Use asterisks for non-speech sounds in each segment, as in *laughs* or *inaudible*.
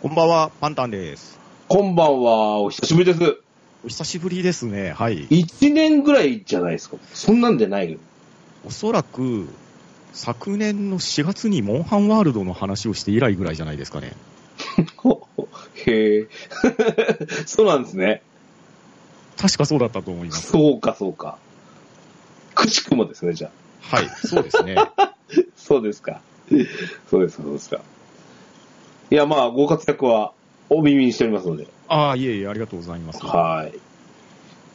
こんばんは、パンタンです。こんばんは、お久しぶりです。お久しぶりですね。はい。 1年ぐらいじゃないですか。そんなんでないよ。おそらく、昨年の4月にモンハンワールドの話をして以来ぐらいじゃないですかね。ほほ *laughs* へえ。 *laughs* そうなんですね。確かそうだったと思います。そうか、そうか。くしくもですね、じゃあ。はい、そうです *laughs* ね。そうですか。そうですか、そうですか。いや、まあ、ご活躍はお耳にしておりますので。ああ、いえいえ、ありがとうございます。はい。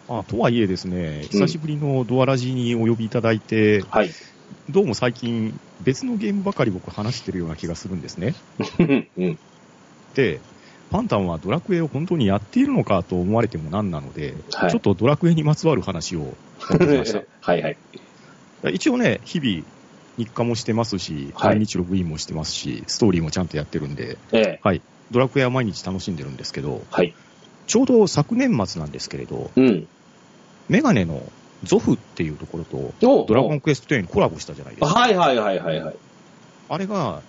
あとはいえですね、久しぶりのドアラジにお呼びいただいて、はい。 *laughs* どうも最近、別のゲームばかり僕話してるような気がするんですね。うん。で、パンタンはドラクエを本当にやっているのかと思われてもなんなので、はいちょっとドラクエにまつわる話を持ってきました。 *laughs* はいはい。一応ね、日々、日課もしてますし、はい毎日ログインもしてますし、ストーリーもちゃんとやってるんで、ええ。ドラクエは毎日楽しんでるんですけど、はい。ちょうど昨年末なんですけれど、うん。メガネのゾフっていうところと、おドラゴンン。クエスト10にコラボしたじゃないですか。はいはいはいはいはい。あれが、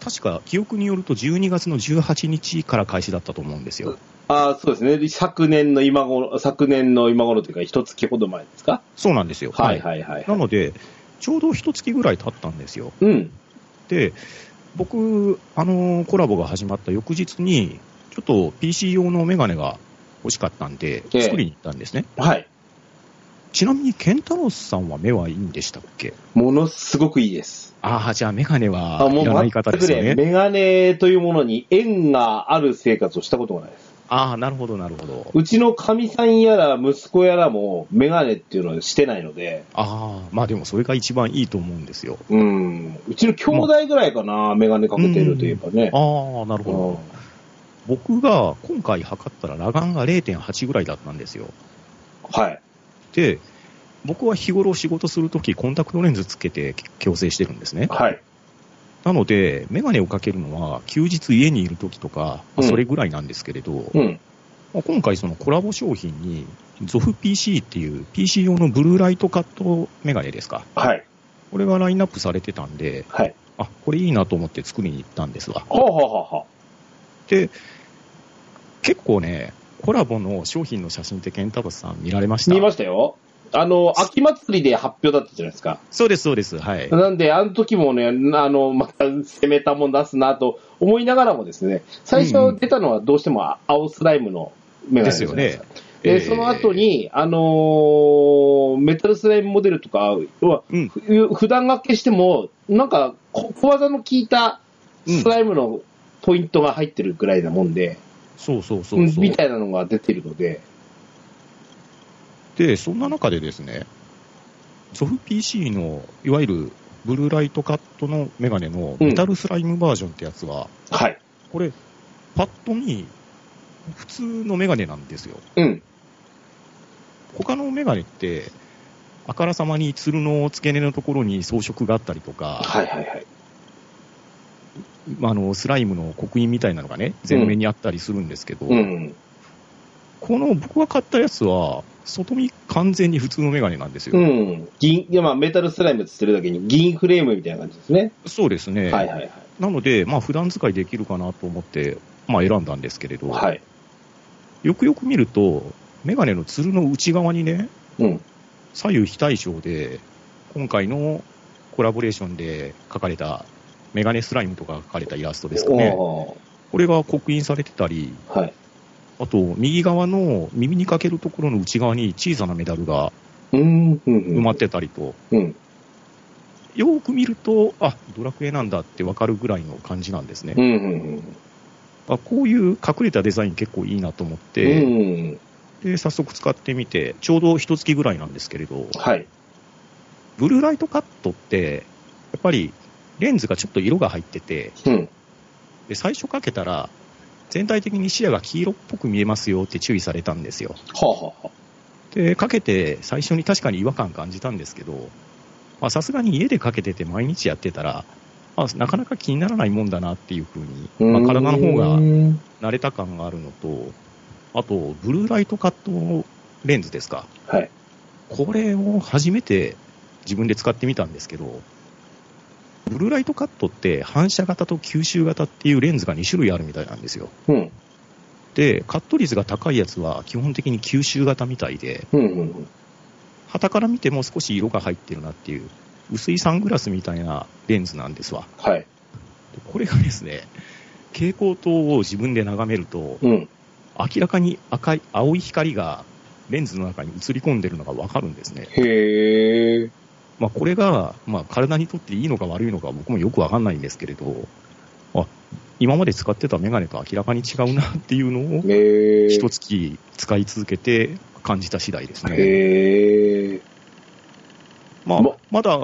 確か記憶によると12月の18日から開始だったと思うんですよ。ああ、そうですね。昨年の今頃、昨年の今頃というか、一月ほど前ですかそうなんですよ。はいはいはい。なので、ちょうど一月ぐらい経ったんですよ。うん。で、僕、あのーコラボが始まった翌日に、ちょっと PC 用のメガネが欲しかったんで、ええ作りに行ったんですね。はい。ちなみに、ケンタロスさんは目はいいんでしたっけものすごくいいです。ああ、じゃあメガネはあいもうらない方全でくすよね、ね。メガネというものに縁がある生活をしたことがないです。ああ、なるほど、なるほど。うちのかみさんやら息子やらもメガネっていうのはしてないので、ああ、まあでもそれが一番いいと思うんですよ。うん。うちの兄弟ぐらいかな、メガネかけてるといえばね。ああ、なるほうど。僕が今回測ったら裸眼が0.8ぐらいだったんですよ。んはい。で、僕は日頃仕事するときコンタクトレンズつけて矯正してるんですね。はい。なので、メガネをかけるのは休日家にいるときとか、まあうんそれぐらいなんですけれど、うん。まあ今回そのコラボ商品に、ゾフ PC っていう PC 用のブルーライトカットメガネですか。はい。これがラインナップされてたんで、はい。あ、これいいなと思って作りに行ったんですわ。はあ、はあはあはあ、結構ね、コラボの商品の写真ってケンタバスさん見られました見ましたよ。あの、秋祭りで発表だったじゃないですか。そうです、そうです。はい。なんで、あの時もね、あの、また攻めたもん出すなと思いながらもですね、最うん初出たのはどうしても青スライムのメガネですじゃなよいでねすか。。で、えーその後、に、あのーメタルスライムモデルとか、要は、うんふ普段掛けしても、なんか小小技の効いたスライムのポイントが入ってるぐらいなもんで、そうそうそうそう。みたいなのが出てるので、で、そんな中でですね、ゾフ PC のいわゆるブルーライトカットのメガネのうんメタルスライムバージョンってやつは、はい。これ、パッと見、普通のメガネなんですよ。うん。他のメガネって、あからさまに鶴の付け根のところに装飾があったりとか、はいはいはい。まああのスライムの刻印みたいなのがね、前面にあったりするんですけど、うん。この僕が買ったやつは、外見完全に普通のメガネなんですよ。うん。銀、いやまあメタルスライムつってるだけに銀フレームみたいな感じですね。そうですね。はいはいはい。なので、まあ、普段使いできるかなと思って、まあ、選んだんですけれど、はい。よくよく見ると、メガネのつるの内側にね、うん。左右非対称で、今回のコラボレーションで描かれた、メガネスライムとかが描かれたイラストですかね。おこれが刻印されてたり、ーはい。あと、右側の耳にかけるところの内側に小さなメダルがうん、うん、埋まってたりと、うん。よーく見ると、あ、ドラクエなんだってわかるぐらいの感じなんですねう。ん、うん。あこういう隠れたデザイン結構いいなと思っうて、ん。で、早速使ってみて、ちょうど一月ぐらいなんですけれど、はい。ブルーライトカットって、やっぱりレンズがちょっと色が入ってて、うん。で最初かけたら、全体的に視野が黄色っぽく見えますよって注意されたんですよ。はあ、はあはで、かけて最初に確かに違和感感じたんですけど、まあさすがに家でかけてて毎日やってたら、まあ、なかなか気にならないもんだなっていう風に、あ、まあ、体の方がうん慣れた感があるのと、あと、ブルーライトカットレンズですか。はい。これを初めて自分で使ってみたんですけど、ブルーライトカットって反射型と吸収型っていうレンズが2種類あるみたいなんですよ。うん。で、カット率が高いやつは基本的に吸収型みたいで、うんうんうん。旗から見ても少し色が入ってるなっていう、薄いサングラスみたいなレンズなんですわ。はい。でこれがですね、蛍光灯を自分で眺めると、うん。明らかに赤い、青い光がレンズの中に映り込んでるのがわかるんですね。へえ。まあ、これが、まあ、体にとっていいのか悪いのか僕もよくわかんないんですけれど、あ、今まで使ってたメガネと明らかに違うなっていうのを、へえ。一月使い続けて感じた次第ですね。へえ。まあま、まだ、あ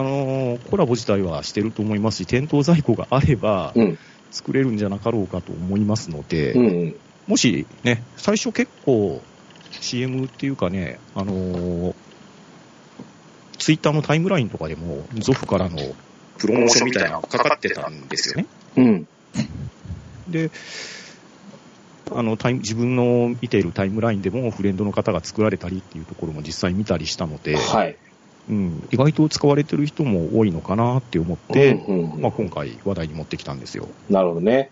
のーコラボ自体はしてると思いますし、店頭在庫があればうん、作れるんじゃなかろうかと思いますので、うんうん。もしね、最初結構 CM っていうかね、あのーツイッターのタイムラインとかでも、ゾフからのプロモーションみたいなのがかかってたんですよね。うん。で、あのタイム自分の見ているタイムラインでもフレンドの方が作られたりっていうところも実際見たりしたので、はい。うん、意外と使われてる人も多いのかなって思って、うんうんうんまあ、今回話題に持ってきたんですよ。なるほどね。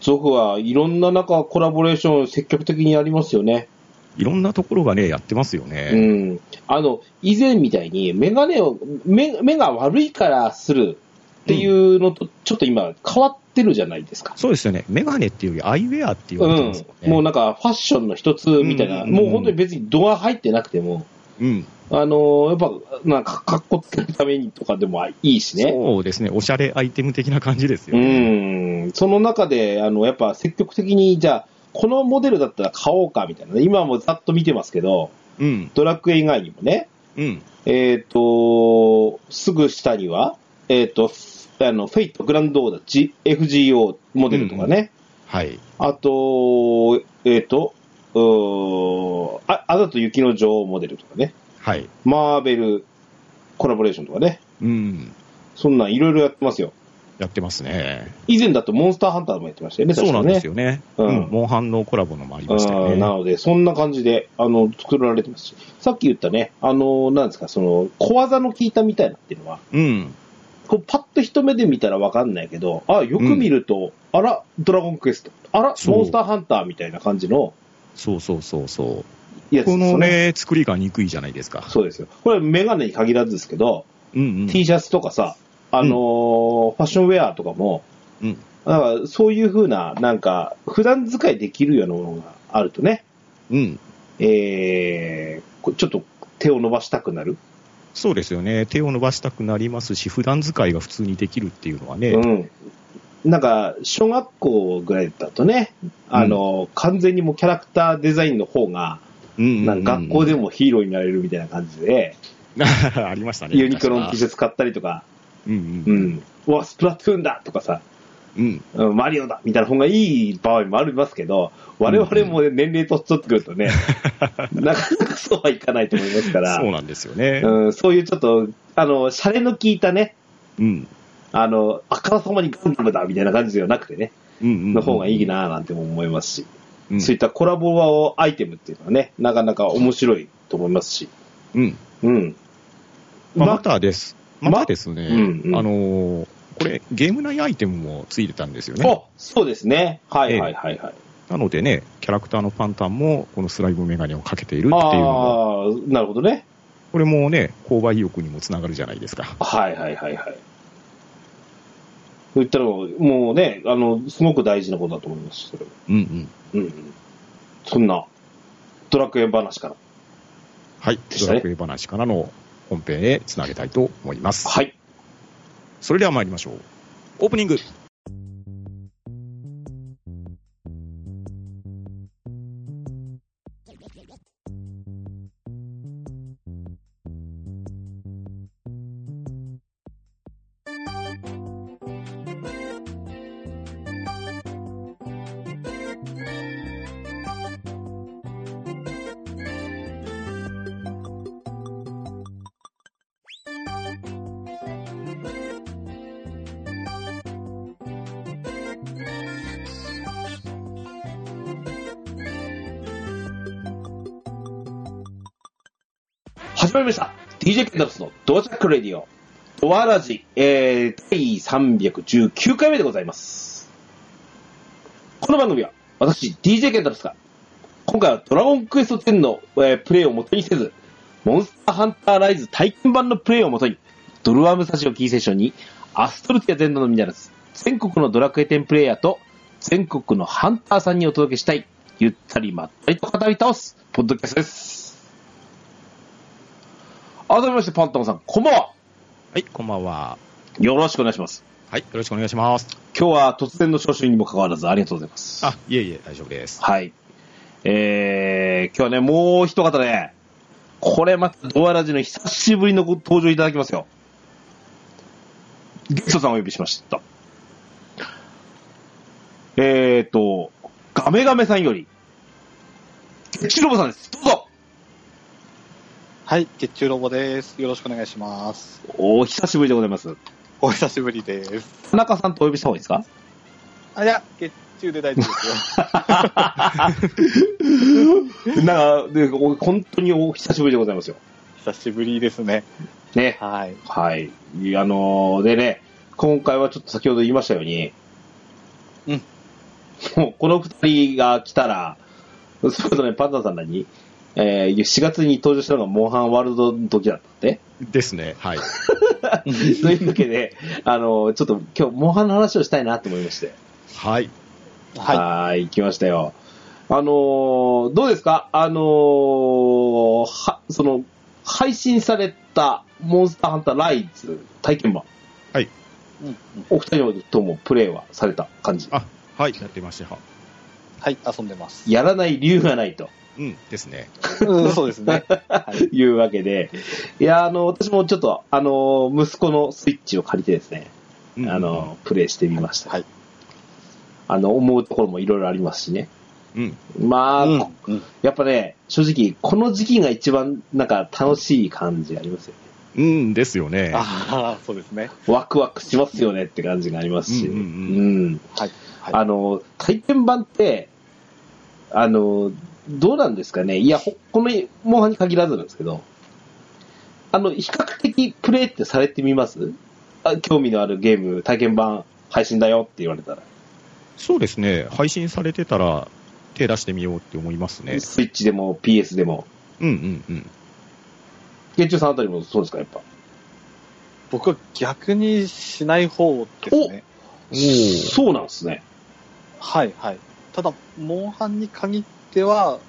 ゾフはいろんな中コラボレーション積極的にやりますよね。いろんなところがね、やってますよね。うん。あの、以前みたいにメガネを、目目が悪いからするっていうのとちょっと今変わってるじゃないですか。そうですよね。メガネっていうよりアイウェアって言うわれてますんよね。。もうなんかファッションの一つみたいな、うんうんうんもう本当に別にドア入ってなくても、うん、あのやっぱ、なんか、かっこつけるためにとかでもいいしね。そうですね、おしゃれアイテム的な感じですようね。ん。その中で、あの、やっぱ積極的に、じゃあ、このモデルだったら買おうかみたいな。今もざっと見てますけど、うん、ドラクエ以外にもね、うん、えっ、と、すぐ下には、えっ、と、あの、フェイトグランドオーダー、G、FGO モデルとかね。はい。あと、えっ、と、うーあ、アダと雪の女王モデルとかね。はい。マーベルコラボレーションとかね。うん、そんなんいろいろやってますよ。やってますね。以前だとモンスターハンターもやってましたよね、そうなんですよ。よね。ううんん、モンハンのコラボのもありあましたよーね。なので、そんな感じで、あの、作られてますし、さっき言ったね、あの、なんですか、その、小技の効いたみたいなっていうのは、うん、こうパッと一目で見たらわかんないけど、あ、よく見ると、あら、ドラゴンクエスト、あら、そうモンスターハンターみたいな感じのそうそうそうそう。やつですこよの。ね、作りが憎いじゃないですか。そうですよ。これメガネに限らずですけど、うん、 T シャツとかさ、あのーファッションウェアとかも、うん、うん。なんかそういう風な、なんか、普段使いできるようなものがあるとね、うん。えーこ、ちょっと手を伸ばしたくなる。そうですよね。手を伸ばしたくなりますし、普段使いが普通にできるっていうのはね、うん。なんか、小学校ぐらいだとね、あの、完全にもうキャラクターデザインの方が、うんうんうんなんか学校でもヒーローになれるみたいな感じで、 *laughs* ありましたね。ユニクロの T シャツ。ャツ買ったりとか、うん、ううん、ん。うわ、スプラトゥーンだとかさ、うん。うんマリオだみたいな方がいい場合もありますけど、我々もね年齢と取ってく *laughs* るとね、なかなかそうはいかないと思いますから、そうなんですよね。うん、そういうちょっと、あの、シャレの効いたね、うん、あの、あからさまにガンダムだみたいな感じではなくてね、うん、うん。の方がいいなぁなんて思いますし、うん。そういったコラボアイテムっていうのはね、なかなか面白いと思いますし、うん。うん。まあままたです。ままたですね、うんうんあのーこれ、ゲーム内アイテムもついてたんですよね。あ、そうですね。はいええはいはいはい。なのでね、キャラクターのパンタンも、このスライムメガネをかけているっていうのが、ああ、なるほどね。これもね、購買意欲にもつながるじゃないですか。はいはいはいはい。そういったのも、もうね、あの、すごく大事なことだと思います。それはうんうん。うんうん。そんな、ドラクエ話から。はい。でしドたねラクエ話からの本編へつなげたいと思います。はい。それでは参りましょう。オープニング。始まりました。DJ ケンダルスのドアジャックレディオ。わらじ、えー、第319回目でございます。この番組は、私、DJ ケンタロスが、今回はドラゴンクエスト10の、えープレイを元にせず、モンスターハンターライズ体験版のプレイを元に、ドルワムサシをキーセッションに、アストルティア全土のみならず、全国のドラクエ10プレイヤーと、全国のハンターさんにお届けしたい、ゆったりまったりと語り倒す、ポッドキャストです。改めまして、パンタンさん、こんばんは。はい、こんばんは。よろしくお願いします。はい、よろしくお願いします。今日は突然の招集にもかかわらずありがとうございます。あ、いえいえ、大丈夫です。はい。えー、今日はね、もう一方ね、これまたドアラジの久しぶりのご登場いただきますよ。ゲストさんをお呼びしました。えーと、ガメガメさんより、チロボさんです。どうぞはい、月中ロボです。よろしくお願いします。お久しぶりでございます。お久しぶりです。田中さんとお呼びした方がいいですかあ、いや、月中で大丈夫ですよ。なんか、でお本当にお久しぶりでございますよ。 *laughs* 久しぶりですね。ね。はい。はい。あのーでね、今回はちょっと先ほど言いましたように、うん。もうこの二人が来たら、それこそね、パンダさんらに、えー、4月に登場したのがモンハンワールドの時だったって。ですね、はい。と *laughs* いうわけで、あのーちょっと今日モンハンの話をしたいなと思いまして。はい。はーい。来ましたよ。あのーどうですかあのーは、その、配信されたモンスターハンターライズ体験版。い。うんうんお二人ともプレイはされた感じ。あ、はい、やってました。はい、遊んでます。やらない理由がないとうん、ですね。うん、そうです *laughs* ね。はい。いうわけで、いや、あの、私もちょっと、あの、息子のスイッチを借りてですね、うんあ、の、プレイしてみました。はい。あの、思うところもいろいろありますしね。うん、まあ、うんこうんやっぱね、正直、この時期が一番、なんか、楽しい感じがありますよね。うんですよね。ああ、そうですね。ワクワクしますよねって感じがありますし。うんうんううんはい。はいあの、体験版って、あの、どうなんですかね。いや、ほこの、モンハンに限らずなんですけど、あの、比較的プレイってされてみますあ興味のあるゲーム、体験版配信だよって言われたら、そうですね、配信されてたら手出してみようって思いますね。スイッチでも PS でも、うんうんうん。ゲッチュさんあたりもそうですか、やっぱ。僕は逆にしない方ですね。おーそうなんですね。はい、はい。ただ、モンハンに限っては、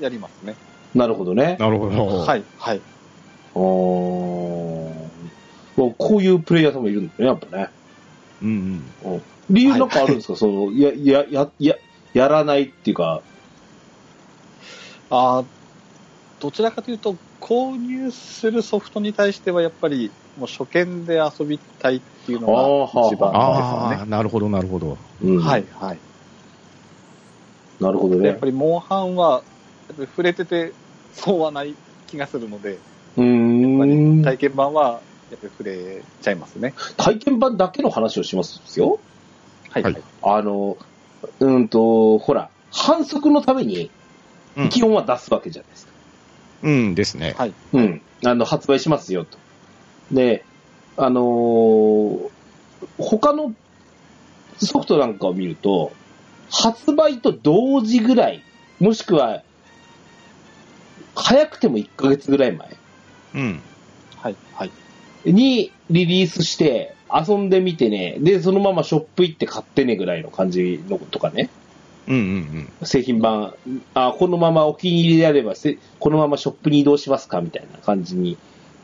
やりますね。なるほどね。なるほど。。はいい、はい。おーもうこういうプレイヤーさんもいるんだね、やっぱね。うんうん。うん理由なんかあるんですか、その、や、や、や、や、やらないっていうか、あーどちらかというと、購入するソフトに対しては、やっぱり、もう初見で遊びたいっていうのあーはあはあが一番ですあよね。あ、なるほどなるほど。うんはい、はい。なるほどでやっねぱ。り、モンハンは、やっぱり触れてて、そうはない気がするので、うーん。体験版は、やっぱり触れちゃいますね。体験版だけの話をしますよ。はい、ははいい。あの、うんと、ほら、反則のためにうん、気温は出すわけじゃないですか。うんですね。はい。うん。あの、発売しますよと。で、あのー他のソフトなんかを見ると、発売と同時ぐらい、もしくは、早くても1ヶ月ぐらい前うん。はい、はい。にリリースして、遊んでみてね、で、そのままショップ行って買ってねぐらいの感じのとかね、うんうん製品版、あ、このままお気に入りであれば、せこのままショップに移動しますかみたいな感じに、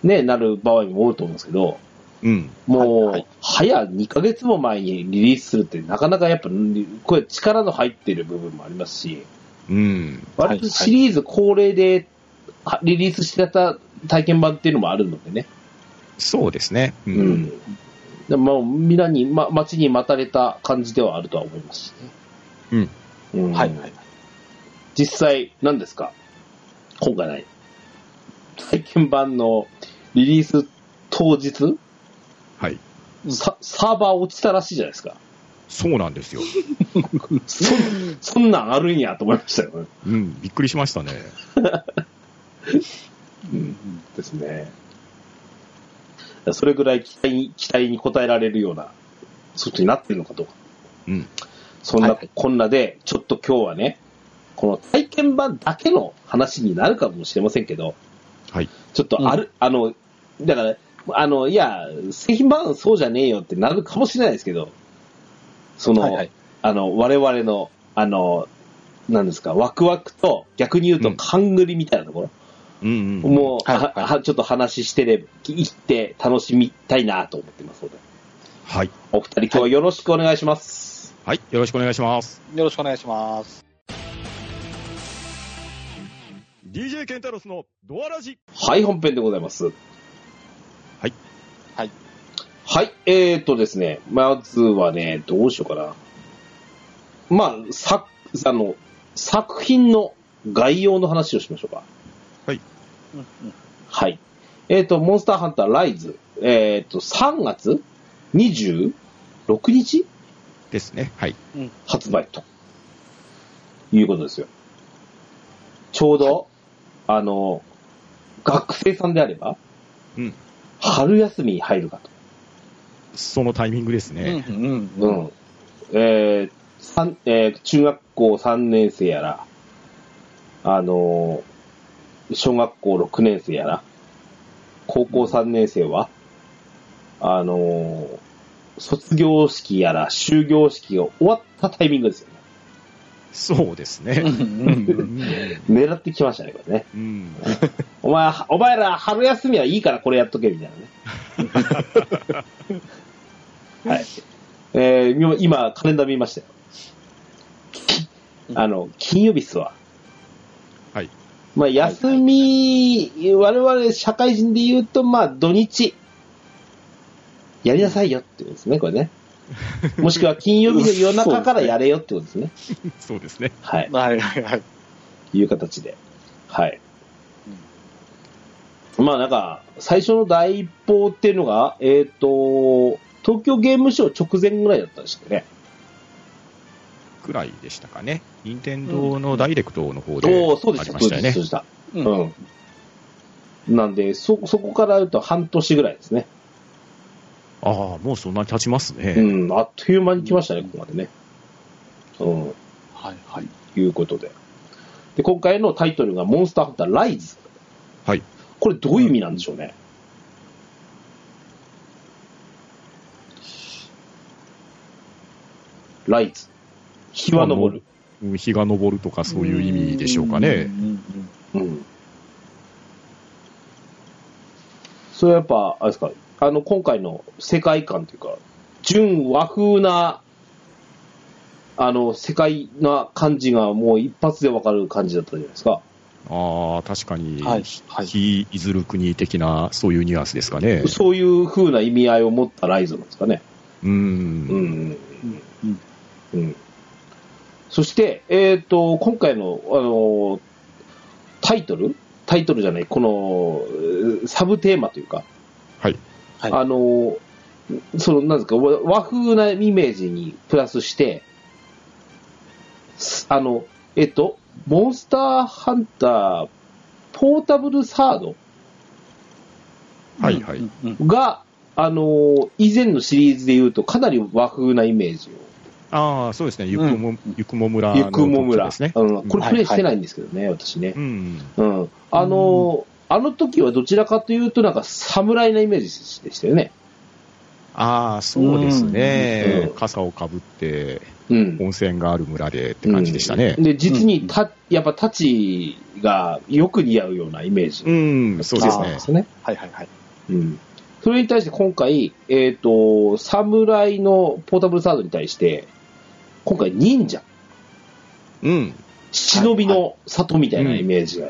ね、なる場合も多いと思うんですけど、うん。うん。もう、はいはい早2ヶ月も前にリリースするって、なかなかやっぱ、これ力の入ってる部分もありますし、うん。割とシリーズ恒例ではリリースしてた体験版っていうのもあるのでね。そうですね。うう。ん。でも、皆に、ま、待ちに待たれた感じではあるとは思いますしね。うん。はい、はい。実際、何ですか今回ない。体験版のリリース当日、はい。うんさサーバー落ちたらしいじゃないです *laughs* か。そうなんですよ。そんそんなんあるんやと思いましたよね。うん。びっくりしましたね。ですね。それぐらい期待に期待に応えられるようなソフトになってるのかどうか。うん。そんな、はいはいこんなで、ちょっと今日はね、この体験版だけの話になるかもしれませんけど、はい。ちょっとある、あの、だから、あの、いや、製品版そうじゃねえよってなるかもしれないですけど、その、はいはいあの、我々の、あの、なんですか、ワクワクと、逆に言うと、うん勘繰りみたいなところ、うんうん。もう、はいははいはちょっと話してれば、行って楽しみたいなと思ってますので、はい。お二人今日はよろしくお願いします。はい。よろしくお願いします。よろしくお願いします。 DJ ケンタロスのドアラジ。はい、本編でございます。はい。はい。はい、えーとですね、まずはね、どうしようかな。まあ、さ、あの、作品の概要の話をしましょうか。うんうんはい。えーと、モンスターハンターライズ、えーと、3月26日ですね。はい。発売ということですよ。ちょうど、あの、学生さんであれば、うん春休みに入るかと。そのタイミングですね。うんううんん。えー三えー中学校3年生やら、あのー小学校6年生やら、高校3年生は、あのー卒業式やら、終業式が終わったタイミングですよね。そうですうね。んううんん。狙ってきましたね、これね。うん。お前、お前ら春休みはいいからこれやっとけ、みたいなね。はい。えー今今、カレンダー見ましたよ。あの、金曜日っすわ。はい。まあ、休み、我々社会人で言うと、まあ、土日、やりなさいよってことですね、これね。もしくは金曜日の夜中からやれよってことですね。そうですね。はい。はいはいはい。いう形で。はい。まあなんか、最初の第一報っていうのが、えっ、と、東京ゲームショー直前ぐらいだったんでしたっけね。くらいでしたかね。任天堂のダイレクトの方で。おおー、そうであしりた、まそしうたでよした、ねそう。でした。うんうん。なんで、そ、そこから言うと半年ぐらいですね。ああ、もうそんなに経ちますね。うん、あっという間に来ましたね、ここまでね。うん。はいはい。いうことで。で、今回のタイトルがモンスターハンターライズ。はい。これどういう意味なんでしょうね。ライズ。日は昇うる。ん日が昇るとかそういう意味でしょうかね。んうんうん。それはやっぱ、あれですか、あの、今回の世界観というか、純和風な、あの、世界な感じがもう一発でわかる感じだったじゃないですか。ああ、確かに、うんはいはい。日いずる国的な、そういうニュアンスですかね。そういう風な意味合いを持ったライズなんですかね。う。うんん。うんうん。そして、えっ、と、今回の、あの、タイトルタイトルじゃない、この、えーサブテーマというか、はい。はいあの、その、なんですか、わ和風なイメージにプラスして、すあの、えっ、と、モンスターハンター、ポータブルサードはいはいうんうんが、あのー以前のシリーズで言うとかなり和風なイメージああ、そうですね。ゆくも、ゆくも村を。のゆくも村。ですね。うん、これプレイしてないんですけどね、私ねう。ん。うん。あのーあの時はどちらかというとなんか侍なイメージでしたよね。ああ、そうですね。うん傘をかぶって、うん。温泉がある村でって感じでしたねうん。で、実にた、やっぱ太刀がよく似合うようなイメージ。うん、そうですあねで。すね。はいはいはい。うん。それに対して今回、えっ、と、侍のポータブルサードに対して、今回忍者、うん。忍びの里みたいなイメージが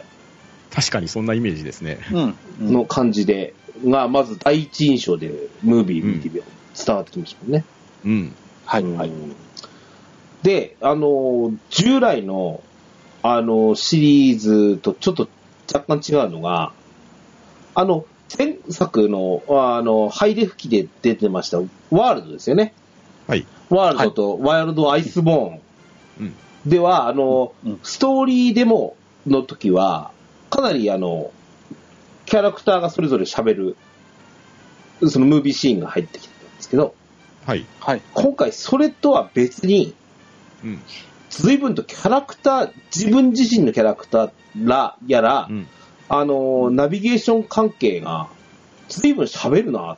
確かにそんなイメージですね。うんうん。の感じで、が、まず第一印象で、ムービー見てみよう伝わってきましたもんね。うん。はいははいい。で、あの、従来の、あの、シリーズとちょっと若干違うのが、あの、前作の、あの、ハイデフ機で出てました、ワールドですよね。はい。ワールドとワイルドアイスボーンうん。では、あの、うんストーリーデモの時は、かなりあの、キャラクターがそれぞれ喋るそのムービーシーンが入ってきてたんですけど、はい。はい。今回それとは別に、うん。随分とキャラクター、自分自身のキャラクターら、やら、うん。あのーナビゲーション関係が、随分喋るな。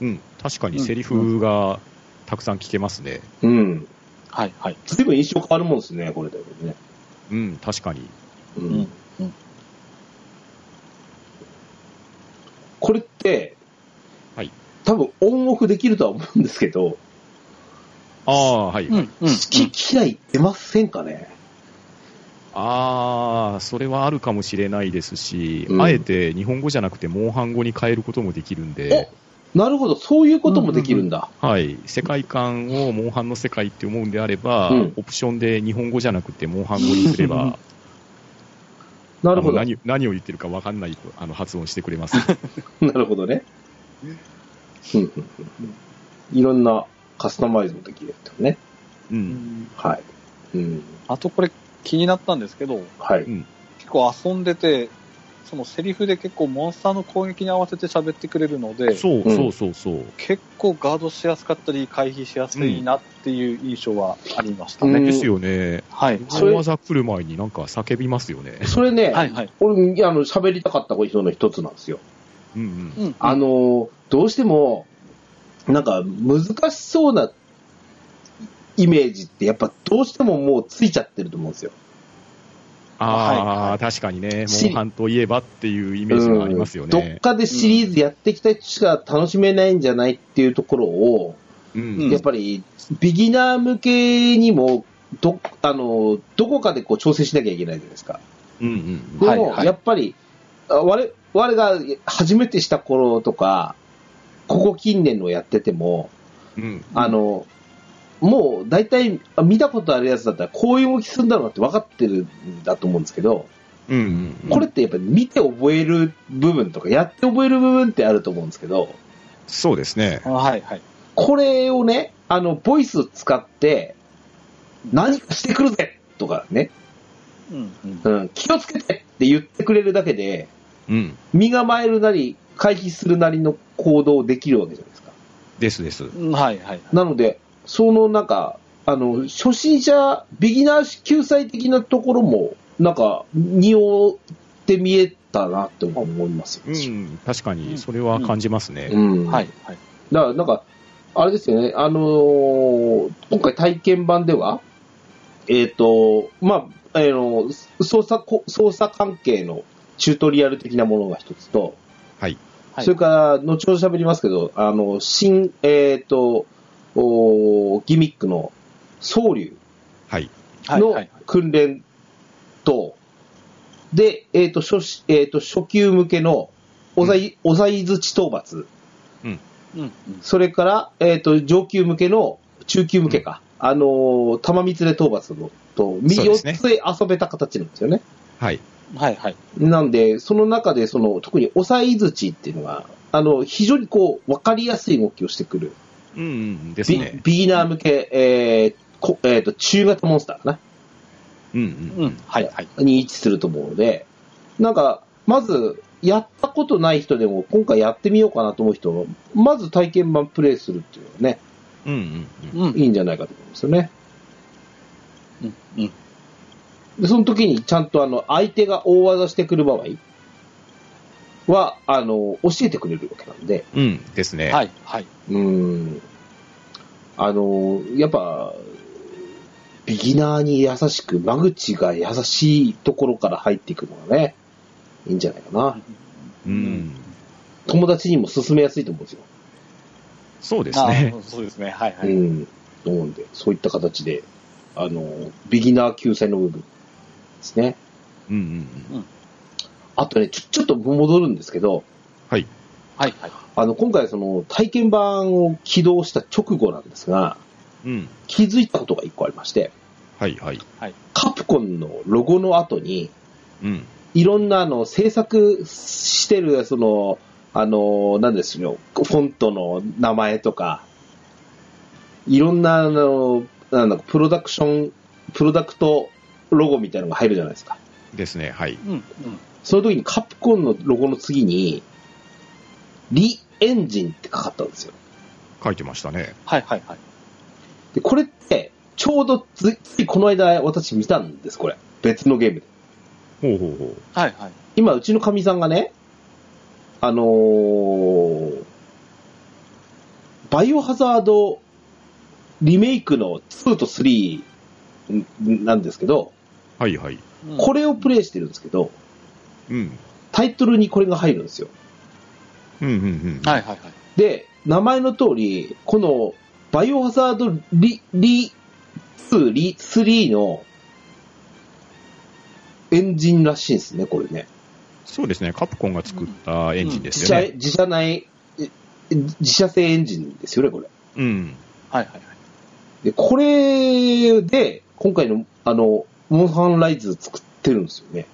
うん。確かにセリフがたくさん聞けますね。うん。はい。はい。随分印象変わるもんですね、これだけどね。うん、確かに。うんうんうんこれって、はい多分オンオフできるとは思うんですけど、ああ、はい。うん。うん。好き嫌い出ませんかね、ああ、それはあるかもしれないですし、うんあえて日本語じゃなくて、モンハン語に変えることもできるんで、なるほど、そういうこともできるんだ。はい、世界観をモンハンの世界って思うんであれば、うんオプションで日本語じゃなくて、モンハン語にす *laughs* れば、なるあのほど。な何何を言ってるか分かんないあの発音してくれます。るほどね。うんうんうんいろんなカスタマイズもできるってことね。う、うん *laughs* んはい。うん。あとこれ気になったんですけど、はい。結構遊んでて、そのセリフで結構モンスターの攻撃に合わせて喋ってくれるので、そううんそうそうそう。結構ガードしやすかったり、回避しやすいなっていう印象はありましたうんね。ですよね。はい。それ大技来る前になんか叫びますよね。それね、はい。はい。俺、いやあの、喋りたかったことの一つなんですよ。うんうん。うん。あのーどうしても、なんか難しそうなイメージって、やっぱどうしてももうついちゃってると思うんですよ。ああ、はいはい確かにね、シモンリハンといえばっていうイメージがありますようんどっね。かでシリーズやってきた人しか楽しめないんじゃないっていうところを、うんやっぱりビギナー向けにもどあのどこかでこう調整しなきゃいけないじゃないですか。うんうんでも、はいはいやっぱりあ我我が初めてした頃とか、ここ近年のやってても、うん。あの、もう大体あ見たことあるやつだったらこういう動きするんだろうなって分かってるんだと思うんですけど、うんうんうんこれってやっぱり見て覚える部分とかやって覚える部分ってあると思うんですけど、そうですね。はい。はい。これをね、あの、ボイス使って、何かしてくるぜとかね、うん。うん。うん、気をつけてって言ってくれるだけで、うん。身構えるなり、回避するなりの行動できるわけじゃないですか。ですです。うんはい。はい。なので、そのなんか、あの、初心者、ビギナー救済的なところも、なんか、匂って見えたなって思います。うん、確かに、それは感じますね。うんはい。はい。だから、なんか、あれですよね、あのー今回体験版では、えっ、と、まあ、あの操作こ、操作関係のチュートリアル的なものが一つと、はい。はいそれから、後ほど喋りますけど、あの、新、えっ、と、おーギミックの、僧侶はい。はい。はのい。訓練と、で、えっ、と、初し、えっ、と、初級向けの、おざい、おざいづち討伐。うん。うんそれから、えっ、と、上級向けの、中級向けか。あのー玉三つで討伐のと、みそう四ですねつで遊べた形なんですよね。はい。はい。はい。なんで、その中で、その、特に押さえづちっていうのが、あの、非常にこう、わかりやすい動きをしてくる。うん、うん、ですビね。ビギナー向け、えーこえーと、中型モンスターかうん、ううんん。。はい。はい。な、に位置すると思うので、なんか、まず、やったことない人でも、今回やってみようかなと思う人は、まず体験版プレイするっていうのはね、うん、うん。うんうん。いいんじゃないかと思うんですよね。うん。うん。で、その時にちゃんとあの、相手が大技してくる場合は、あの、教えてくれるわけなんで、うん、ですね。はい。はい。うーん。あの、やっぱ、ビギナーに優しく、間口が優しいところから入っていくのがね、いいんじゃないかな。うん。友達にも勧めやすいと思うんですよ。そうですあね。ーそうですね。はい。はうい。ん。と思うんで、そういった形で、あの、ビギナー救済の部分ですね。うん、うんうん。あとね、ちょ、ちょっと戻るんですけど、はい。はい。はい。あの、今回その体験版を起動した直後なんですが、うん。気づいたことが一個ありまして、はい、はい。カプコンのロゴの後に、うん。いろんなあの、制作してる、その、あの、なんですよ、フォントの名前とか、いろんなあの、なんだプロダクション、プロダクトロゴみたいなのが入るじゃないですか。ですね。はい。うん。うん。その時にカプコンのロゴの次に、リエンジンってかかったんですよ。書いてましたね。はいはいはい。で、これって、ちょうどついついこの間私見たんです、これ。別のゲームで。ほうほうほう。はいはい。今、うちのかみさんがね、あのーバイオハザードリメイクの2と3んなんですけど、はいはい。これをプレイしてるんですけど、うん。タイトルにこれが入るんですよ。うんうんうん。。はいいはいはい。で、名前の通り、このバイオハザードリ、リ、2、リ、3のエンジンらしいんですね、これね。そうですね。カプコンが作ったエンジンです自よ社、ね。自社内、え自社製エンジンですよね、これ。うん。はいはいはい。で、これで、今回の、あの、モンハンライズ作ってるんですよね。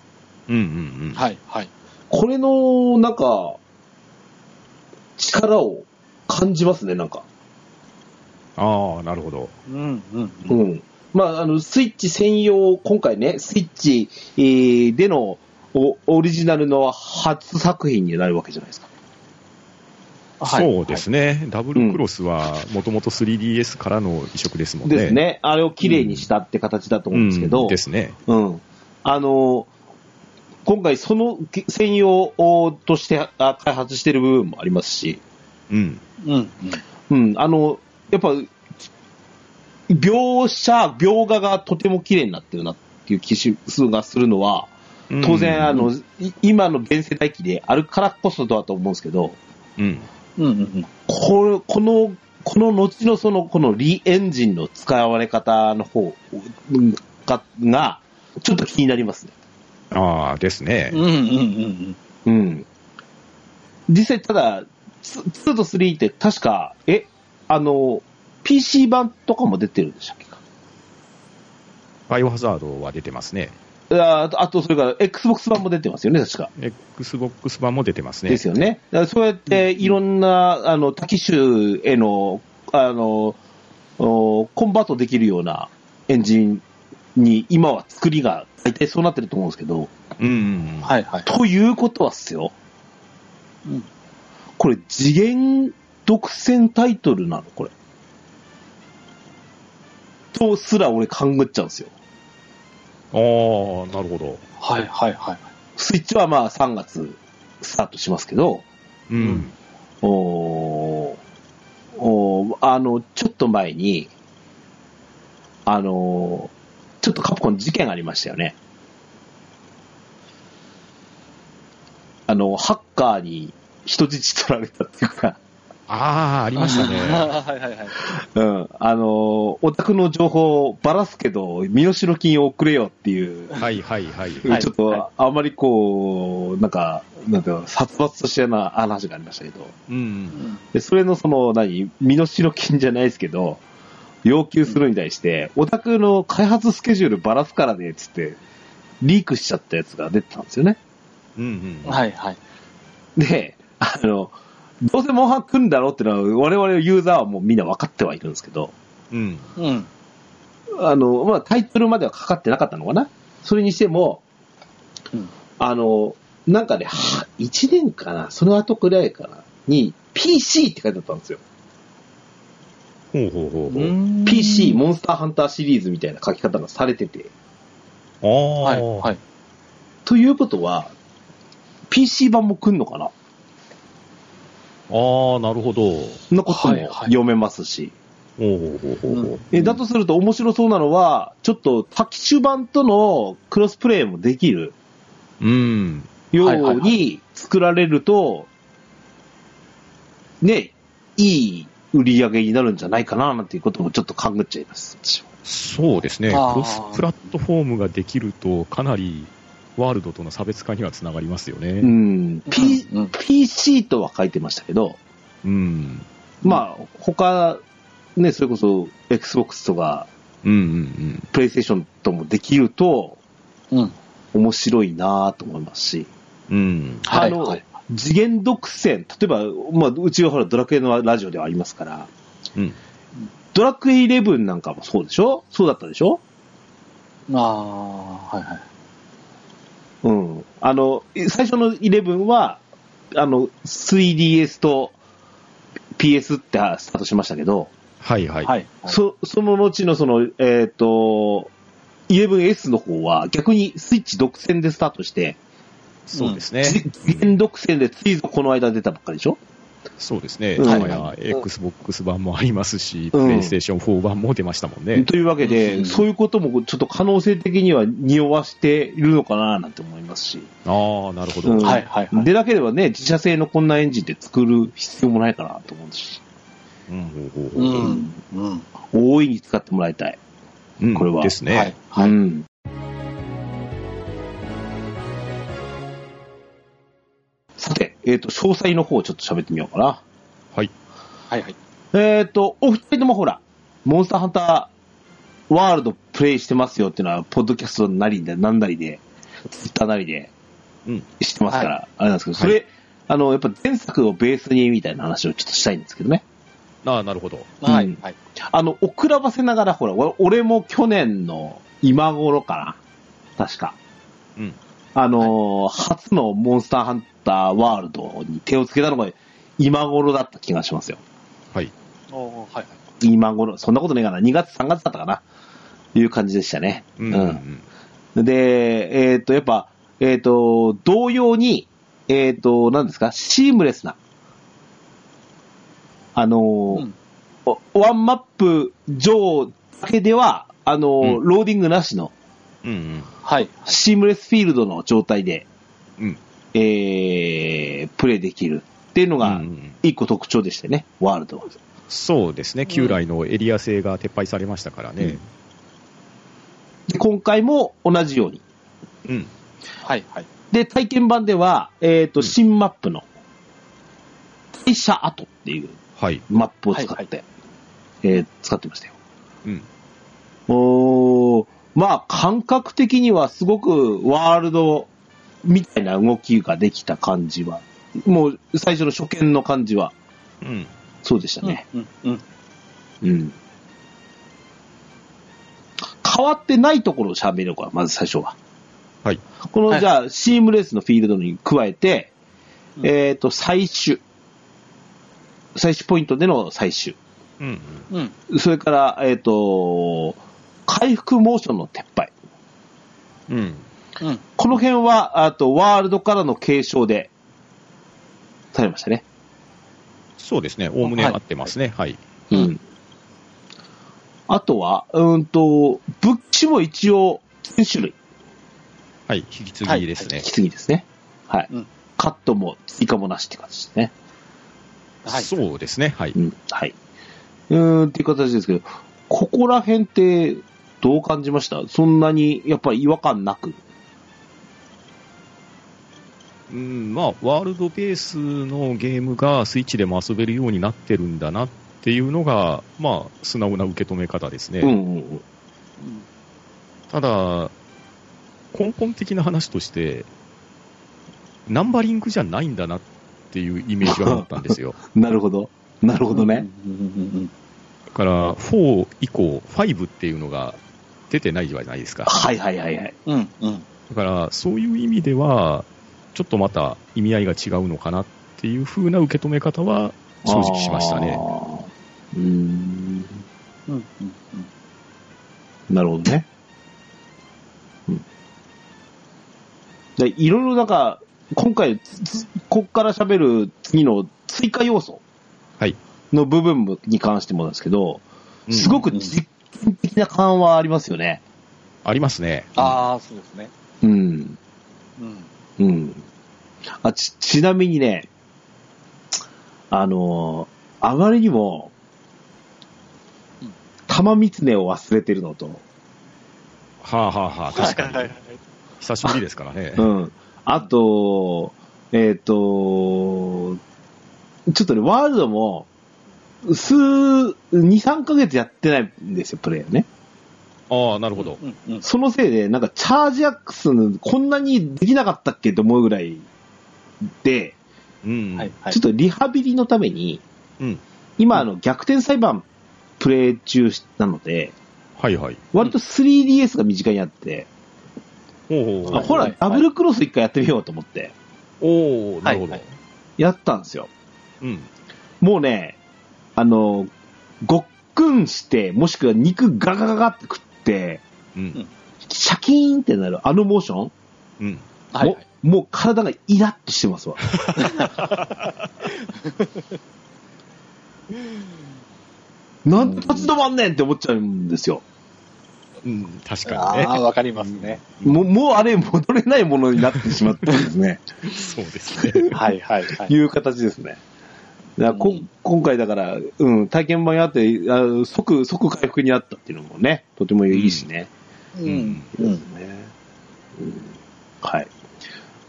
うんうんうん。はいはい。これの、なんか、力を感じますね、なんか。ああ、なるほど。うんうんううん。ん。まあ、あの、スイッチ専用、今回ね、スイッチ、えーでのおオリジナルの初作品になるわけじゃないですか。そうですね。ダブルクロスは、もともと 3DS からの移植ですもんね。ですね。あれを綺麗にしたって形だと思ううんん。ですけど、ですね。うん。あの、今回そのき専用としてあ開発してる部分もありますし、うん。うんうん。うん、あの、やっぱ、描写、描画がとても綺麗になってるなっていう気し数がするのは、当うん然、あ、の、い今の現世代機であるからこそだと思うんですけど、うん。うんうんうん。これこの、この後のその、このリエンジンの使われ方の方うんが、がちょっと気になりますね。ああ、ですね。うんうんうんうん。実際、ただ、ツ2と3って確か、え、あの、PC 版とかも出てるんでしたっけかバイオハザードは出てますね。ああと、あとそれから、Xbox 版も出てますよね、確か。 Xbox 版も出てますね。ですよね。だからそうやって、いろんな、あの、多機種への、あの、おコンバートできるようなエンジンに、今は作りが大体そうなってると思うんですけど、うんうんうん。うん。はいはい。ということはっすよ。うんこれ、次元独占タイトルなのこれ。とすら俺勘ぐっちゃうんですよ。ああ、なるほど。はいはいはい。スイッチはまあ3月スタートしますけど、うん。おーおーあの、ちょっと前に、あのー、ちょっとカプコン事件がありましたよね。あの、ハッカーに人質取られたっていうか、 *laughs* ああ、ありました *laughs* ね。はいはいはい。うん、あのー、オタクの情報をばらすけど、身代金を送れよっていう、はいはいはい。はいちょっと、はいあまりこう、なんか、なんていうの殺伐としたような話がありましたけど、うんうん。で、それのその、何、身代金じゃないですけど、要求するに対して、オタクの開発スケジュールばらすからね、つって、リークしちゃったやつが出てたんですよね。うんうん。はいはい。で、あの、どうせモンハン来るんだろうってのは、我々ユーザーはもうみんな分かってはいるんですけど、うん。うん。あの、まあ、タイトルまではかかってなかったのかなそれにしても、うんあの、なんかね、は1年かなその後くらいかなに、PC って書いてあったんですよ。ほうほうほうほう。 PC モンスターハンターシリーズみたいな書き方がされてて。ああ、はいはい。ということは、PC 版も来んのかなああ、なるほど。のことはいもはい読めますし。ほうほうほうほうほう。えだとすると面白そうなのは、ちょっと多機種版とのクロスプレイもできるうん。よはいはいうはに作られると、ね、いい売り上げになるんじゃないかななんていうこともちょっと勘ぐっちゃいます。私はそうですね。クあーロスプラットフォームができると、かなりワールドとの差別化にはつながりますようね。ん、P うん PC とは書いてましたけど、うん。まあ、他、ね、それこそ Xbox とかうんうんうん。 PlayStation ともできると、うん。面白いなぁと思いますし、うん。はいあのはい。次元独占、例えば、まあ、うちはほらドラクエのラジオではありますから、うん。ドラクエ11なんかもそうでしょそうだったでしょああ、はいはい。うん。あの、最初の11は、あの、3DS と PS ってスタートしましたけど、はいはい。はい。そ、その後のその、えっ、と、11S の方は逆にスイッチ独占でスタートして、そうですね。じう全ん独占でついぞこの間出たばっかりでしょそうですね。うん今や Xbox 版もありますし、うん PlayStation 4版も出ましたもんね。というわけで、うんそういうこともちょっと可能性的には匂わしているのかななんて思いますし。ああ、なるほど。うんはい、はい、はい。でなければね、自社製のこんなエンジンで作る必要もないかなと思うし、うんほうほうう、ほうんうん。大いに使ってもらいたい。うんこれはですね。はい、はい。うん。さて、えっ、と、詳細の方をちょっと喋ってみようかな。はい、はい。えっ、と、お二人ともほら、モンスターハンターワールドプレイしてますよっていうのは、ポッドキャストなりで、なんなりで、ツイッターなりで、うんしてますから、あれなんですけど、はそいれ、あの、やっぱ前作をベースにみたいな話をちょっとしたいんですけどね。ああ、なるほど。はうんい、はい。あの、遅らばせながら、ほら、わ俺も去年の今頃かな。確か。うん。あのー初のモンスターハンターワールドに手をつけたのが今頃だった気がしますよ。はい。おーはい、はい。今頃、そんなことねえかな。2月、3月だったかな。いう感じでしたね。うんうんうん。で、えっ、と、やっぱ、えっ、と、同様に、えっ、と、何ですか、シームレスな、あのーうんおワンマップ上だけでは、あのーうんローディングなしのうんうん。はい、はい。シームレスフィールドの状態で、うんえー、プレイできるっていうのうがんう、ん一個特徴でしたよね、ワールドは。そうですね。旧来のエリア制が撤廃されましたからね。で今回も同じように。うん。はい、はい。で、体験版では、えっ、と、うん新マップの、退社跡っていうはい。マップを使って、はいはえー使ってましたよ。うん。おーまあ、感覚的にはすごくワールドみたいな動きができた感じは、もう最初の初見の感じは、うん。そうでしたね。うん、うん。うん。変わってないところを喋ろうか、まず最初は。はい。この、はいじゃあ、シームレスのフィールドに加えて、うんえっ、と、最終。最終ポイントでの最終。うんうん。うん。それから、えっ、と、回復モーションの撤廃。うん。うん。この辺は、あと、ワールドからの継承で、されましたね。そうですね。おおむね合ってますね。はい。うんあとは、うーんと、武器も一応、全種類。はい。引き継ぎですね引。き継ぎですね。はい。うんカットも追加もなしって感じですね。はい。そうですね。はい。うん。はい。うーんっていう形ですけど、ここら辺ってどう感じましたそんなにやっぱり違和感なく。うん、まあ、ワールドベースのゲームがスイッチでも遊べるようになってるんだなっていうのが、まあ、素直な受け止め方ですね。うんうんうん。うんただ、根本的な話として、ナンバリングじゃないんだなっていうイメージがあったんですよ。なるほど。なるほどね。。うんうんうんだから、4以降、5っていうのが出てないじゃないですか。はいはいはいはい。うん。うん、うん。だから、そういう意味では、ちょっとまた意味合いが違うのかなっていう風な受け止め方は正直しましたね。あー。うーん。うん、うん。なるほどね。うん。でいろいろなんか、今回、つこっから喋る次の追加要素はいの部分もに関してもなんですけど、うんすごく実験的な感はありますよね。ありますね。ああ、そうですね。うん。うん。うん。あ、ち、ちなみにね、あのーあまりにもうん、玉玉狐を忘れてるのと、はあはあはあ、確かに。い。久しぶりですからね。うん。あと、えっ、と、ちょっとね、ワールドも、数、2、3ヶ月やってないんですよ、プレイをね。ああ、なるほど。うん、うん。そのせいで、なんかチャージアックスのこんなにできなかったっけと思うぐらいで、うん。はい、はい。ちょっとリハビリのために、うん今、あの、逆転裁判プレイ中なので、はいはい。割と 3DS が身近にあって、おお、はいほら、はいダブルクロス一回やってみようと思って、おお、なるほど。はいやったんですよ。うん。もうね、あの、ごっくんして、もしくは肉ガガガガって食って、うん。シャキーンってなるあのモーション、うん。はい、はい。ももう体がイラッとして *laughs* ますわ。なんで立ち止まんねんって思っちゃうんですよ。うん。確かにああ、ね。わかりますね。もう、もうあれ戻れないものになってしまってですね。そうですね。はいはいはい。いう形ですね。だからこうん今回だから、うん、体験版やって、あ即、即回復にあったっていうのもね、とてもいいしね。うん。うん。ねうんはい。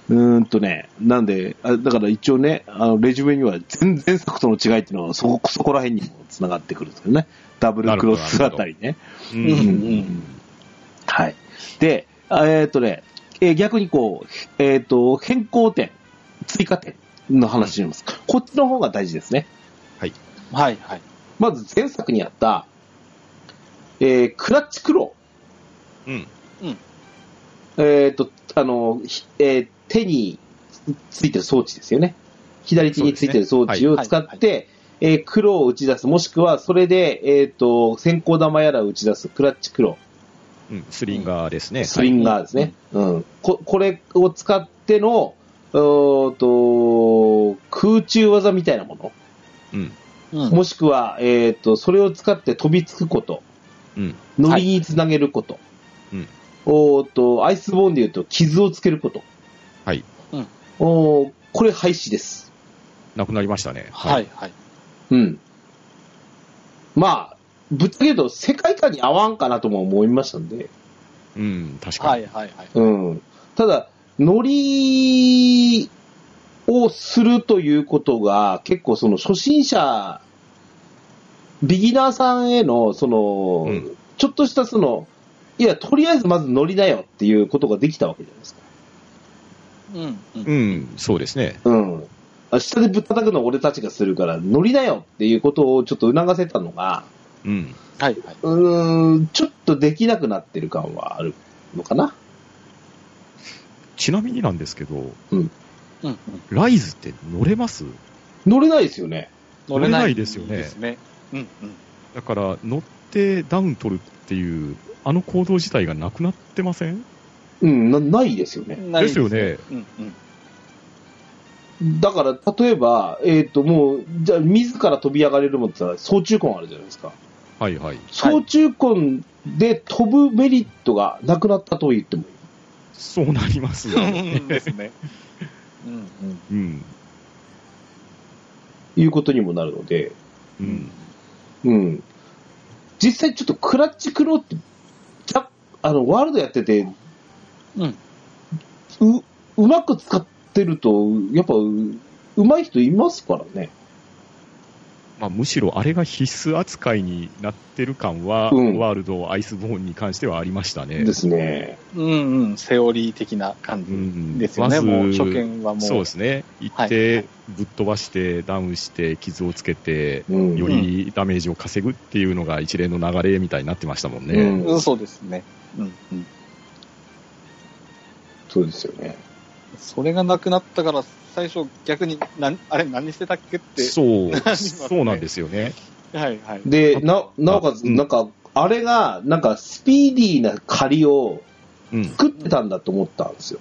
うーんとね、なんで、あだから一応ね、あのレジュメには全前作との違いっていうのはそこ、そこら辺にも繋がってくるんですけどね。ダブルクロスあたりね。うんううんんはい。で、あえーっとね、えー逆にこう、えーっと、変更点、追加点の話になります。こっちの方が大事ですね。はいはい。まず前作にあった、えークラッチクロうん。ー、えーっと、あの、ひえー手についてる装置ですよね。左手についてる装置を使そうっですねて、えー黒を打ち出す、もしくはそれで、えーっと、先行玉やらを打ち出すクラッチクロー。うん。スリンガーですね。スインガーですね。うん。ここれを使っての、うーんと、空中技みたいなもの。うん。うんもしくは、えっ、と、それを使って飛びつくこと。うん。乗りにつなげること。うんおーっと、アイスボーンで言うと、傷をつけること。はい。うんおーこれ廃止です。なくなりましたね。はい。はい。うん。まあ、ぶっちゃけ言うと、世界観に合わんかなとも思いましたんで。うん。確かはに。いはいはい。うん。ただ、乗りをするということが、結構その初心者、ビギナーさんへの、その、うんちょっとしたその、いや、とりあえずまず乗りだよっていうことができたわけじゃないですか。うん。うんうん。そうですね。うん。あ下でぶったたくの俺たちがするから、乗りだよっていうことをちょっと促せたのが、うん。はいはい。うーん、ちょっとできなくなってる感はあるのかな。ちなみになんですけど、うんうん。ライズって乗れます乗れないですよね。乗れないですよねですね。うんうん。だから、乗ってダウン取るっていう、あの行動自体がなくなってませんうん、なないですよね。ないですよね。うんうん。だから、例えば、えっ、と、もう、じゃあ、自ら飛び上がれるもんって言ったら、操中痕あるじゃないですか。はいはい。操中痕で飛ぶメリットがなくなったと言ってもいい。そうなりますよね。ですね。うんうん。いうことにもなるので、ううんん。。うん。実際、ちょっとクラッチクローって、じゃあの、ワールドやってて、うん。う、うまく使ってると、やっぱ、ううまい人いますからね。まあ、むしろあれが必須扱いになってる感は、うんワールド、アイスボーンに関してはありましたね。ですね。うんうん。セオリー的な感うじん。ですよね。まずもう初見はもう。そうですね。行っはいはてい、ぶっ飛ばして、ダウンして、傷をつけて、うん。よりダメージを稼ぐっていうのが一連の流れみたいになってましたもんね。うんうんそうですね。うんうん。そうですよね。それがなくなったから、最初逆に、なんあれ何してたっけっ *laughs* て。そう、ますねそうなんですよね。はいはい。で、な、なおかつ、うんなんか、あれが、なんか、スピーディーな仮をうん。作ってたんだと思ったんですよ。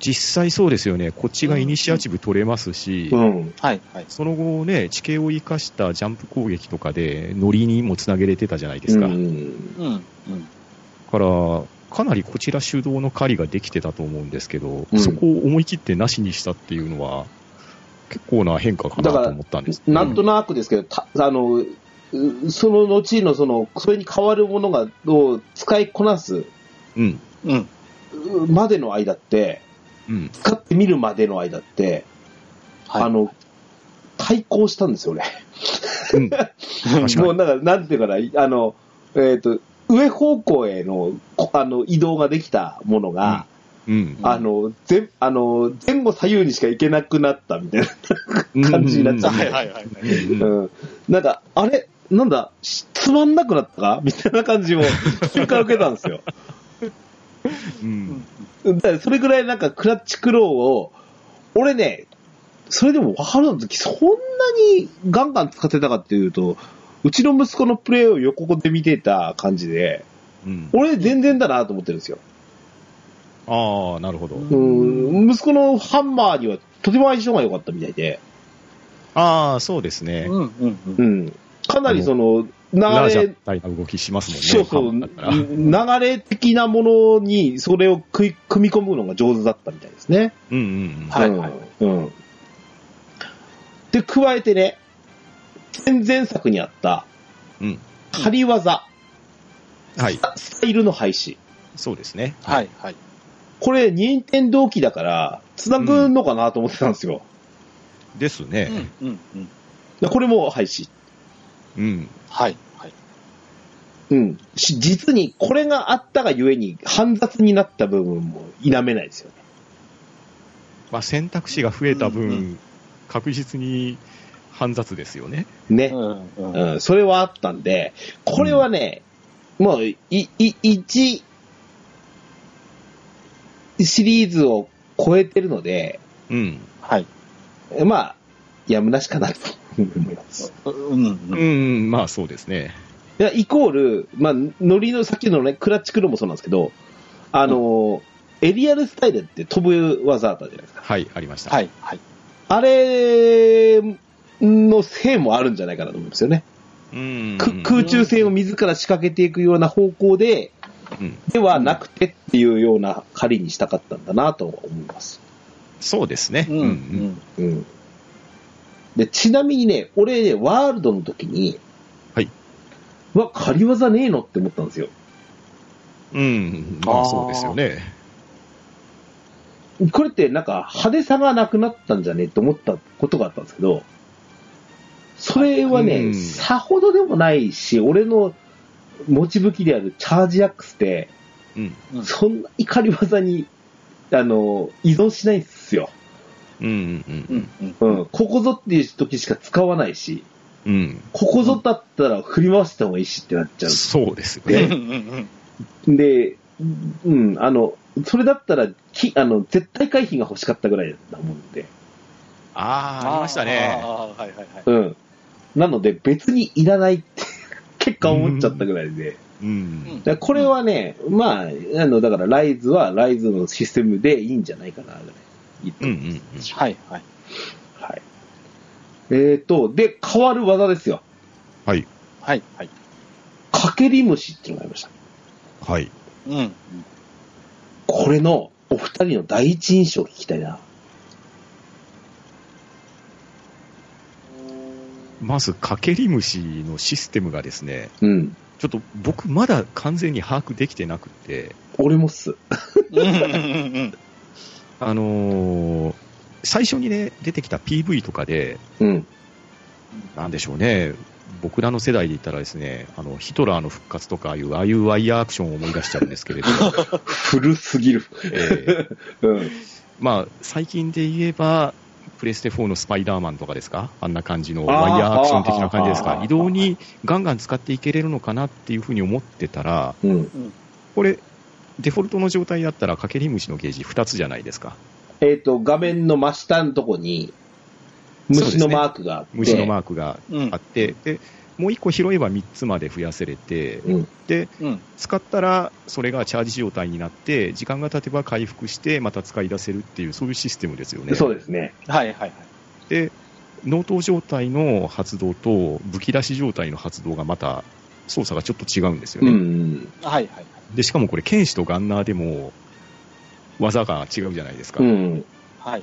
実際そうですよね。こっちがイニシアチブ取れますし、ん。はいはい。その後ね、地形を生かしたジャンプ攻撃とかで、乗りにもつなげれてたじゃないですか。うだん。うんうん。から、かなりこちら主導の狩りができてたと思うんですけど、うんそこを思い切ってなしにしたっていうのは、結構な変化かなだからと思ったんです。なんとなくですけど、たあの、うその後の、その、それに変わるものが、を使いこなすうん。うん。うまでの間って、うん。使ってみるまでの間って、はい。あの、対抗したんですよね。 *laughs* うん。確かに。もう、だから、なんていうかな、あの、えっ、と、上方向への、こあの、移動ができたものが、うん。あの、ぜあの、前後左右にしか行けなくなったみたいな。感じになっちゃうはいはいはいはい。うんうんうん。なんか、あれなんだしつまんなくなったかみたいな感じも、瞬間受けたんですよ。うん。だからそれぐらいなんかクラッチクローを、俺ね、それでも、ハルダの時、そんなにガンガン使ってたかっていうと、うちの息子のプレーを横で見てた感じで、うん。俺全然だなと思ってるんですよ。ああ、なるほど。うん、息子のハンマーにはとても相性が良かったみたいで、ああ、そうですうねん。うんうんうん。かなりその、流ラージャれみ、たいな動きしますもんね。そうそう、ハンマーだから流れ的なものにそれを食い組み込むのが上手だったみたいですね。うんうんうん。はいはいうん。うんで、加えてね、前々作にあった、うん。仮技、はい。スタイルの廃止。そうですね。はいはい。これ、任天堂機だから、繋ぐのかなと思ってたんですよ。ですうね。んうんうん。でこれも廃止。うん。はいはい。うん。し実に、これがあったがゆえに、煩雑になった部分も否めないですよね。まあ、選択肢が増えた分、うんう確実に煩雑ですよね。ね。うんうんうん。うん、それはあったんで、これはね、もう、い、い、1シリーズを超えてるので、うん。はい。まあ、やむなしかなと *laughs* 思います。うんうう。んん、まあそうですね。いやイコール、まあ、ノリの、さっきのね、クラッチクルーもそうなんですけど、あの、エリアルスタイルって飛ぶ技あったじゃないですか。はい、ありました。はいはい。あれのせいもあるんじゃないかなと思うんですよね。うん。く空中戦を自ら仕掛けていくような方向で、うんではなくてっていうような仮にしたかったんだなと思います。そうですね。うんううんん。うん。で、ちなみにね、俺ね、ワールドの時に、はい。うわ、仮技ねえのって思ったんですよ。うん。まああーそうですよね。これってなんか派手さがなくなったんじゃねえと思ったことがあったんですけど、それはね、うんさほどでもないし、俺の持ち武器であるチャージアックスって、うん。うんそんなに仮技に、あの、依存しないんですよ。うんうんううんん。うん。うん、ここぞっていう時しか使わないし、うん。ここぞだったら振り回した方がいいしってなっちゃそうですようんね。うんう。で、うん、あの、それだったら、きあの、絶対回避が欲しかったぐらいだもんで。ああ、ありましたあね。あ、はいはいはい。うん。なので、別にいらないって、 *laughs* 結果思っちゃったぐらいで。ううんん。だからこれはね、まあ、あの、だから、ライズは、ライズのシステムでいいんじゃないかな、ぐらい。いいうとんう思いますんはいはい。はい。えーと、で、変わる技ですよ。はい。はいはい。かけり虫っていうのがありました。はい。うん。これのお二人の第一印象を聞きたいな。まず、かけり虫のシステムがですね、うん。ちょっと僕まだ完全に把握できてなくて、俺もっす。うんうんうんうん。あのー最初にね、出てきた PV とかで、うん。なんでしょうね、僕らの世代で言ったらですね、あの、ヒトラーの復活とか、ああいう、ああいうワイヤーアクションを思い出しちゃうんですけれど、 *laughs* 古すぎる。えーうん。まあ、最近で言えば、プレステ4のスパイダーマンとかですかあんな感じのワイヤーアクション的な感じですあかー移動にガンガン使っていけれるのかなっていうふうに思ってたら、うん。これ、デフォルトの状態だったら、かけり虫のゲージ2つじゃないですか。えっ、と、画面の真下のとこに、虫のマークがあって。虫のマーークがうんあって、で、もう1個拾えば3つまで増やせれて、うんで、うん。使ったらそれがチャージ状態になって時間が経てば回復してまた使い出せるっていうそういうシステムですよねそうですね。はいはいはい。で納刀状態の発動と武器出し状態の発動がまた操作がちょっと違うんですようんね、うん。はいはい。でしかもこれ剣士とガンナーでも技が違うじゃないですか、うん。はい。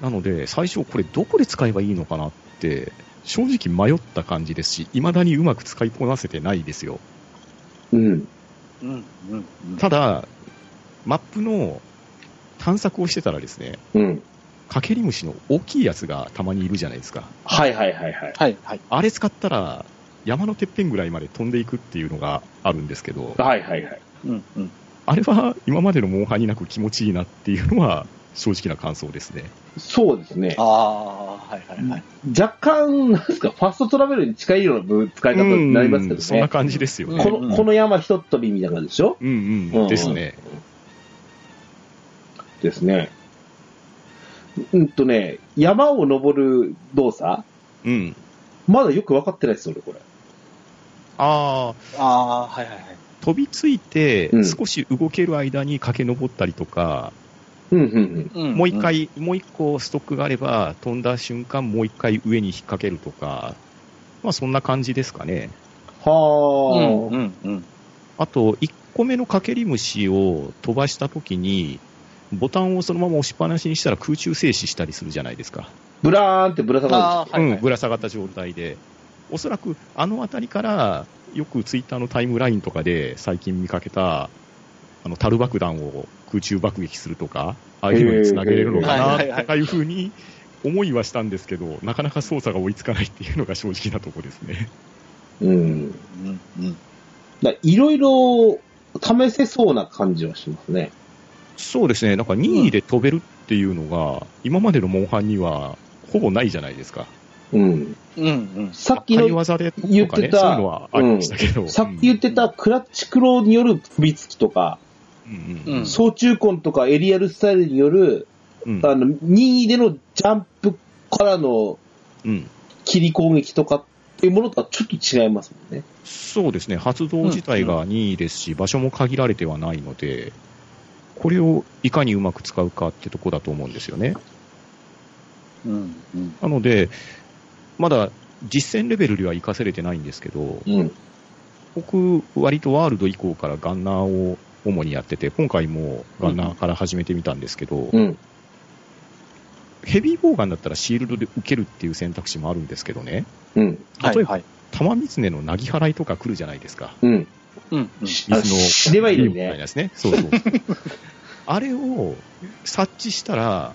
なので最初これどこで使えばいいのかなって正直迷った感じですし未だにうまく使いこなせてないですようん。うんうんうん。ただマップの探索をしてたらですねうん。かけり虫の大きいやつがたまにいるじゃないですか。はいはいはいはい。はいはい。あれ使ったら、山のてっぺんぐらいまで飛んでいくっていうのがあるんですけど、はいはいはい。うんうん。あれは今までのモンハンになく気持ちいいなっていうのは、正直な感想ですね。そうですねあ。あ、はいはいはい。若干、なんですか、ファストトラベルに近いようなぶ使い方になりますけうんそんどなね。感じですようんね。この、この山一飛びみたいな感じでしょうんううんん。ですね。ですね。うんとね、山を登る動作うん。まだよく分かってないです、俺、これ。ああ、ああ、はいはいはい。飛びついてう、ん少し動ける間に駆け上ったりとか、うん、うん、うん。うんもう一。回、もう一個ストックがあれば、飛んだ瞬間、もう一回上に引っ掛けるとか、まあそんな感じですかね。はあ、うん、うん、うん。あと、1個目のかけり虫を飛ばしたときに、ボタンをそのまま押しっぱなしにしたら空中静止したりするじゃないですか。ブラーンってぶら下がああ、はいはうん、い。ぶら下がった状態で。おそらく、あのあたりから、よくツイッターのタイムラインとかで最近見かけた、あの、樽爆弾を空中爆撃するとか、ああいうのにつなげれるのかへーな、とかいうふうに思いはしたんですけど、なかなか操作が追いつかないっていうのが正直なとこですね。る。うん。だかうん、うん。らいろいろ試せそうな感じはしますね。そうですね、なんか任意で飛べるっていうのが、今までのモンハンにはほぼないじゃないですか。うん。うん、うん。さっきの神、業でとか言ね、っそういてうたのはありましたけど。さっき言ってたクラッチクローによる飛びつきとか、うんううんん総中根とかエリアルスタイルによる、うんあの、任意でのジャンプからのうん切り攻撃とかっていうものとはちょっと違いますもんね。そうですね、発動自体が任意ですし、場所も限られてはないので、これをいかにうまく使うかってとこだと思うんですよね。うん、うん。なので、まだ実戦レベルでは活かせれてないんですけど、うん。僕、割とワールド以降からガンナーを主にやってて、今回もガンナーから始めてみたんですけど、うん。ヘビーボウガンだったらシールドで受けるっていう選択肢もあるんですけどね、うん。例えばはい。玉狐のなぎ払いとか来るじゃないですか。うん。うん、うん。あ水の死ねばいいのにみたいね。ですね。そうそう。あれを察知したら、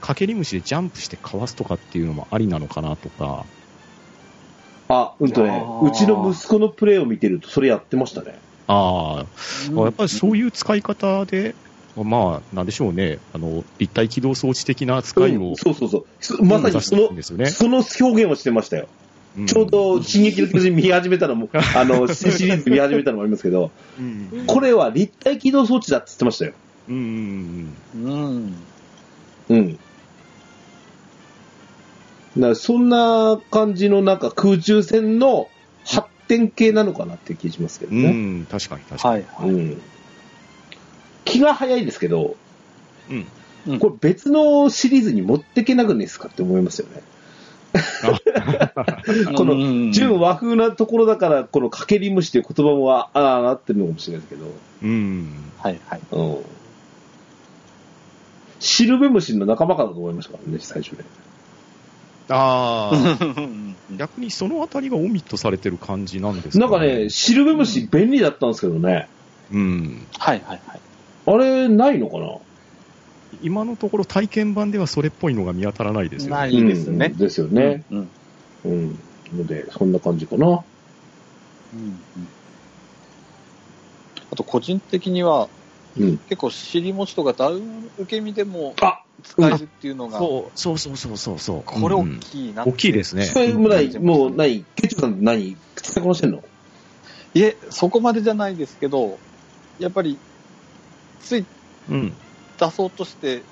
かけり虫でジャンプしてかわすとかっていうのもありなのかなとか、あ、うんとね、あーうちの息子のプレイを見てるとそれやってましたね。ああ、やっぱりそういいう使い方で、まあ、なんでしょうね、あの、立体起動装置的な使いうんを、そうそうそうそ。まさにそ出してのるん、ですよね。その表現をしてましたよ。うんちょう、ど、進撃の巨人見始めたのも、あの、シリーズ見始めたのもありますけど、うん。これは立体起動装置だって言ってましたよ。うんうんうん。うん。うん。うん。だからそんな感じのなんか空中戦の発展系なのかなって気がしますけどうね。ん、確かに確かはい、うはい。ん。気が早いですけど、に。うん。うんこれ別のシリーズに持ってけなくないですかって思いますよね。このの純和風なところだから、このかけり虫という言葉もああーなってるのかもしれないですけど、うん。はい、はい。うん。シルベムシの仲間かなと思いましたからね、最初ね。あ *laughs* あ、うん逆にそのあたりがオミットされてる感じなんですなんかね、、シルベムシ便利だったんですけどね、うん。はい、はい、はい。あれ、ないのかな今のところ体験版ではそれっぽいのが見当たらないですよなね。いですねうんですよね。うん。うん。ので、そんな感じかな。うん。あと、個人的には、うん。結構、尻餅とかダウン受け身でもあ使えるっていうのが、そうそうそうそうそうそう。これを大きいなって、大きいですね。それもなうい、んもうない、ケチョさん何使いこなしてんのいえ、そこまでじゃないですけど、やっぱり、ついうん。出そうとして、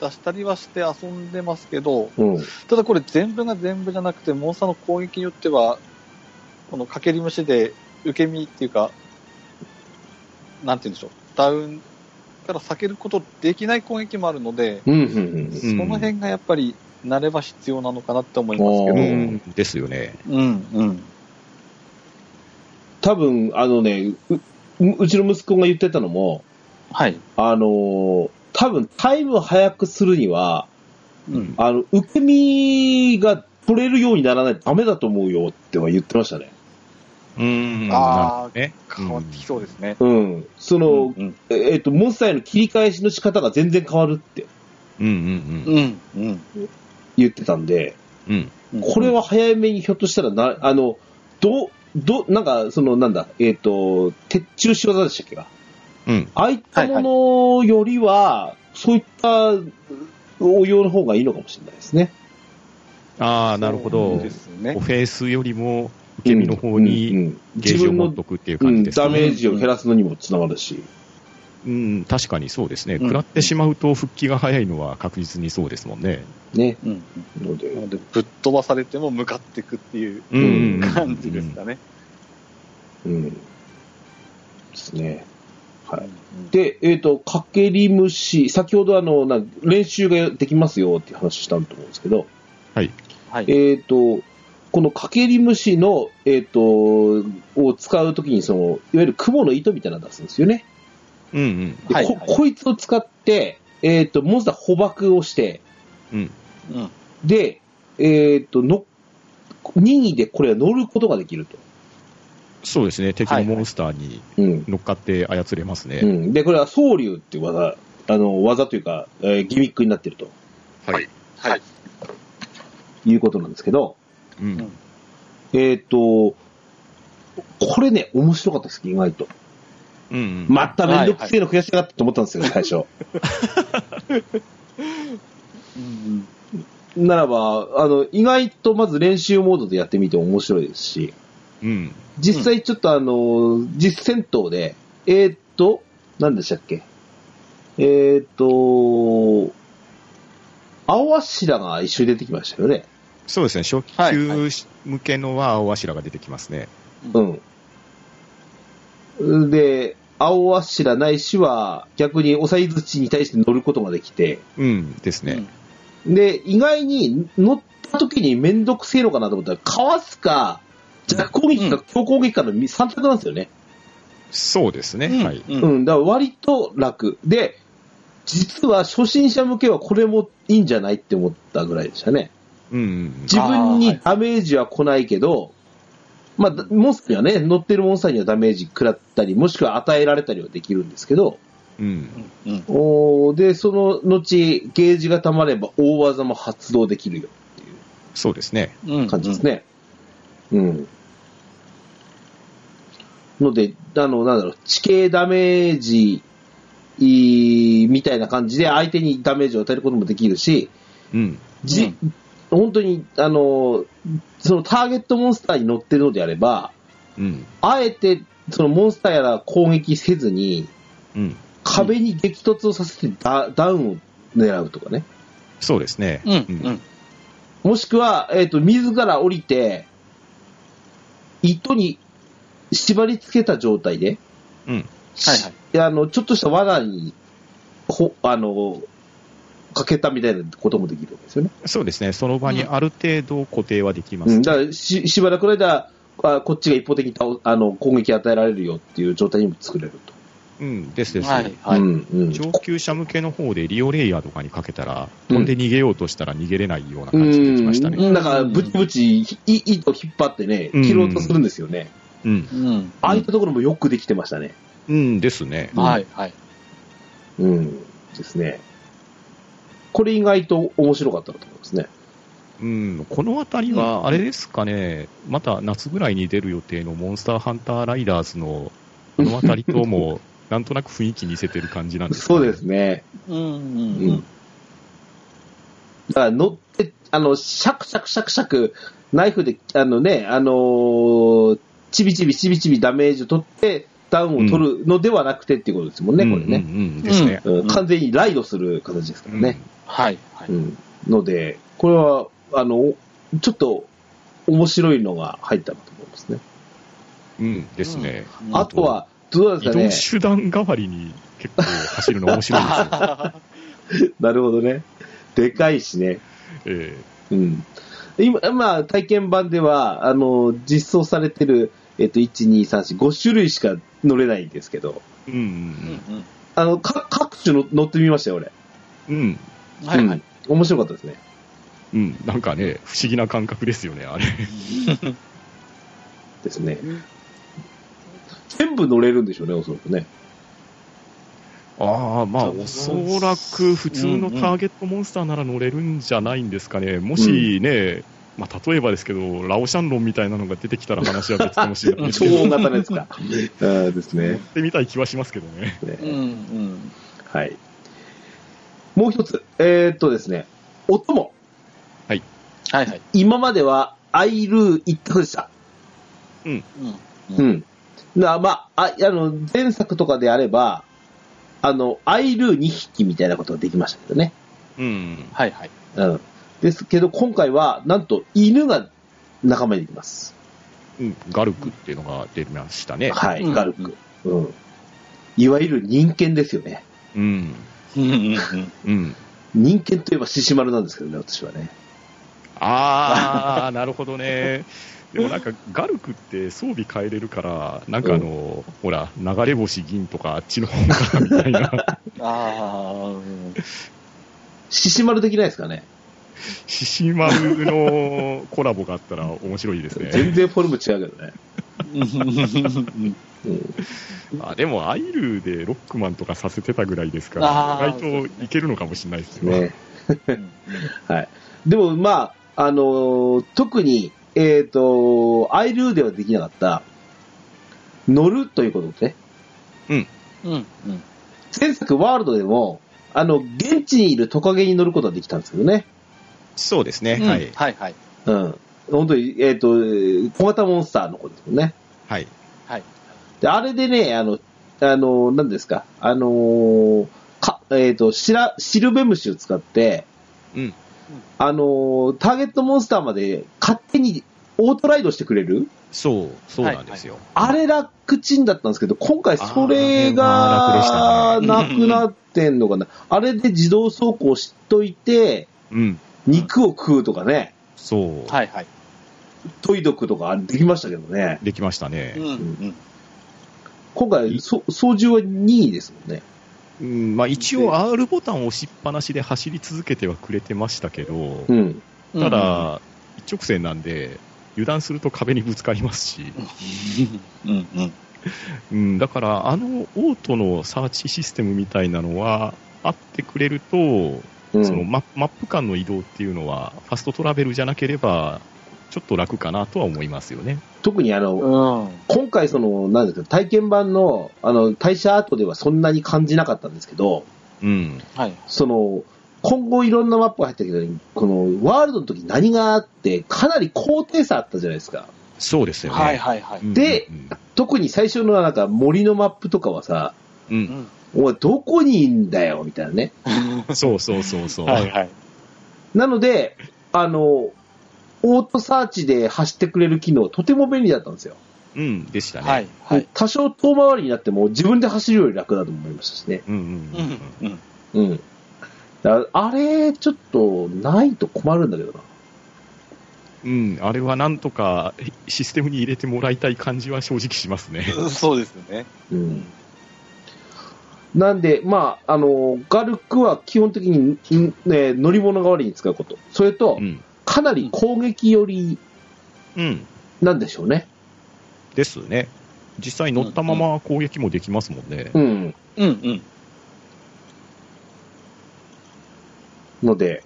出したりはして遊んでますけど、うん。ただこれ全部が全部じゃなくて、モンスターの攻撃によっては、このかけり虫で受け身っていうか、なんて言うんでしょう、ダウンから避けることできない攻撃もあるので、うん、うん、その辺がやっぱり慣れは必要なのかなって思いますうけうんん。ど、ですよね。うん、うん。多分、あのね、ううちの息子が言ってたのも、はい。あのー多分タイムを速くするには、うん。あの、受け身が取れるようにならないとダメだと思うよっては言ってましたね。うんあーね。変わってきそうですね。うん。その、うん、うん、えっ、と、モンスターへの切り返しの仕方が全然変わるってうんうんうん、うん。言ってたんで、うん。うん。うんこれは早めにひょっとしたらな、あの、ど、ど、なんか、その、なんだ、えっ、と、鉄柱仕業でしたっけか。うん。ああいったものよりは、そういった応用の方がいいのかもしれないですね。ああ、なるほど。そオうでフすね。ェンスよりも受け身の方にうんうんゲージを持っとくっていうう感じん、ですダね。メージを減らすのにもつながるし、うん、確かにそうですね。食らってしまうと復帰が早いのは確実にそうですもんね。ね。うん。のでなので、ぶっ飛ばされても向かっていくっていううん感じですかね。うん。ですね。はい。うんで、えっ、と、かけり虫、先ほどあの、な練習ができますよっていう話したと思うんですけど、はい。えっ、と、このかけり虫の、えっ、と、を使うときに、その、いわゆる雲の糸みたいなの出すんですよね。うんうん。ではいこはいこいつを使って、えっ、と、モンスター捕獲をして、うん。うん。で、えっ、と、の、任意でこれは乗ることができると。そうですね。敵のモンスターにうん。乗っかって操れますね。うん、で、これは総流っていう技、あの、技というか、えーギミックになってるとはい。はい。いうことなんですけど、うん。えーっ、と、これね、面白かったです、意外と。うんうん。まためんどくせえの増やしやがってと思ったんですよ、最初。うんならば、あの、意外とまず練習モードでやってみても面白いですし、うん。実際ちょっとあの、実戦闘で、えーっ、と、何でしたっけえーっ、と、青柱が一緒に出てきましたよね。そうですね。初級向けのは青柱が出てきますね。うん。で、青柱ないしは、逆におさい槌に対して乗ることができて、うん。ですね。で、意外に乗った時にめんどくせえのかなと思ったら、かわすか、弱攻撃か強攻撃かの3択なんですよね。そうですね。はい。ううんん、だから割と楽。で、実は初心者向けはこれもいいんじゃないって思ったぐらいでしたね。うんうん。自分にダメージは来ないけど、まあ、モンスターにはね、乗ってるモンスターにはダメージ食らったり、もしくは与えられたりはできるんですけど、うん。うん。おーで、その後、ゲージが溜まれば大技も発動できるよそうですね。うん。感じですね。うん。ので、あの、なんだろう、地形ダメージ、いいみたいな感じで相手にダメージを与えることもできるし、うん。じ、本当に、あの、そのターゲットモンスターに乗ってるのであれば、うん。あえて、そのモンスターやら攻撃せずに、うん。壁に激突をさせてダダウンを狙うとかね。そうですね。うん。うん。もしくは、えっ、と、自ら降りて、糸に縛り付けた状態で、うん。はいはいしあの、ちょっとした罠に、ほ、あの、かけたみたいなこともできるわけですよね。そうですね。その場にある程度固定はできまうすん、ね。だからし、しばらくの間、あこっちが一方的に倒あの攻撃与えられるよっていう状態にも作れると。うん。ですです。はいはい。うんうん、上級者向けの方でリオレイヤーとかにかけたら、飛んで逃げようとしたら逃げれないような感じできましたね。うん、だから、ブチブチ、い糸引っ張ってね、切ろうとするんですよね。うん。うん。ああいったところもよくできてましたね。うんですね。はいはい。うん。ですね。これ意外と面白かったなと思いますね。うん。このあたりは、あれですかね、また夏ぐらいに出る予定のモンスターハンターライダーズの、このあたりと *laughs* も、なんとなく雰囲気似せてる感じなんですかそねうです。ね。うん。ううんん。だから乗って、あの、シャクシャクシャクシャク、ナイフで、あのね、あのーちびちびちびちびダメージを取って、ダウンを取るのではなくてっていうことですもんね、うんこれね、うんうんですね。うんうん完全にライドする形ですからね。はいはい。うんので、これは、あの、ちょっと面白いのが入ったなと思いますね。うん。うんですね。あとは、どうなん移動です手段代わりに結構走るの面白い *laughs* ですよ。かね。なるほどね。でかいしね。えうん。今、まあ、体験版では、あの、実装されてる、えっと、1、2、3、4、5種類しか乗れないんですけど、えうんあの、か各種の乗ってみましたよ、俺。うんうん。うん。はいはい。うん面白かったですね。うん。なんかね、不思議な感覚ですよね、あれ。ですね。全部乗れるんでしょうね、おそらくね。ああ、まあ、うんおそらく普通のターゲットモンスターなら乗れるんじゃないんですかね。もしね、まあ、例えばですけど、ラオシャンロンみたいなのが出てきたら話は別かもしれないです超けど、乗大型のやつ *laughs* か。あーですね。ってみたい気はしますけどね。ねうんうん。はい。もう一つ、えーっとですね、音も、はいはい。今までは、アイルー一択でした。うん。うん。なまあ、ああの、前作とかであれば、あの、アイルー2匹みたいなことができましたけどね。うん。はいはい。うん。ですけど、今回は、なんと、犬が仲間にできます。うんガルクっていうのが出ましたね。はい、うんガルク。うん。いわゆる人間ですよね。うん。うん。人間といえば獅子丸なんですけどね、私はね。 *laughs* あー、なるほどね。でもなんか、ガルクって装備変えれるから、なんかあの、ほら、流れ星銀とかあっちの方からみたいな、ああ、うん獅子丸できないですかね。獅子丸のコラボがあったら面白いです全ね。然フォルム違うけどね。あでも、アイルでロックマンとかさせてたぐらいですかあら、ー意外といけるのかもしれないですうん。よね。ね。でも、まあ、あのー特に、えっ、と、アイルーではできなかった、乗るということですね。うん。うん。前作ワールドでも、あの、現地にいるトカゲに乗ることはできたんですけどね。そうですねうんはい。はい。うん。本当に、えっ、と、小型モンスターの子ですよね。はい。はい。で、あれでね、あの、あの、何ですか、あのーか、えっ、と、シラ、シルベムシを使って、うん。あのーターゲットモンスターまで勝手にオートライドしてくれるそう、そうなんですよ。あれ楽ちんだったんですけど、今回それあがー楽なでしたねくなってんのかな。あれで自動走行しといて、うん。肉を食うとかね、そう。はいはい。トイドクとかできましたけどね。できましたね。ん。今回、そ操縦は2位ですもんね。うんまあ、一応 R ボタンを押しっぱなしで走り続けてはくれてましたけど、うん。うんた、だ、一直線なんで、油断すると壁にぶつかりますし、うんうん。うん、だから、あのオートのサーチシステムみたいなのは、あってくれると、うんそのママップ間の移動っていうのは、ファストトラベルじゃなければ、ちょっと楽かなとは思いますよね。特にあの、うん。今回その、なんですか、体験版の、あの、退社後ではそんなに感じなかったんですけど、うん。はい。その、今後いろんなマップが入ったけど、この、ワールドの時何があって、かなり高低差あったじゃないですか。そうですよね。はいはいはい。でうん特に最初のなんか森のマップとかはさ、うんうんん。おい、どこにいんだよ、みたいなね。うんそうそうそうそう。はいはい。なので、あの、オートサーチで走ってくれる機能、とても便利だったんですよ。うん、でしたね。はいはい。多少遠回りになっても自分で走るより楽だと思いましたしね。うんうんうんうん。うん。だあれ、ちょっと、ないと困るんだけどな。うん、あれはなんとかシステムに入れてもらいたい感じは正直しますね。うん。そうですね。うん。なんで、まあ、あの、ガルクは基本的に、んね、乗り物代わりに使うこと。それとう、ん。かなり攻撃寄りうん。なんでしょうね。ですね。実際乗ったまま攻撃もできますもんね。うん。うんうん。ので、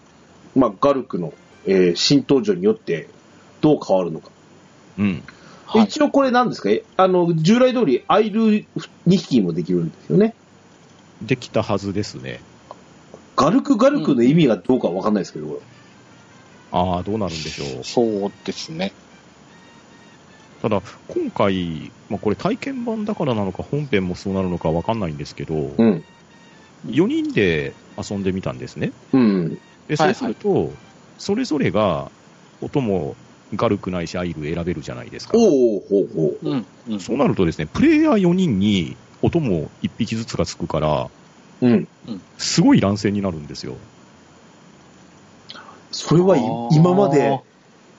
まあ、ガルクの、えー新登場によって、どう変わるのか。うん。はい一応これなんですかえあの、従来通りアイル2匹もできるんですよね。できたはずですね。ガルクガルクの意味がどうかわかんないですけど、これああ、どうなるんでしょう。そうですね。ただ、今回、まあ、これ体験版だからなのか、本編もそうなるのかわかんないんですけど、うん。 4人で遊んでみたんですね。うん。で、はいそはういすると、それぞれが、音もガルクないしアイル選べるじゃないですか。おおほうほう。うん。うん。そうなるとですね、プレイヤー4人に音も1匹ずつがつくから、うん。すごい乱戦になるんですよ。それはあーい今まで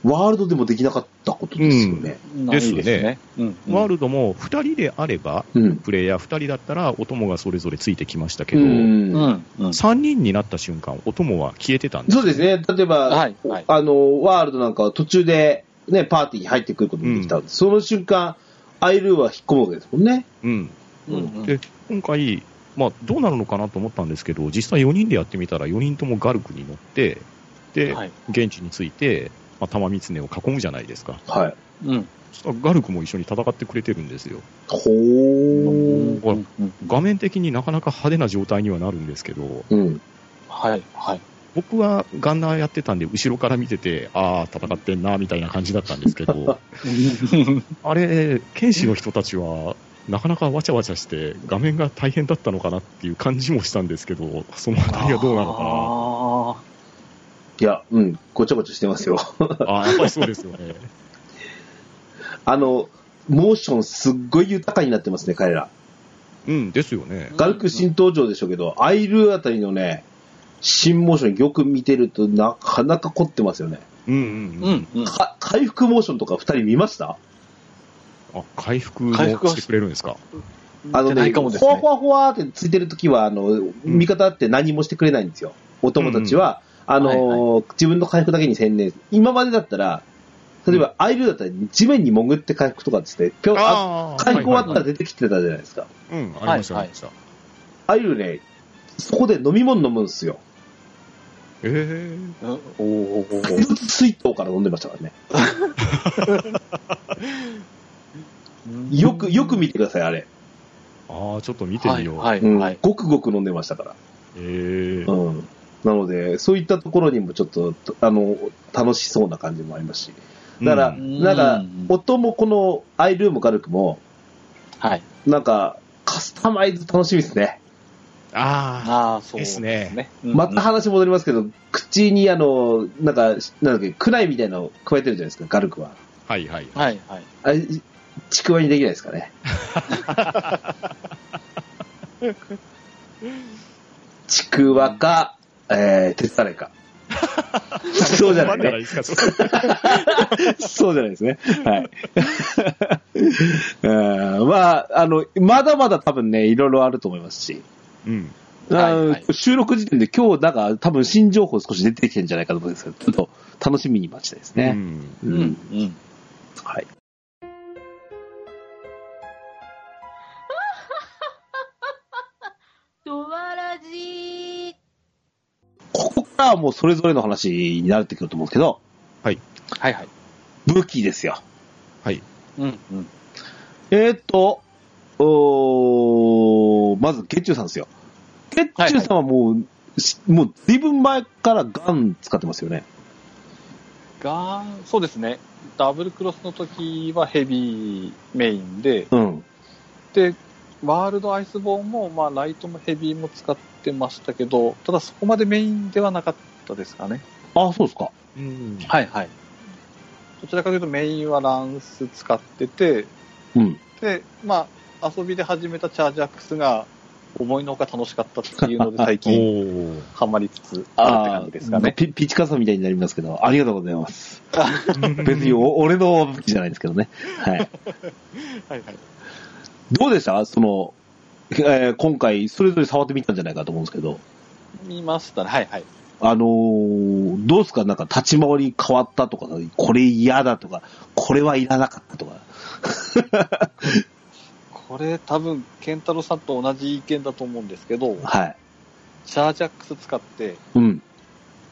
ワールドでもできなかったことですよね。ないですですよね。うん。ワールドも2人であれば、うん。プレイヤー2人だったら、お供がそれぞれついてきましたけうど、んうん。うん。 3人になった瞬間、お供は消えてたんですそうですね。例えば、はいはいあの、ワールドなんかは途中で、ね、パーティーに入ってくることもできた、んで、その瞬間、アイルーは引っ込むわけですもんね。うん、うんで今回、まあ、どうなるのかなと思ったんですけど、実際4人でやってみたら、4人ともガルクに乗って、で、はい。現地に着いて、まあ、玉三を囲むじゃないですか。はい。うん。そしたらガルクも一緒に戦ってくれてるんですよ。ほー。ほら画面的になかなか派手な状態にはなるんですけど、うん。はい。はい。僕はガンナーやってたんで、後ろから見てて、ああ、戦ってんな、みたいな感じだったんですけど、あれ、剣士の人たちは、なかなかわちゃわちゃして、画面が大変だったのかなっていう感じもしたんですけど、そのあたりはどうなのかあいや、うん、ごちゃごちゃしてますよ。な。ああー、やっぱりそうですよね。あの、モーションすっごい豊かになってますね、彼ら。うん、ですよね。軽く新登場でしょうけど、アイルあたりのね、新モーションよく見てるとなかなか凝ってますよね。うんうんう。ー。うんん、うん。か回復モーションとか二人見ましたあ、回復も回復はしてくれるんですか。あの見てなね、いかほもですねわほわほわってついてるときは、あの、味方って何もしてくれないんですよ。お友達は、あの、は自分の回復だけに専念。今までだったら、例えば、アイルだったら地面に潜って回復とかですね、ぴょん、ああー回復終わったらはい出てきてたじゃないですか。はいうん、ありました、あはいりました。アイルね、そこで飲み物飲むんですよ。えーうんおーおーおー水筒から飲んでましたからね。うんよく、よく見てください、あれ。ああ、ちょっと見てみよう。はい、うんはい。ごくごく飲んでましたから。えーうん。なので、そういったところにもちょっと、あの、楽しそうな感じもありますし。だから、うんなんかうん、音もこの、アイルーム軽くも、はい。なんか、カスタマイズ楽しみですね。あああ、そうですねうんまた話戻りますけど、口にあの、なんか、なんだっけ、クナイみたいなの加えてるじゃないですか、ガルクは。あ、はいはい。はい、はい。あれ、ちくわにできないですか *laughs* ね。ちくわか、えー、鉄タレ *laughs* か。そうじゃないね。ですか、それそうじゃないですね。はい。 *laughs* うんまあ、あの、まだまだ多分ね、いろいろあると思いますし、うん。はいはいあ収録時点で今日、なんか多分新情報少し出てきてるんじゃないかと思うんですけど、ちょっと楽しみに待ちたいですうね。ん。ううんん、うん。 *laughs* はい。とわらじここからはもうそれぞれの話になってくると思うんですけど、はい、はい。武器ですよ。はい。うん、うん。えーっと、おーまず、ゲッチュさんですよ。ゲッチュさんはもう、しもう、ずいぶん前からガン使ってますよね。が、そうですね。ダブルクロスの時はヘビーメインで、うん。で、ワールドアイスボーンも、まあ、ライトもヘビーも使ってましたけど、ただそこまでメインではなかったですかね。あ、そうですか。うん。はい、はい。どちらかというとメインはランス使ってて、うん。で、まあ、遊びで始めたチャージアックスが、思いのほか楽しかったっていうので、最お近、ーハマりつつあるって感じですかあーね。ピピチカさんみたいになりますけど、ありがとうございます。別にお俺の武器じゃないですけどね。はい。はいはい。どうでしたその、えー今回、それぞれ触ってみたんじゃないかと思うんですけど、見ましたね。はいはい。あのーどうですかなんか立ち回り変わったとか、これ嫌だとか、これはいらなかったとか。これ多分、ケンタロウさんと同じ意見だと思うんですけど、はい。チャージアックス使って、うん。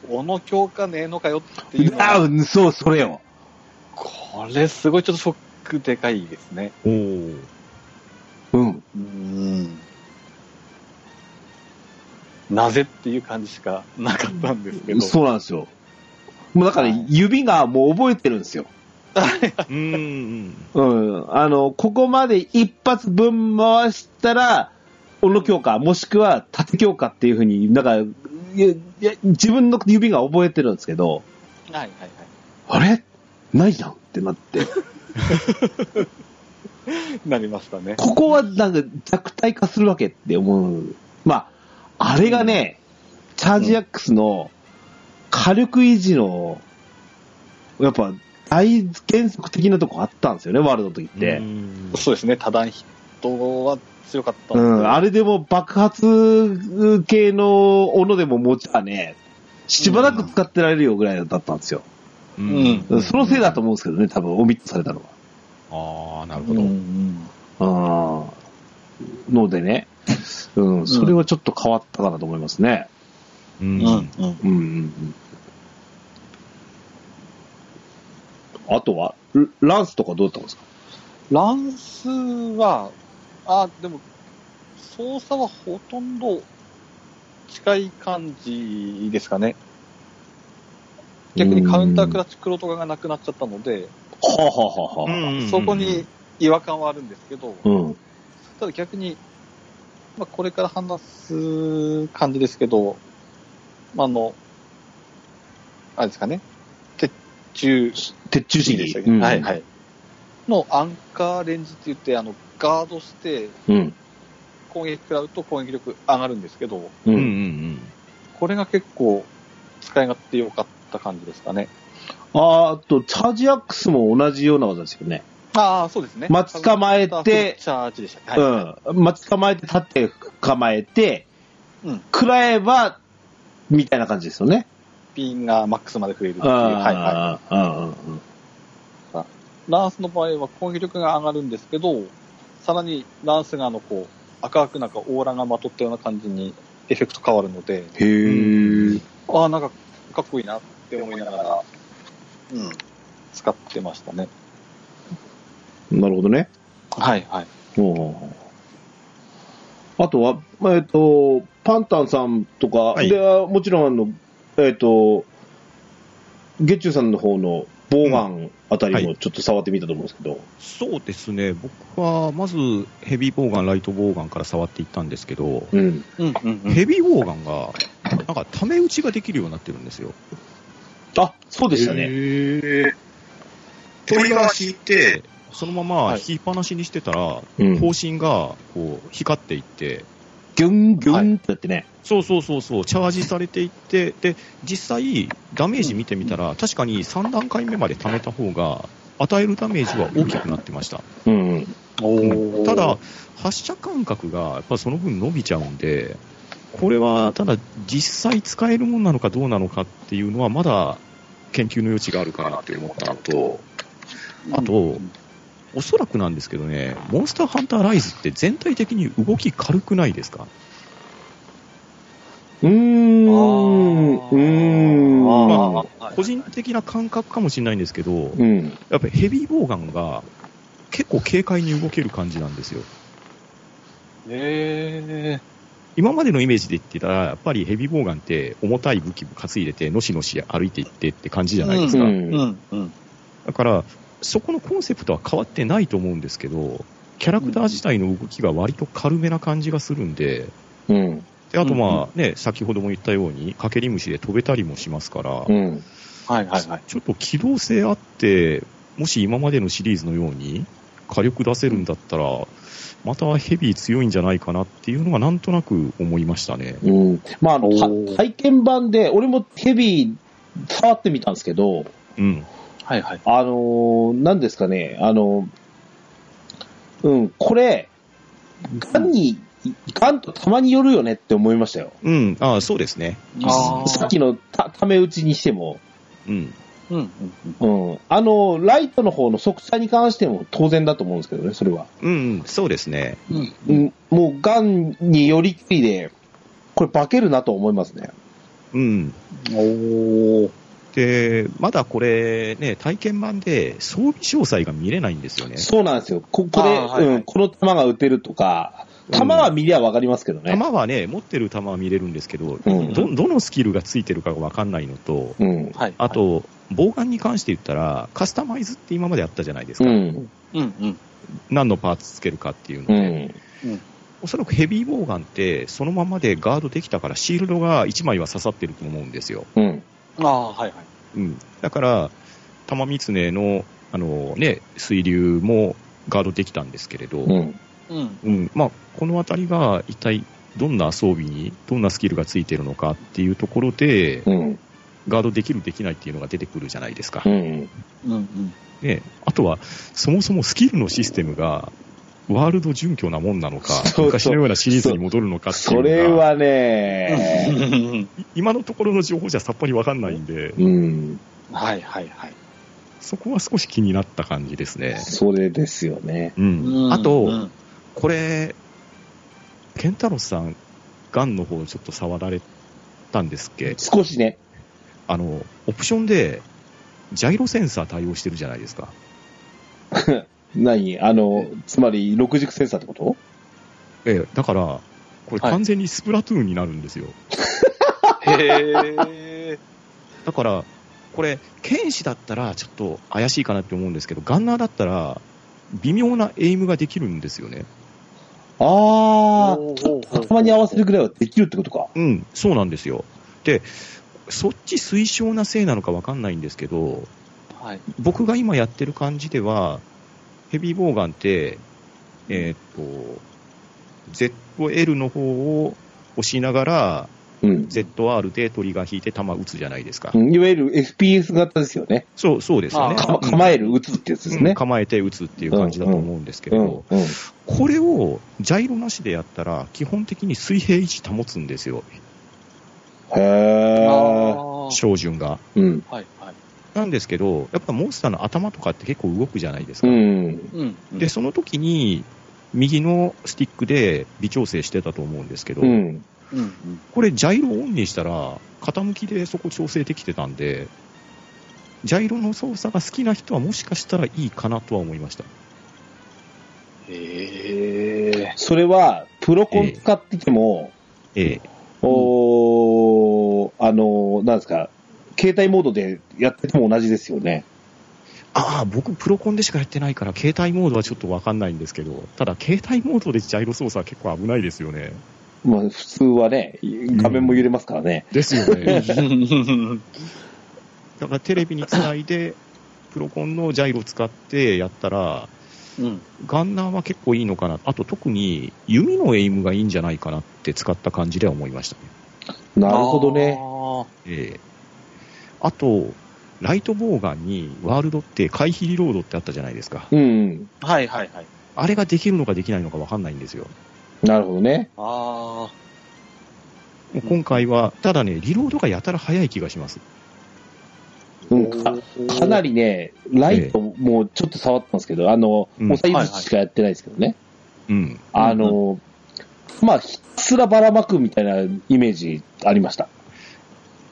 おの強化ねえのかよって *laughs* いうのあは、うんそう、それよ。これすごいちょっとショックでかいですね。おーうん。うん。なぜっていう感じしかなかったんですけど。そうなんですよ。もうだから、はい指がもう覚えてるんですよ。うんうん。うん、あの、ここまで一発分回したら、斧強化、もしくは縦強化っていうふうに、なんか、いやいや自分の指が覚えてるんですけど、はいはいはい。あれないじゃんってなって、なりましたね。ここはなんか弱体化するわけって思う。まあ、あれがね、チャージアックスの火力維持の、やっぱ、大原則的なとこあったんですよね、ワールドの時って。うんそうですね。多段ヒットは強かったんうでん、あれでも爆発系の斧でも持ちはね、しばらく使ってられるよぐらいだったんですよ。ううんそのせいだと思うんですけどね、多分、オミットされたのああ、なるうほんうど。んは。うん。のでね、うん、それはちょっと変わったかなと思いますね。ううんんうんうん、うん、うん。あとは、ルランスとかどうだったんですかランスは、あ、でも、操作はほとんど近い感じですかね。逆にカウンタークラッチ黒とかがなくなっちゃったので、はあはあはあはあうんそこに違和感はあるんですけど、うん。ただ逆に、まあ、これから話す感じですけど、まあ、あの、あれですかね、鉄柱鉄柱主でした義っ。け、うんはいはい。のアンカーレンジって言って、あの、ガードしてうん。攻撃食らうと攻撃力上がるんですけど、う。うんうんんこれが結構使い勝手良かった感じですかね。あーあと、チャージアックスも同じような技ですよね。ああ、そうですね。まあ捕まえてチャージでしたっけ、はいうん。まあ、捕まえて、立って構えて、うん食らえば、みたいな感じですよね。ピンがマックスまで増えるっていう。はいはい。あーあー、ランスの場合は攻撃力が上がるんですけど、さらにランスがあのこう赤くなんかオーラがまとったような感じにエフェクト変わるのへで、ー。ああ、なんかかっこいいなって思いながら、うん、使ってましたね。なるほどね。はいはい。おーあとは、えっ、と、パンタンさんとか、はいではもちろんあの、えっ、と、ゲッチュさんの方のボーガンあたりはもちょっと触ってみたと思うんですけど、そうですね、僕はまずヘビーボウガン、ライトボウガンから触っていったんですけど、うん。うんうん、うん。ヘビーボウガンが、なんか、ため打ちができるようになってるんですよ。あ、そうでしたね。ね。トリガー引いて、そのままはい引きっぱなしにしてたら、うん。方針が、こう、光っていって、ギュンギュンってやってね。そうそうそうそう、チャージされていって、で、実際、ダメージ見てみたら、確かに3段階目まで貯めた方が、与えるダメージは大きくなってました。うん。うんただ、発射間隔がやっぱその分伸びちゃうんで、これはただ実際使えるものなのかどうなのかっていうのはまだ研究の余地があるかなって思ったのと、あと、おそらくなんですけどね、モンスターハンターライズって全体的に動き軽くないですかうーん。うーん。ああ、はい個人的な感覚かもしれないんですけど、うん。やっぱりヘビーボウガンが結構軽快に動ける感じなんですよ。へえ。今までのイメージで言ってたら、やっぱりヘビーボウガンって重たい武器担いでて、のしのし歩いていってって感じじゃないですう。か。うんんうん。だから、そこのコンセプトは変わってないと思うんですけど、キャラクター自体の動きが割と軽めな感じがするんで、うん。であとまあね、先ほども言ったように、かけり虫で飛べたりもしますから、うん。はいはいはい。ちょっと機動性あって、もし今までのシリーズのように火力出せるんだったら、またヘビー強いんじゃないかなっていうのがなんとなく思いましたね。うん。まあ、あのおたー体験版で、俺もヘビー触ってみたんですけど、うん。はいはい。あのー、なんですかね、あのー、うん、これ、ガンに、ガンとたまによるよねって思いましたよ。うん。ああ、そうですね。あーさっきのたため打ちにしても、うん。うんうんうん。うん。あのー、ライトの方の速射に関しても当然だと思うんですけどね、それは。うん、そうですね。うんうん、もうガンによりきりで、これ化けるなと思いますね。うん。おーで、まだこれね、体験版で装備詳細が見れないんですよね。そうなんですよ。ここで、あーはいはいうん、この弾が撃てるとか、弾は見りゃわかりますけどね。弾はね、持ってる弾は見れるんですけど、うんど、どのスキルがついてるかがわかんないのと、うん。はい。あ、と、防眼に関して言ったら、カスタマイズって今まであったじゃないですうか。ん。うんうん。何のパーツつけるかっていうのうで、ん。おそらくヘビーボウガンって、そのままでガードできたから、シールドが1枚は刺さってると思うんですよ。うん。ああ、はいはい。うん、だから、玉三つねのあの、ね、水流もガードできたんですけれど、ううんん。うん。まあ、この辺りが一体どんな装備に、どんなスキルがついてるのかっていうところで、うん。ガードできる、できないっていうのが出てくるじゃないですか。うん。うんうん。ね、あとは、そもそもスキルのシステムが、ワールド準拠なもんなのか、そうそう昔のようなシリーズに戻るのかっていうそのがれはね、い今のところの情報じゃさっぱりわかんないんで、うん、はいはいはい。そこは少し気になった感じですね。それですよね。うんあと、うんこれ、ケンタロスさん、ガンの方ちょっと触られたんですっけ少しね、あの、オプションで、ジャイロセンサー対応してるじゃないですか。何あの、つまり、六軸センサーってことええ、だから、これはい完全にスプラトゥーンになるんですよ。へえ。だから、これ、剣士だったらちょっと怪しいかなって思うんですけど、ガンナーだったら、微妙なエイムができるんですよね。あほうほうほうほあ、うたまに合わせるぐらいはできるってことか。うん、そうなんですよ。で、そっち推奨なせいなのかわかんないんですけど、はい。僕が今やってる感じでは、ヘビーボーガンって、えーっと、ZL の方を押しながら、うん。 ZR でトリガー引いて弾撃つじゃないですか。うんいわゆる FPS 型ですよね。そう、そうですよね。あか構える、打つってやつですうんね。構えて撃つっていう感じだと思うんですけうど、ん。うんこれをジャイロなしでやったら、基本的に水平位置保つんですよ、へえ。あー照準が。うん。はい、はい。なんですけど、やっぱモンスターの頭とかって結構動くじゃないですうか。ん。うん。で、その時に、右のスティックで微調整してたと思うんですけど、うん。うん。うんこれジャイロオンにしたら、傾きでそこ調整できてたんで、ジャイロの操作が好きな人はもしかしたらいいかなとは思いました。へえ。それは、プロコン使ってても、ええおーあの、なんですか、携帯モードでやってても同じですよね。ああ、僕プロコンでしかやってないから、携帯モードはちょっとわかんないんですけど、ただ携帯モードでジャイロ操作は結構危ないですよね。まあ、普通はね、画面も揺れますからね。ですよね。うん *laughs* だからテレビにつないで、プロコンのジャイロ使ってやったら、うん。ガンナーは結構いいのかな。あと特に弓のエイムがいいんじゃないかなって使った感じでは思いましたね。なるほどね。あええあと、ライトボーガンにワールドって回避リロードってあったじゃないですか。うん。ー。はい、はい、はい。あれができるのかできないのかわかんないんですよ。なるほどね。ああ。もう今回は、ただね、リロードがやたら早い気がします。うん、かかなりね、ライトもちょっと触ったんですけど、あの、うんおさゆずしかやってないですけどね。うん。あの、まあ、ひたすらばらまくみたいなイメージありました。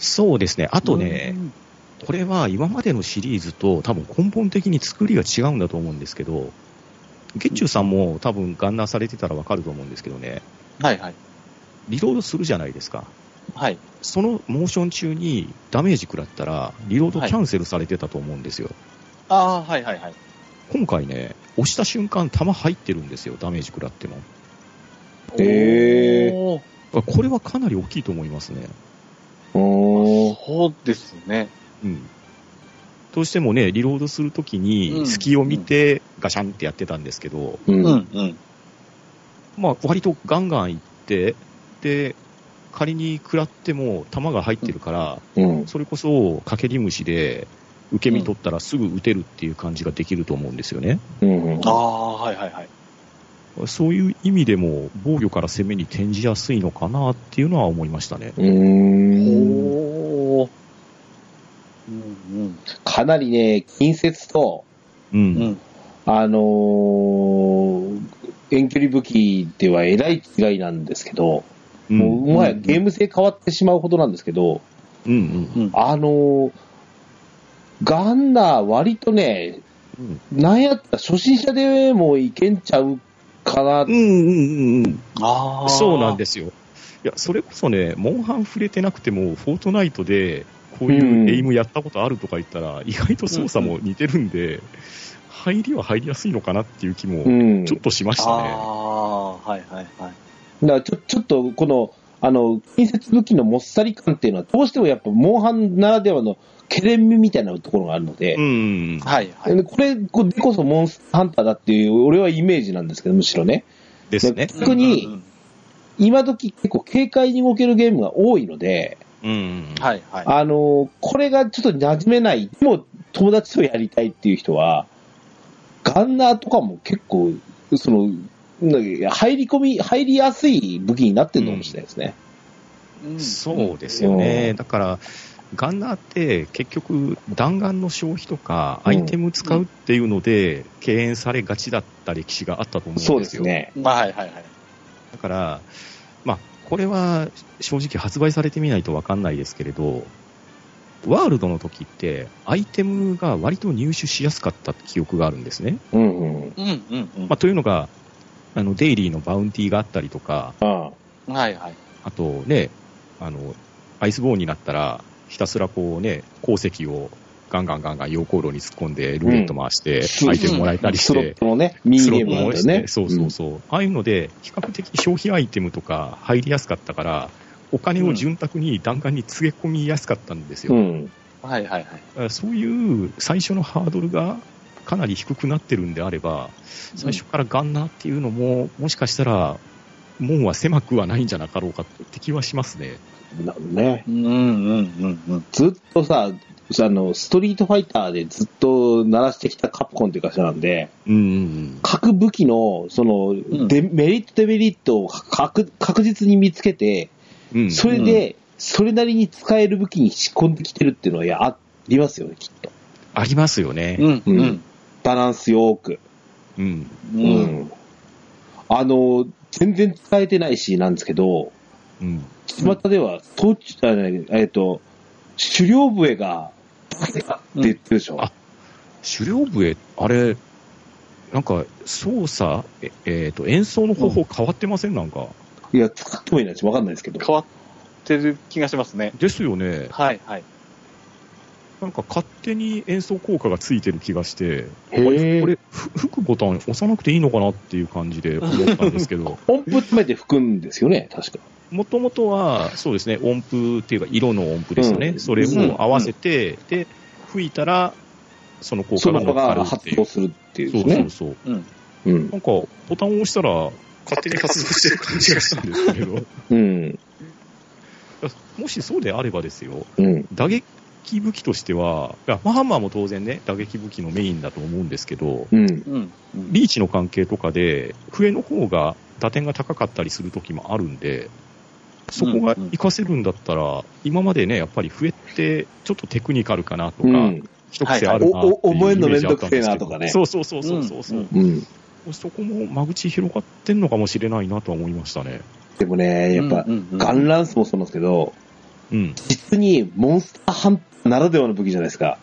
そうですね。あとね、これは今までのシリーズと多分根本的に作りが違うんだと思うんですけど、月中さんも多分ガンナーされてたらわかると思うんですけどね、うん。はい、はい。リロードするじゃないですか。はい。そのモーション中にダメージ食らったら、リロードキャンセルされてたと思うんですよ。ああ、はい、はい、はい。今回ね、押した瞬間弾入ってるんですよ、ダメージ食らっても。へーおーこれはかなり大きいと思いますね。うーん。そうですね。うん。どうしてもね、リロードするときうにん隙を見てガシャンってやってたんですけど、うん。うん、うん。まあ、割とガンガンいって、で、仮に食らっても弾が入ってるから、うんそれこそ、かけり虫で、受け身取ったらすぐ打てるっていう感じができると思うんですよね。うんああ、はい、はい、はい。そういう意味でも、防御から攻めに転じやすいのかなっていうのは思いましたね。うーんおお。うんかなりね、近接と、う。うん。うんん。あのー遠距離武器ではえらい違いなんですけど、うん。うもん。うもはやうんゲーム性変わってしまうほどなんですけど、うん。うん。あのーガンナー割とね、うんなんやったら初心者でもいけんちゃうかな、うんうんうんあうあ。ん。そうなんでですよ。いや、それこそね、モンハン触れてなくても、フォートナイトで、こういうエイムやったことあるとか言ったら、意外と操作も似てるんで、入りは入りやすいのかなっていう気もう、ん。ちょっとしましたね。ああー、はいはいはい。だからちょちょっとこの、あの、近接武器のもっさり感っていうのは、どうしてもやっぱ、モンハンならではの、ケレン味みたいなところがあるのでう、ん。はいはい。でこれこれこそモンスターハンターだっていう、俺はイメージなんですけど、むしろね。ですね。逆にうんうん今時結構軽快に動けるゲームが多いので、うん。い。はいはい。あの、これがちょっと馴染めない、でも友達とやりたいっていう人は、ガンナーとかも結構、その、なんか入り込み、入りやすい武器になってるのかもしれないですね。うんそうですよね。うんだから、ガンナーって結局弾丸の消費とかアイテム使うっていうので敬遠されがちだった歴史があったと思うんですよ。そうですね。まあはいはいはい。だから、まあ、これは正直発売されてみないとわかんないですけれど、ワールドの時ってアイテムが割と入手しやすかった記憶があるんですね。うんうん。うんうんうまんあ、というのが、あの、デイリーのバウンティーがあったりとか、あはいはい。あとね、あの、アイスボーンになったら、ひたすらこうね、鉱石をガンガンガンガン溶鉱炉に突っ込んで、ルーレット回して、うんアイテムもらえたりしスロてッ、トのね、ミニスロゲットームなんもだ押よして、ね。そうそうそう、ああいうので、比較的消費アイテムとか入りやすかったから、お金を潤沢に弾丸につげ込みやすかったんですうよ。ん。はいはいはい。そういう最初のハードルがかなり低くなってるんであれば、最初からガンナーっていうのも、もしかしたら、門は狭くはないんじゃなかろうかって気はしますね。なるね。うんうんうんうん。ずっとさ、あの、ストリートファイターでずっと鳴らしてきたカプコンっていう会社なんで、うんうん各武器の、その、んデメリット、デメリットを確確実に見つけて、うん。うん。それで、それなりに使える武器に仕込んできてるっていうのは、いや、ありますよね、きっと。ありますよね。うんうん。バランスよーく。うん。うう。あの、全然使えてないし、なんですけど、うん。巷では、とあねえっと、狩猟笛が、って言ってるでしょ。んあ狩猟笛、あれ、なんか操作、ええーと、演奏の方法変わってません、なんか。いや、使ってもいないし、わかんないですけど。変わってる気がしますね。ですよね。はいはい。なんか勝手に演奏効果がついてる気がして、へー、これ、ふ吹くボタン押さなくていいのかなっていう感じで思ったんですけど *laughs* 音符詰めて吹くんですよね、確か。もともとは、そうですね、音符っていうか、色の音符ですよね。うんそれを合わせて、で、吹いたら、その効そ果がの場乗っかるがって発いう動。するっていうそうね。そうそう。うん。うん。なんか、ボタンを押したら、勝手に発動してる感じがしたんですけど。うん。もしそうであればですよ、うん。打撃武器としては、いやまあハンマーも当然ね、打撃武器のメインだと思うんですけど、うん。うん。リーチの関係とかで、笛の方が打点が高かったりする時もあるんで、そこが活かせるんだったら、今までね、やっぱり笛ってちょっとテクニカルかなとか、うん。一癖あるなっておお覚いえうんイのメめージんどあっくたんせえですなけとかど、ねそうそうそうそうそうそう、うん。そこも間口広がってんのかもしれないなとは思いましたね。でもね、やっぱう、んうんガンランスもそうなんですけど、うん。実にモンスターハンターならではの武器じゃないですか。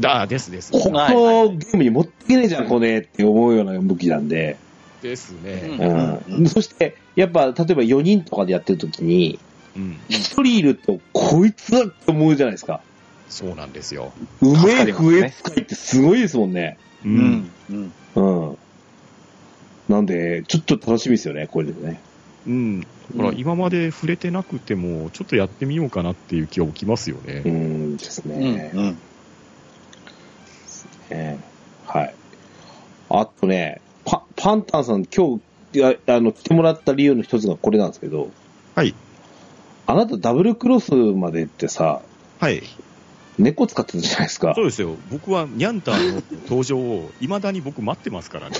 だ、ですです。ここはいのゲームに持ってけねえじゃん、これって思うような武器なんで。ですね。うんうん。そして、やっぱ、例えば4人とかでやってるときに、うん。 1人いると、こいつだって思うじゃないですか。そうなんですよ。うめかえりますね笛使いってすごいですもんね。ううんうん。うん。うん。なんで、ちょっと楽しみですよね、これでね。うん、だから今まで触れてなくても、ちょっとやってみようかなっていう気は起きますようね。ん、ですうんね。うん。ええはい。あとね、パパンタンさん、今日、いやあの、来てもらった理由の一つがこれなんですけど、はい。あなたダブルクロスまでってさ、はい。猫使ってたじゃないですかそ。うですよ。僕はニャンターの登場を、いまだに僕待ってますから *laughs* ね。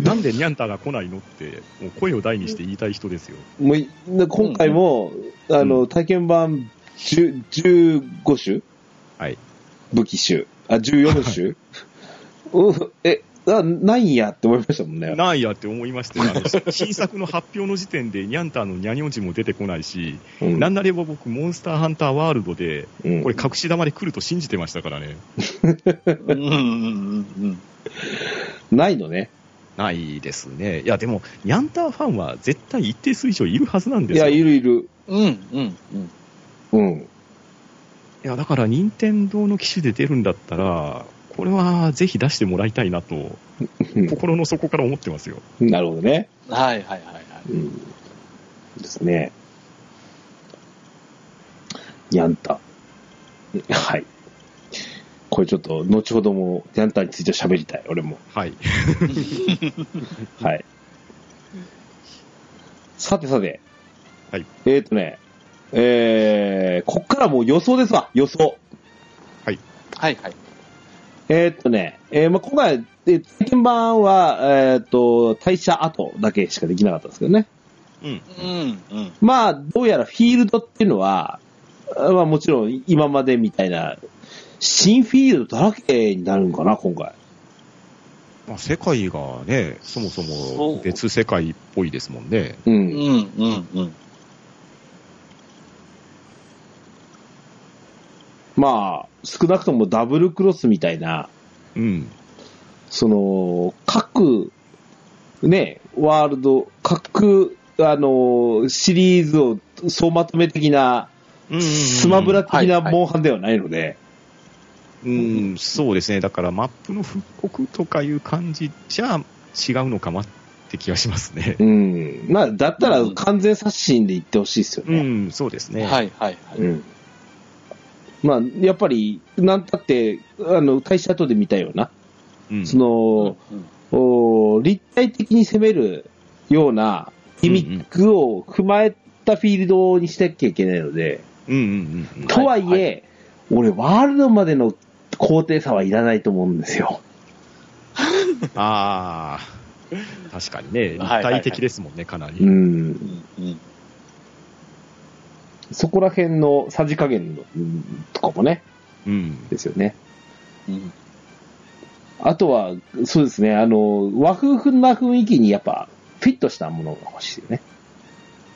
なんでニャンターが来ないのって、もう声を大にして言いたい人ですよ。もうい今回も、あの、体験版10 15種はい。武器種。あ、14種 *laughs* うんえ、あないんやって思いましたもんね。なんやって思いまして、あの新作の発表の時点でニャンターのニャニョンジも出てこないし、うんなんなれば僕、モンスターハンターワールドで、うんこれ隠し玉で来ると信じてましたからね。うんうんうんないのね。ないですね。いや、でも、ニャンターファンは絶対一定数以上いるはずなんでいすよ。や、いいるいる。うん。うんうんうん。や、だから、任天堂の機種で出るんだったら、これはぜひ出してもらいたいなと、心の底から思ってますよ。なるほどね。うん。はいはいはいはい。うん。ですね。ニャンタ。はい。これちょっと、後ほども、ニャンタについて喋りたい、俺も。はい。はい。さてさて。はい。えー、とね、えー、こっからもう予想ですわ、予想。はいはい。えー、っとね、えーまあ、今回、えー体験版は、えーっと、退社後だけしかできなかったんですけどね。うん。うんうん。まあ、どうやらフィールドっていうのは、あまあもちろん今までみたいな、新フィールドだらけになるんかな、今回。まあ、世界がね、そもそそうも別世界っぽいですもんね。う。うんんうんうん。まあ、少なくともダブルクロスみたいな、うん。その、各、ね、ワールド、各、あの、シリーズを総まとめ的なスマブラ的なはいモンハンではないので、うん、そうですね。だからマップの復刻とかいう感じじゃ違うのかなって気がしますね。うん。まあ、だったら完全刷新で行ってほしいですようね。ん、そうですね。はいはいはい。うん。まあ、やっぱり、なんたって、あの、大した後で見たような、うんその、うんお立体的に攻めるようなギミックを踏まえたフィールドにしなきゃいけないので、うんうんうんうん。とはいえ、は俺、ワールドまでの高低差はいらないと思うんですよ。ああ、確かにね、立 *laughs* はいはいはい体的ですもんね、かなり。うん。うんうんそこら辺のさじ加減の、うんとかもね、うん。ですよね。うんあとは、そうですね、あの、和風な雰囲気にやっぱ、フィットしたものが欲しいよね。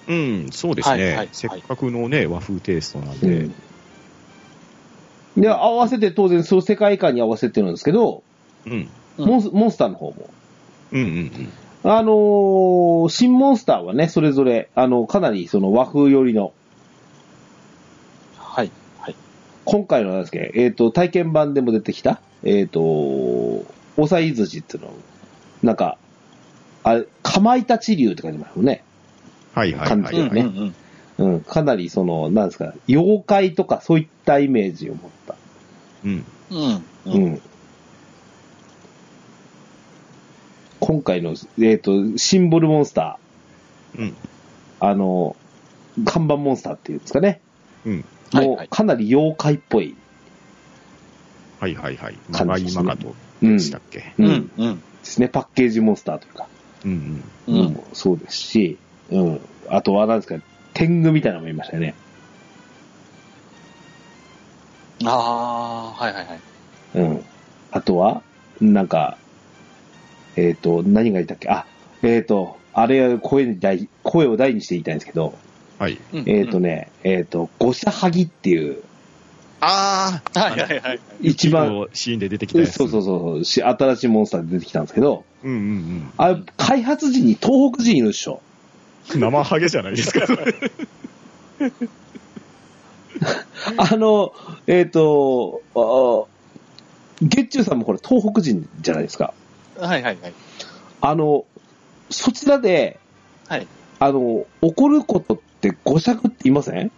うん、そうですはいはいはねい。せっかくのね、和風テイストなんで。で、合わせて当然、その世界観に合わせてるんですけど、うん。うんモンスモンスターの方も。うんうんうん。あのー新モンスターはね、それぞれ、あの、かなりその和風寄りの、はい。今回のなんですけど、えっ、と、体験版でも出てきた、えっ、と、おさい筋っていうの、なんか、あれ、かまいたち流って感じますよね。はいはい感はじいよはねい。うんうんうん、かなりその、なんですか、妖怪とかそういったイメージを持った。うん。うんう。うんん。今回の、えっ、と、シンボルモンスタうん。ー、あの、看板モンスターっていうんですかね。うん。はいもはういかなり妖怪っぽい。はいはいはい。マ感ガじでイすねマガトうん。でしたっけ。うん。うんうんですね。パッケージモンスターというか、うんうんもそうですし、うん。あとは、なんですか、天狗みたいなのもいましたよね。ああ、はいはいはい。うん。あとは、なんか、えっ、と、何がいたっけあ、えっ、と、あれは声に大、声を大にして言いたいんですけど、うん。はい。うんえっ、とね。ね、えっ、と、五社はぎっていう、ああはいはいはい。一番、シーンで出てきたそうやつ。そうそうそうし、新しいモンスターで出てきたんですけど、うんうんあれ開発時に東北人いるでしょ。うん。生ハゲじゃないです *laughs* か。あの、えっ、と、あ月中さんもこれ東北人じゃないですか。はいはいはい。あの、そちらで、はい。あの、怒ることって五尺って言いません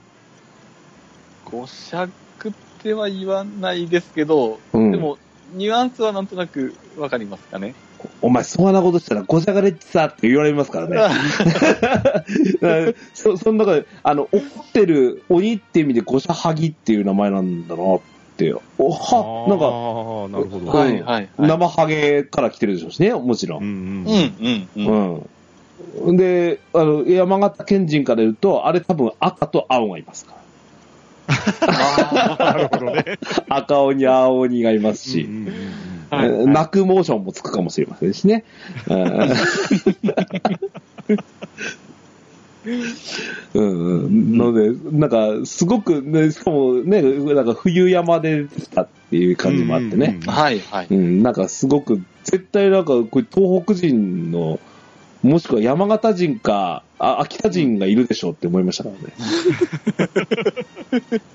五尺っては言わないですけど、うんでも、ニュアンスはなんとなくわかりますかね。お前、そんなことしたらごしゃがれってさって言われますからね。 *laughs* そその中で、あの、怒ってる鬼っていう意味でごしゃはぎっていう名前なんだなって。おは、なんか、ああ、なるほど。はいはい生ハゲから来てるでしょうしね、もちろ。うんんううん。んうんうん。うん。で、あの、山形県人から言うと、あれ多分赤と青がいますから。 *laughs* なるほどね。赤鬼、青鬼がいます *laughs* し。うんうんうんはいはい泣くモーションもつくかもしれませんしね。うん、うんので、なんか、すごく、ね、しかもね、なんか冬山で来たっていう感じもあってね。。はいはい。うん、なんかすごく、絶対なんか、これ東北人の、もしくは山形人か、あ秋田人がいるでしょうって思いましたからね。 *laughs*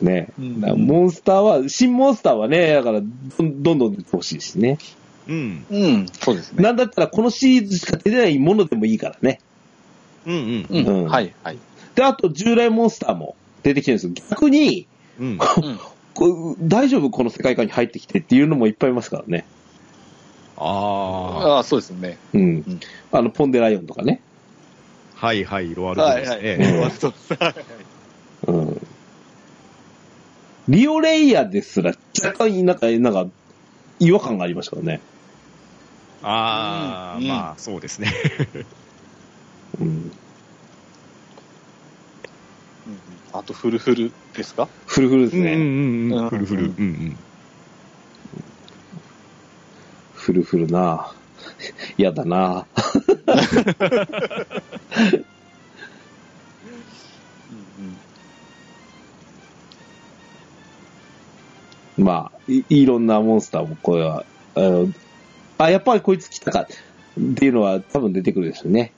ね、うんだからモンスターは、新モンスターはね、だからどん、どんどん出てほしいしね。うん。うん、そうですね。なんだったら、このシリーズしか出てないものでもいいからね。うんうん。うんうんはいはい。で、あと、従来モンスターも出てきてるんですよ。逆に、うん。うんこう大丈夫この世界観に入ってきてっていうのもいっぱいいますからね。ああ。ああ、そうですね。うん。んあの、ポンデライオンとかね。はいはい、ロアルドですはいね。うんそうですはいうんリオレイヤーですら若干、なんか、なんか、違和感がありましたからね。ああ、うんまあ、そうですね。うん。うんあと、フルフルですかフルフルですね。んうんふるふる。ううんんフルフルな *laughs* 嫌だなまあい、いろんなモンスターも、これは、あのあ、やっぱりこいつ来たかっていうのは多分出てくるですよね。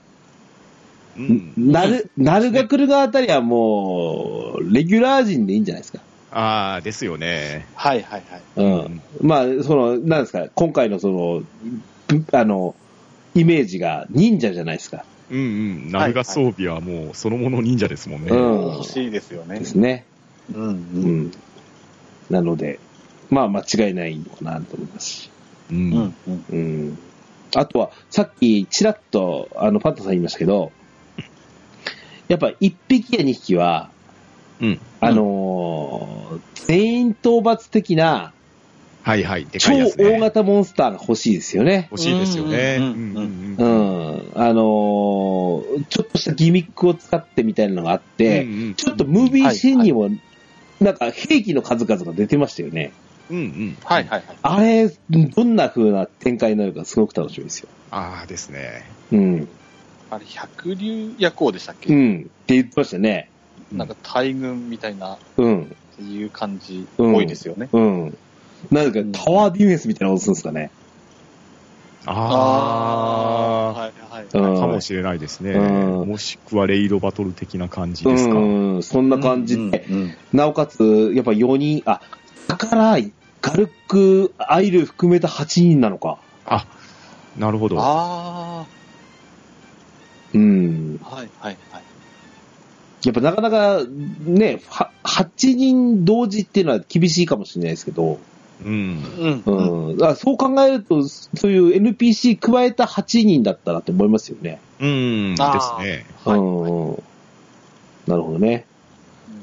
うん。うん。なる、なるが来るがあたりはもう、レギュラー陣でいいんじゃないですか。ああ、ですよね。はいはいはい。うん。まあ、その、なんですか、今回のその、ぶあの、イメージが忍者じゃないですか。うんうん。ナルガ装備はもうそのもの忍者ですもんね。うん欲しいですよねで。すね。うんううん。ん。なので、まあ間違いないのかなと思いますし。う。うんんうん。うん。あとは、さっき、ちらっと、あの、パッタさん言いましたけど、やっぱ一匹や二匹は、うん。あのー全員討伐的なはいはい。で超かいやつ、ね。大型モンスターが欲しいですよね。欲しいですよね。ううんんうんうんううん。ん。あのーちょっとしたギミックを使ってみたいなのがあうっんうて、んちょっとムービーシーンにも、なんか兵器の数々が出てましたよね。うんうん。はいはいはい。あれ、どんな風な展開になるかすごく楽しみですよ。ああ、ですね。うん。あれ、百竜夜行でしたっうけ、ん。って言ってましたね。なんか大軍みたいな、っうん。ていう感じ、うん多いですよね。うん。なんかタワーディフェンスみたいなことするんですかね。ああー。はいはい。うん。あ。かもしれないですね。うんもしくはレイドバトル的な感じですか。うん。そんな感じで、うんうんなおかつ、やっぱ4人、あ、だから、ガルック、アイル含めた8人なのか。あ、なるほど。あうん。あ、はいはいはい。やっぱなかなか、ね、は8人同時っていうのは厳しいかもしれないですけど、うん。うんううん。ん。だからそう考えると、そういう NPC 加えた8人だったらと思いますよね。うん。であーすね。はいうん。なるほどね。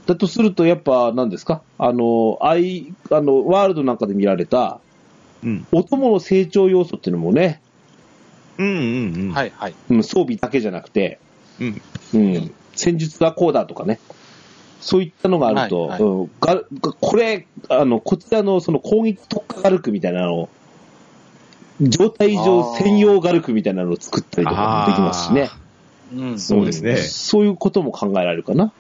だとすると、やっぱ、何ですかあの、アイ、あの、ワールドなんかで見られた、うん。お供の成長要素っていうのもね、うんうんうん。はいはい。うん装備だけじゃなくて、うん。うん、戦術がこうだとかね、そういったのがあると、はいはいうんががこれ、あのこちらのその攻撃特化ガルクみたいなのを、状態上専用ガルクみたいなのを作ったりとかもできますしね。うんそうですねんそういうことも考えられるかな。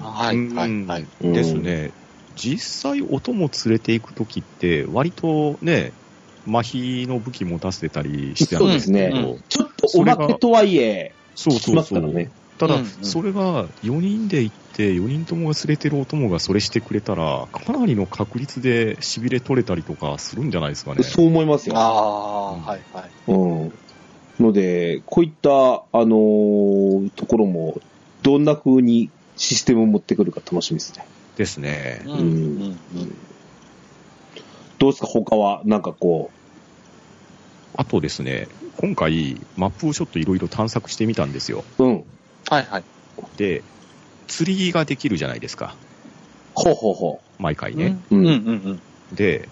はいはいはい。うんですね。実際、音も連れていくときって、割とね、麻痺の武器持たせてたりしてあるんですけそうど、ですねちょっとおまけとはいえ、そうしそうますそかう。らね。たうだんうん、それが4人で行って、4人ともが連れてるお供がそれしてくれたら、かなりの確率で痺れ取れたりとかするんじゃないですかね。そう思いますよ。ああ、はいはい。うん。ので、こういった、あのーところも、どんな風にシステムを持ってくるか楽しみですね。ですね。うんうんうん。どうですか、他は、なんかこあとですね、今回、マップをちょっといろいろ探索してみたんですよ。う、うん。はいはい。で、釣りができるじゃないですか。ほうほうほ毎回ね。う。ううんん。うんうん。で、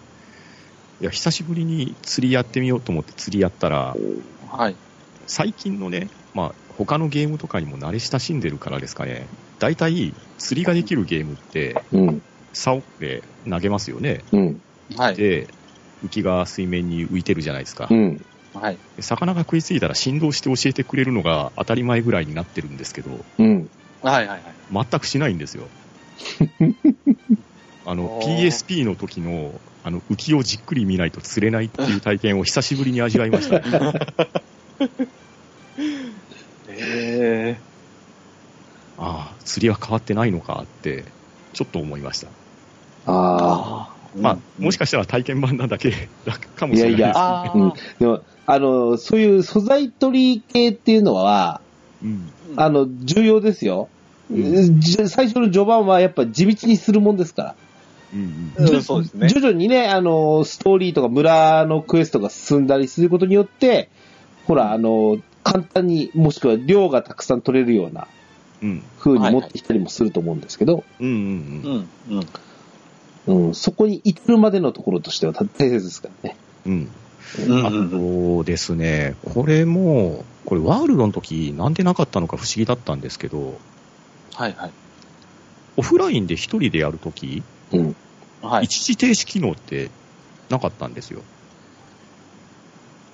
いや、久しぶりに釣りやってみようと思って釣りやったら、はい。最近のね、まあ、他のゲームとかにも慣れ親しんでるからですかね、大体、釣りができるゲームって、うん。竿って投げますよね。うん。はい。で、浮きが水面に浮いてるじゃないですかう。ん。はい。で魚が食いついたら振動して教えてくれるのが当たり前ぐらいになってるんですけど、うん。はいはいはい。全くしないんですよ。あの、おー PSP の時の、あの、浮きをじっくり見ないと釣れないっていう体験を久しぶりに味わいました。えああ、釣りは変わってないのかって、ちょっと思いました。あああ。まあ、もしかしたら体験版なだけ *laughs* 楽かもしれないいやいですや。ああ。うん。でも、あの、そういう素材取り系っていうのは、うんあの、重要ですよ。うんじ最初の序盤はやっぱ地道にするもんですから。うんうんそうですね徐々にね、あの、ストーリーとか村のクエストが進んだりすることによって、ほら、あの、簡単に、もしくは量がたくさん取れるようなうん。風にはい持はいってきたりもすると思うんですけど、うん。うん。ううん。んうん。うん、そこに至るまでのところとしては大切ですからね。うん。うんあとですね、これも、これワールドの時なんでなかったのか不思議だったんですけど、はいはい。オフラインで一人でやる時、うん。はい。一時停止機能ってなかったんですよ。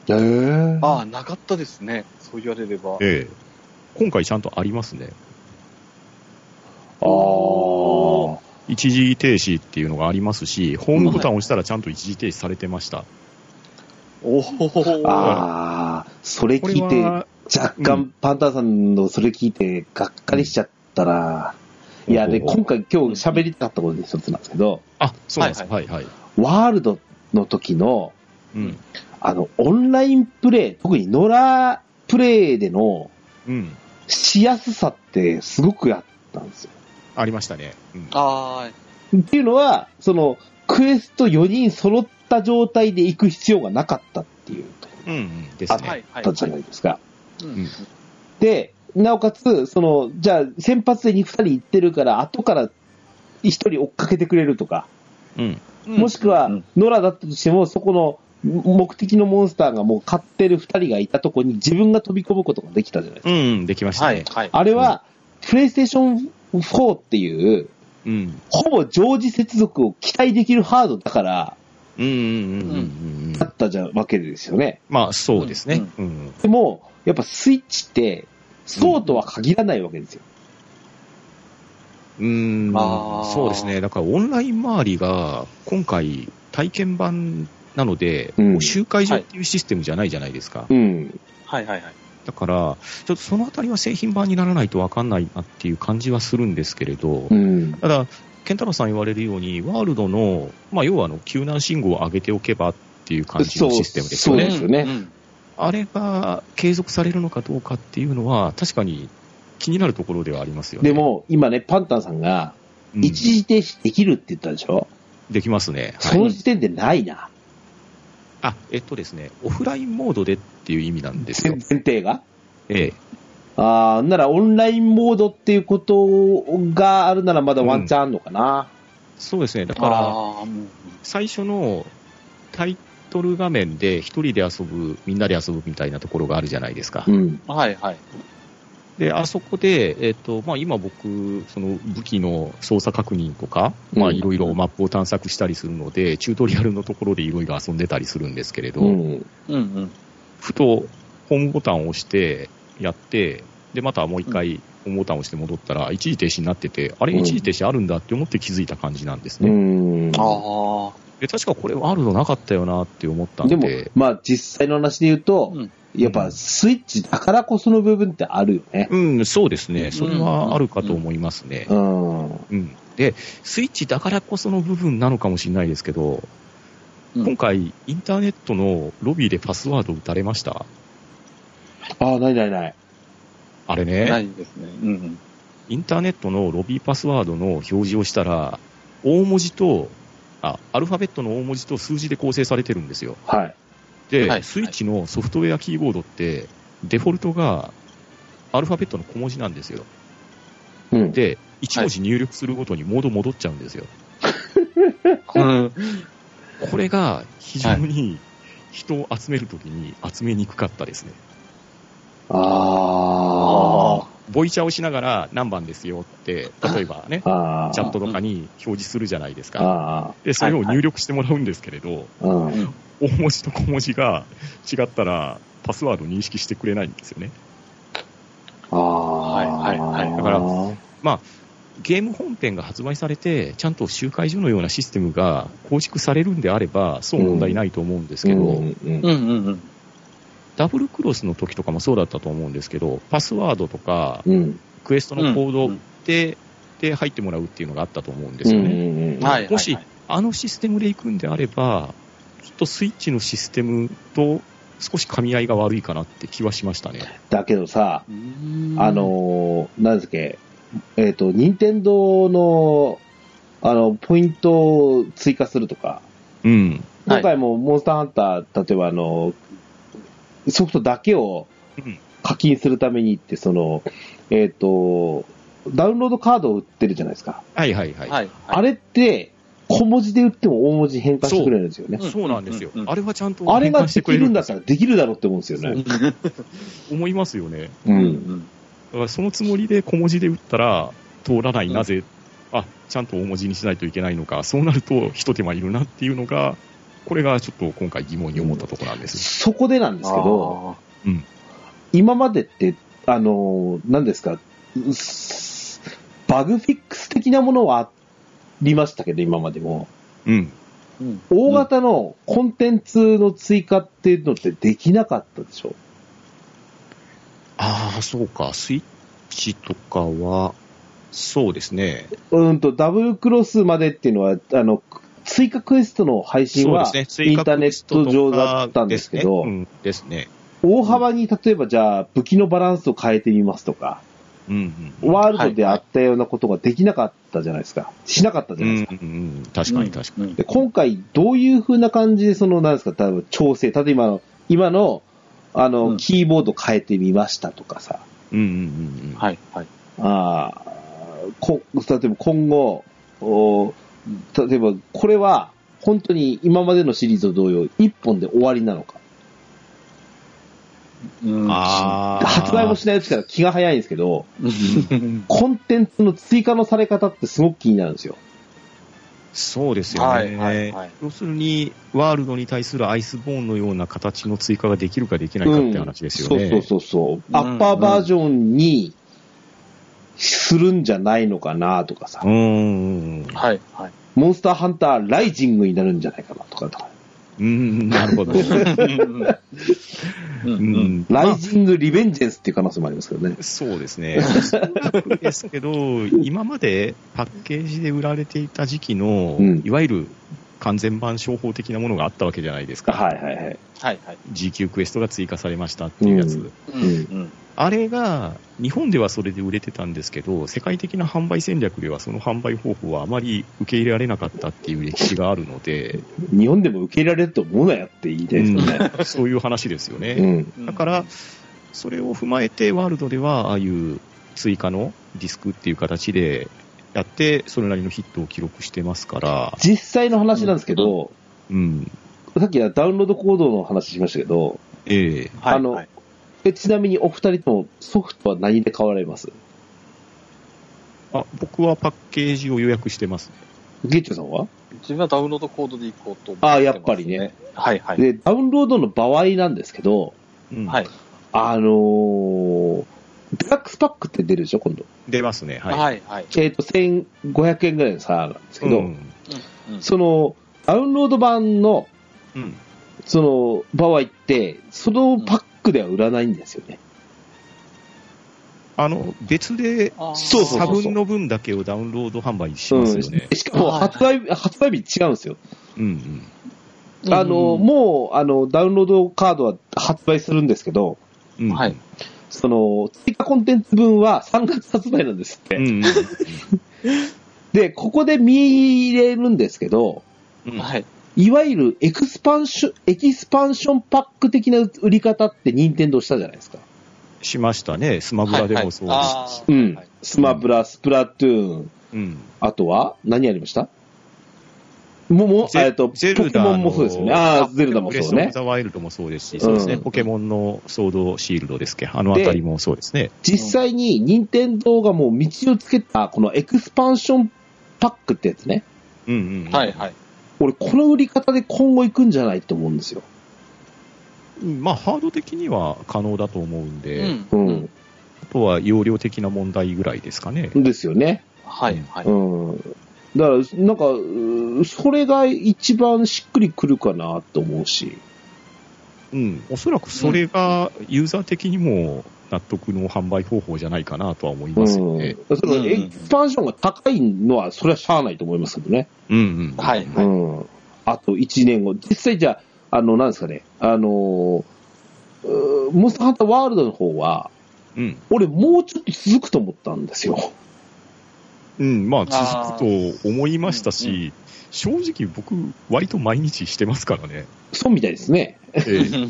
へぇああ、なかったですね。そう言われれば。ええ。今回ちゃんとありますね。あー。一時停止っていうのがありますし、ホームボタンを押したらちゃんと一時停止されてました。おお。あー。それこ聞れいて、は、若干、うパンタンさんのそれ聞いて、がっかりしちゃったら、いや、で、おうおう今回今日喋りたかったことで一つなんですけど、あ、そうなんです。はいはい。ワールドの時の、うん。あの、オンラインプレイ、特にノラプレイでのうん。しやすさってすごくあったんですよ。ありましたね。うんあっていうのは、その、クエスト4人揃った状態で行く必要がなかったっていうとこうんうん。であ、すはね。い、だはいった。じゃないですか。うんで、なおかつ、その、じゃあ、先発で2人行ってるから、後から1人追っかけてくれるとか、うん。もしくは、野良だったとしても、そこの目的のモンスターがもう勝ってる2人がいたとこに自分が飛び込むことができたじゃないですか。うんうん。できましたはいね。、はい。あれは、プレイステーション4っていう、うん。ほぼ常時接続を期待できるハードだから、うんうんうんうんうんうだん。ったじゃんわけですよね。まあ、そうですね。うん。でも、やっぱスイッチって、そうとは限らないわけですよ。うーんあーそうですね、だからオンライン周りが今回、体験版なので、うんもう集会所っていうシステムじゃないじゃないですか、うん。はい、はい、はい。だから、ちょっとそのあたりは製品版にならないと分かんないなっていう感じはするんですけれど、うん。ただ、健太郎さん言われるように、ワールドの、まあ、要はあの救難信号を上げておけばっていう感じのシステムですよそうねで。すよねうん。あれが継続されるのかどうかっていうのは、確かに気になるところではありますよね。でも、今ね、パンタンさんが、うん、一時停止できるって言ったでしょ、できますね。はいその時点でないな、あ、えっとですね、オフラインモードでっていう意味なんです前よ。前提が。ええ。あーならオンラインモードっていうことがあるならまだワンチャンあるのかな。そうですね。だから、ああ、うん最初のタイトル画面で一人で遊ぶ、みんなで遊ぶみたいなところがあるじゃないですか。うん。はい、はい。で、あそこで、えっと、まあ今僕、その武器の操作確認とか、まうあんいろいろマップを探索したりするので、チュートリアルのところでいろいろ遊んでたりするんですけれど、うん。うん、うん。ふとホームボタンを押してやって、で、またもう一回ホームボタンを押して戻ったら、一時停止になってて、あれ、うん一時停止あるんだって思って気づいた感じなんですうね。ん。ああ、で、確かこれワールドなかったよなって思ったんでで、も、まあ実際の話で言うと、うんやっぱスイッチだからこその部分ってあるよね。うん、そうですね。それうんはあるかと思いますねう。ん。うん。で、スイッチだからこその部分なのかもしれないですけど、うん今回、インターネットのロビーでパスワード打たれましたああ、ないないない。あれなね、いですね。うん。インターネットのロビーパスワードの表示をしたら、大文字と、あ、アルファベットの大文字と数字で構成されてるんですよ。はい。で、はいスイッチのソフトウェアキーボードって、デフォルトがアルファベットの小文字なんですよ。うん。で、1文字入力するごとにモード戻っちゃうんですよ。うん。これが非常に人を集めるときに集めにくかったですね。あボイチャをしながら何番ですよって、例えばねあ。、ああ。チャットとかに表示するじゃないですか。あで、それを入力してもらうんですけれど、あ。うん。大文字と小文字が違ったら、パスワード認識してくれないんですよね。ああ。はいはいはいだからゲーム本編が発売されて、ちゃんと集会所のようなシステムが構築されるんであれば、そう問題ないと思うんですけど、うんうんうん、うん、うん。ダブルクロスの時とかもそうだったと思うんですけど、パスワードとか、うん。クエストのコーうドんで、で入ってもらうっていうのがあったと思うんでうんすうよね。んうん。はい。もしはいあのシステムで行くんであれば、ちょっとスイッチのシステムと少し噛み合いが悪いかなって気はしましたね。だけどさ、うーんあのー、なんですっけ、えっ、と、任天堂の、あの、ポイントを追加するとか、うん。はい今回もモンスターハンター、例えばあの、ソフトだけをうん課金するためにって、その、えっ、と、ダウンロードカードを売ってるじゃないですか。はいはいはい。はい。あれって、小文字で売っても大文字変換してくれるんですよね。そうなんですようんう。んあれはちゃんとあれ変が換しでてくきれるるんんだだったらできるだろうって思うんですよね。思いますよね。う。うんん。だからそのつもりで小文字で打ったら通らない、なぜ、あ、ちゃんと大文字にしないといけないのか、そうなると一手間いるなっていうのが、これがちょっと今回疑問に思ったところなんです。そこでなんですけど、あーうん今までって、あのー、何ですか、うっすバグフィックス的なものはありましたけど、今までも。うん。うん。大型のコンテンツの追加っていうのってできなかったでしょ。あ、そうか、スイッチとかは、そうですね。うんと、ダブルクロスまでっていうのは、あの、追加クエストの配信そうではす、ね。追イン加ターネット上だったんでですすけね。ど、うん、ですね。大幅に例えばじゃあ、武器のバランスを変えてみますとか、うん、うん。ワールドであったようなことができなかったじゃないですか。しなかったじうゃないですかん、うん、確かに確かに。で今回、どういう風な感じで、その、なんですか、多分調整、例えば今の、今の、あの、うんキーボード変えてみましたとかさ、に。うん、うん、うん。はい、はい。あーこ例えば今後、お例えば、これは、本当に今までのシリーズと同様、一本で終わりなのか。うんああ。発売もしないうちから気が早いんですけど、うんコンテンツの追加のされ方ってすごく気になるんですよ。そうですよね。はい、はい、はい。要するに、ワールドに対するアイスボーンのような形の追加ができるかできないかって話ですよね。そうそうそうそう。アッパーバージョンにするんじゃないのかなとかさ、うーん。はい、はい。モンスターハンターライジングになるんじゃないかなとかとか、うん、なる *laughs* ほど。ううんうんん。うんまあライジングリベンジェンスっていう可能性もありますけどね。そうですね。おそらくですけど、 *laughs* 今までパッケージで売られていた時期の、うんいわゆる完全版商法的なものがあったわけじゃないですか。はいはいはい。はい、はい。 GQ クエストが追加されましたっていうやつ。うんうんうんあれが、日本ではそれで売れてたんですけど、世界的な販売戦略ではその販売方法はあまり受け入れられなかったっていう歴史があるので、日本でも受け入れられると思うなよって言いたいですよね。うんそういう話ですようね。ん。うんだから、それを踏まえてワールドでは、ああいう追加のディスクっていう形でやって、それなりのヒットを記録してますから、実際の話なんですけど、うん。さっきはダウンロードコードの話しましたけど、ええはいあのはいえちなみにお二人ともソフトは何で買われますあ、僕はパッケージを予約してますね。ゲッチョさんは自分はダウンロードコードで行こうと思ってます、ああ、やっぱりね。。はい、はい。で、ダウンロードの場合なんですけど、うんはい。あのー、デラックスパックって出るでしょ、今度。出ますね。はい。はい、はい。えっ、と、1500円ぐらいの差なんですけど、うん。うんその、ダウンロード版の、うん。その、場合って、そのパックでは売らないんですよね。あの、別であーそうそう差分の分だけをダウンロード販売しうんますよね。しかもはい発売、発売日違うんですよ。うんうん。うんあの、もう、あの、ダウンロードカードは発売するんですけど、うんはい。その、追加コンテンツ分は3月発売なんですって。うんうんで、ここで見入れるんですけど、うん。はい。いわゆるエクスパンション、エキスパンションパック的な売り方って任天堂したじゃないですか。しましたね。スマブラでもそうでしたし。はういはいん。スマブラ、スプラトゥーン、うん。あとは何やりましたもう、もう、ゼえっと、ポゼルケダのモンもそうですよね。ああ、ゼルダもブレそス・うオブ・ね。ザ・ワイルドもそうですし、そうですね、うんポケモンのソード・シールドですけど、あのあたりもそうですね。実際に任天堂がもう道をつけた、このエクスパンションパックってやつね。うんうんうん。はい、はい。俺、この売り方で今後行くんじゃないと思うんですよ。うんまあ、ハード的には可能だと思うんで、ううんん。。あとは容量的な問題ぐらいですかね。ですよね。はい、はい。うん。だから、なんかうー、それが一番しっくりくるかなと思うし。うん。おそらくそれがユーザー的にも納得の販売方法じゃないかなとは思いますよね。うん、そのうんエクスパンションが高いのは、それはしゃあないと思いますけどね。うんうん。はい、はい。うん。あと1年後。実際じゃあ、あの、なんですかね、あのーうーモンスターハンターワールドの方は、うん。俺もうちょっと続くと思ったんですよ。うん、まあ、続くと思いましたし、正直僕、割と毎日してますからね。そうみたいですね。ええ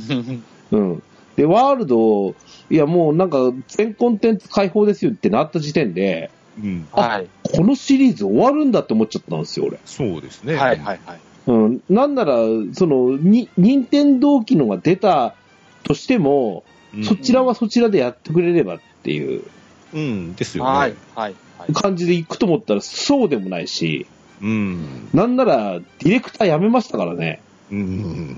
*laughs* うん。で、ワールド、いやもうなんか全コンテンツ解放ですよってなった時点で、うん、 *laughs* はい、このシリーズ終わるんだって思っちゃったんですよ、俺。そうですね。はい、はい、はい。うん、なんなら、その、に、任天堂機能が出たとしても、うんそちらはそちらでやってくれればっていううん、ですよね。はい、はい、はい。感じで行くと思ったら、そうでもないし、うん。なんなら、ディレクター辞めましたからね。うん。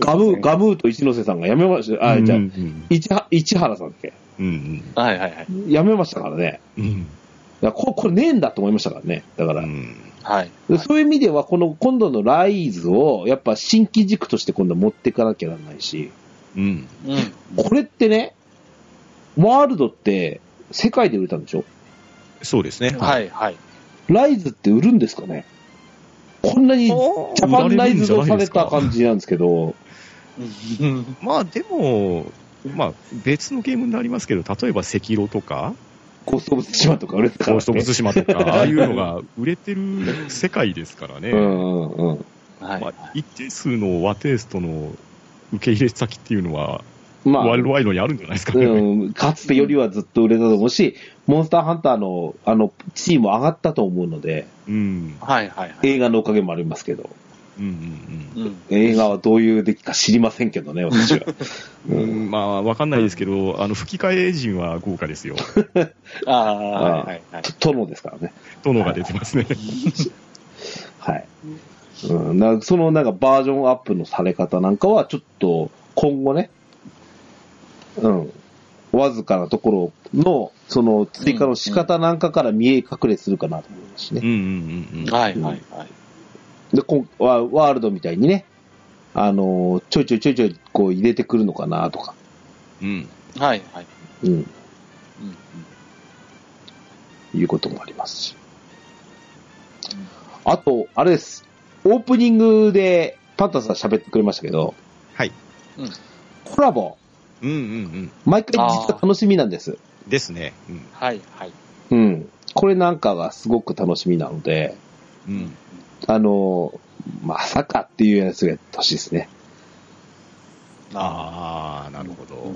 ガムー、ガムーと一ノ瀬さんが辞めました。あ、じゃあう、ん。市は市原さんだっけうん。はい、はい、はい。辞めましたからね。うん。いやここれねえんだと思いましたからね。だから、はい。でそういう意味では、この今度のライズを、やっぱ新規軸として今度持っていかなきゃならないし、うん。うん。これってね、ワールドって世界で売れたんでしょそうですね。い。はい、はい。ライズって売るんですかねこんなにジャパンライズドされた感じなんですけど、まあでも、まあ別のゲームになりますけど、例えば赤色とか、ゴースト・オブ・ツシマとか売れてたかゴーら、ね。スト・オブ・ツシマとか、 *laughs* ああいうのが売れてる世界ですからね。うんうんうん。はいま。あ、一定数の和テイストの受け入れ先っていうのは、まあ、ワイルドワイドにあるんじゃないですかね。うん、かつてよりはずっと売れたと思うし、モンスターハンターのあのチーム上がったと思うので、うん。はい、はい、はい。映画のおかげもありますけど、うんうんうん。映画はどういう出来か知りませんけどね、私は。ううんん。まあ、わかんないですけど、あの、吹き替え陣は豪華ですよ。ああ、はい、はい。と殿ですからね。殿が出てますね。はい。うん、なそのなんかバージョンアップのされ方なんかは、ちょっと今後ね、うん、わずかなところの、その追加の仕方なんかから見え隠れするかなと思いますしねうん。うんうんうん。はい、はい、はい。で、こんワワールドみたいにね、あのーちょいちょいちょいちょいこう入れてくるのかなとか、うん。はい、はい。うん、うんいうこともありますし。あと、あれです。オープニングでパンタさん喋ってくれましたけど、はい。コラボ、うんうんうん。毎回実は楽しみなんです。ですね。うん。はい、はい。うん。これなんかがすごく楽しみなので、うん。あのーまさかっていうやつがやってほしいですね。あああ、なるほど。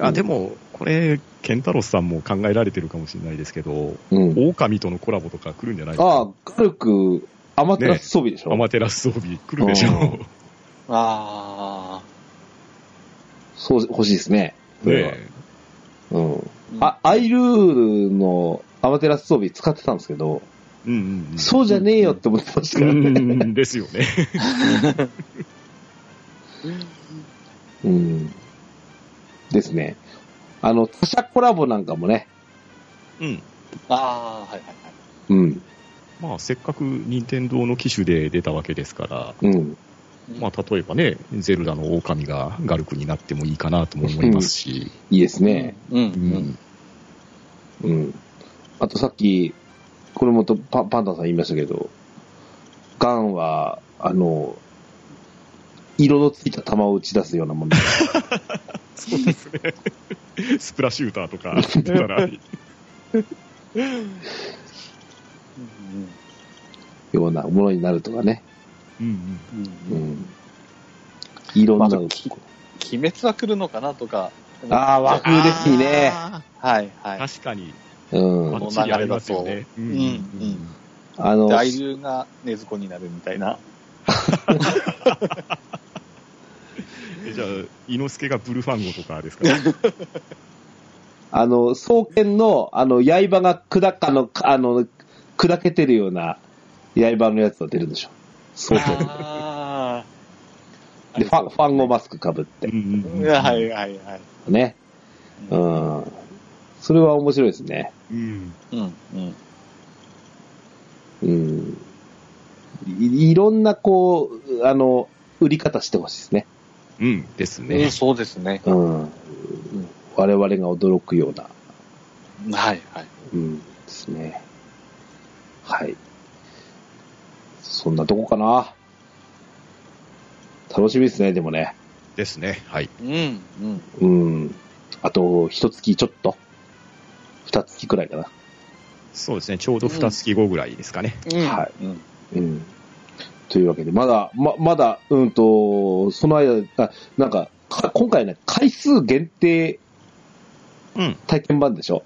あ。うん。あ、でも、これ、ケンタロスさんも考えられてるかもしれないですけど、うん。狼とのコラボとか来るんじゃないですああか。、軽く、アマテラス装備でしょ、アマテラス装備来るでしょう。あそう、欲しいですね。それはねうん。あ。あ、アイルールのアマテラス装備使ってたんですけど、え。うんうんそうじゃねえよって思ってましたうからね。ん。うん。ですよね。うん。ですね。あの、他社コラボなんかもね、うん。ああ、はい、はい、はい。うん、まあ、せっかく任天堂の機種で出たわけですから、うん、まあ、例えばね、ゼルダの狼がガルクになってもいいかなとも思いますし、いいですね。うん、う。うんん。うん。あとさっき、これもとパパンダさん言いましたけど、ガンは、あの、色のついた球を打ち出すようなもんだ。そうですね。スプラシューター *laughs* とか出たら、 *laughs* ようなものになるとかね。うんうんううん。ん。いろんなまああのと。鬼滅は来るのかなとか。ああ、和風ですね。はい、うん。はい。確かに、うんバ。ッチリありますよね。う流れだとうんうんあので、、愛流が根津子になるみたいな。えじゃあ、伊之助がブルファンゴとかですかね。あの、双剣の、あの、刃が砕かの、あの、砕けてるような刃のやつが出るでしょ。双剣。ああで、ファファンゴマスクかぶってう。んうんうん *laughs* はい、はい、はい。ね。ううんん。それは面白いですね。うん。、うん。うん。いいろんな、こう、あの、売り方してほしいですね。うん。ですええね。そうですね。うん。我々が驚くような。はい、はい。うん。ですね。はい。そんなとこかな。楽しみですね、でもね。ですね。はい。うん、うん。。うん。あと、一月ちょっと二月くらいかな。そうですね。ちょうど二月後ぐらいですかね。はいううん。ん。というわけで、まだ、ま、まだ、うんと、その間、あなんか、か今回ね、回数限定うん。体験版でしょ。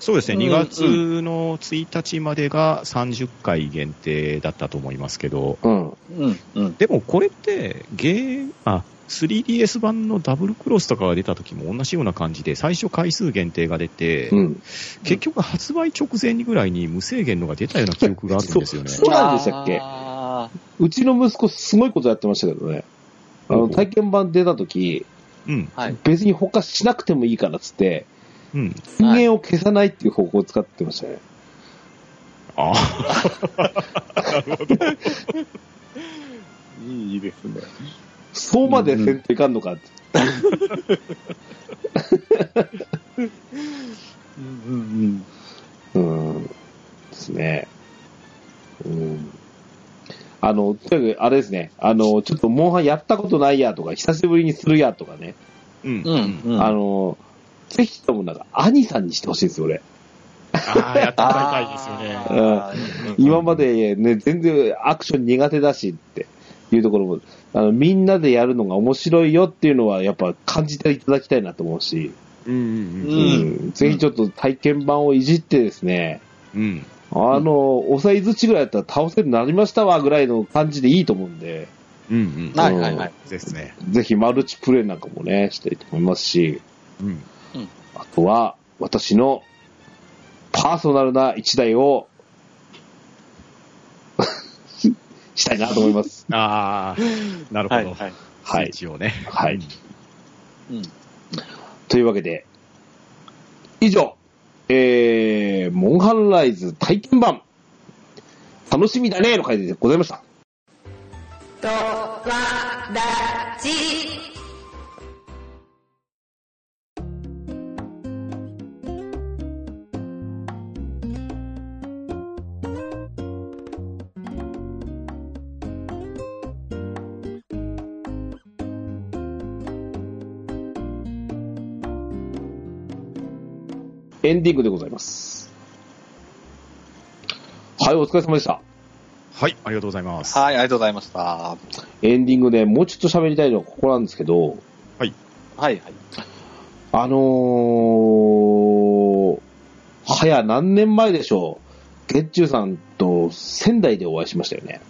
そうですね。2うん月の1日までが30回限定だったと思いますけど、うん。うん、うん。でもこれって、ゲーム、あ、3DS 版のダブルクロスとかが出た時も同じような感じで、最初回数限定が出て、うん。結局発売直前にぐらいに無制限のが出たような記憶があるんですよね。そうなんでしたっけあうちの息子すごいことやってましたけどね。ほあうの、ほう体験版出た時、うん。ーはい。別に他しなくてもいいからっつって、うん。人間を消さないっていう方法を使ってましたね。あいいですね。そうまでせんといかんのかって。うんうんうん。うん。ですね。うん。あの、とにかく、あれですね。あの、ちょっと、モンハンやったことないやとか、久しぶりにするやとかね。うん。うん、うん。あの、ぜひとも、なんか、兄さんにしてほしいんですよ、俺。ああ、やってもらいたいですよね。あー今までね、全然アクション苦手だしっていうところも、あの、みんなでやるのが面白いよっていうのは、やっぱ感じていただきたいなと思うし、うんううんうんんぜひちょっと体験版をいじってですね、うん。うん。あの、おさいづちぐらいだったら倒せるようになりましたわぐらいの感じでいいと思うんで、うんうん。はいはいはい。ですね。ぜひマルチプレイなんかもね、したいと思いますし、うん。あとは、私のパーソナルな一台を、 *laughs* したいなと思います。ああ、なるほはいど。はい。は。はいい一応ね。はい。うん。というわけで、以上、えー、モンハンライズ体験版、楽しみだねの回でございました。とわだち。エンディングでございます。はい、お疲れ様でした。はい、ありがとうございます。はい、ありがとうございました。はエンディングでもうちょっと喋りたいのはここなんですけど、い、はい。あのー、はや何年前でしょう、月中さんと仙台でお会いしましたよね。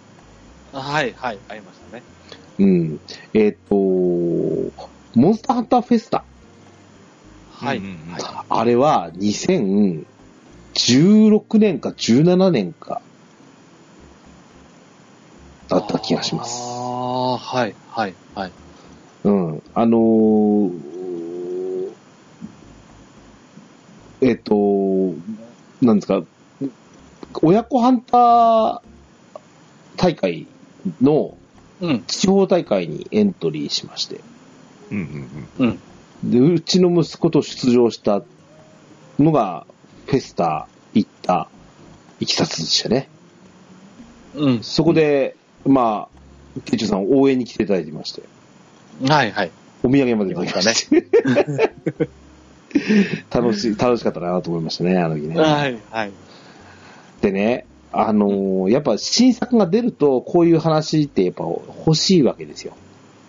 はい、はい、ありましたね。うん。えっ、と、モンスターハンターフェスタ。はういんう。んうんはいあれは2016年か17年か、だった気がします。ああ、はい、はい、はい。うん。あのーえっ、と、なんですか、親子ハンター大会のうん、地方大会にエントリーしまして、うんうんうん。でうちの息子と出場したのが、フェスタ行った、いきさつでしたね。うん。そこで、まあ、ケイチュウさんを応援に来ていただいてまして、はい、はい。お土産までいただきまして。楽しい、楽しかったなと思いましたね、あの時ね。はい、はい。でね、あのーやっぱ新作が出ると、こういう話ってやっぱ欲しいわけですよ。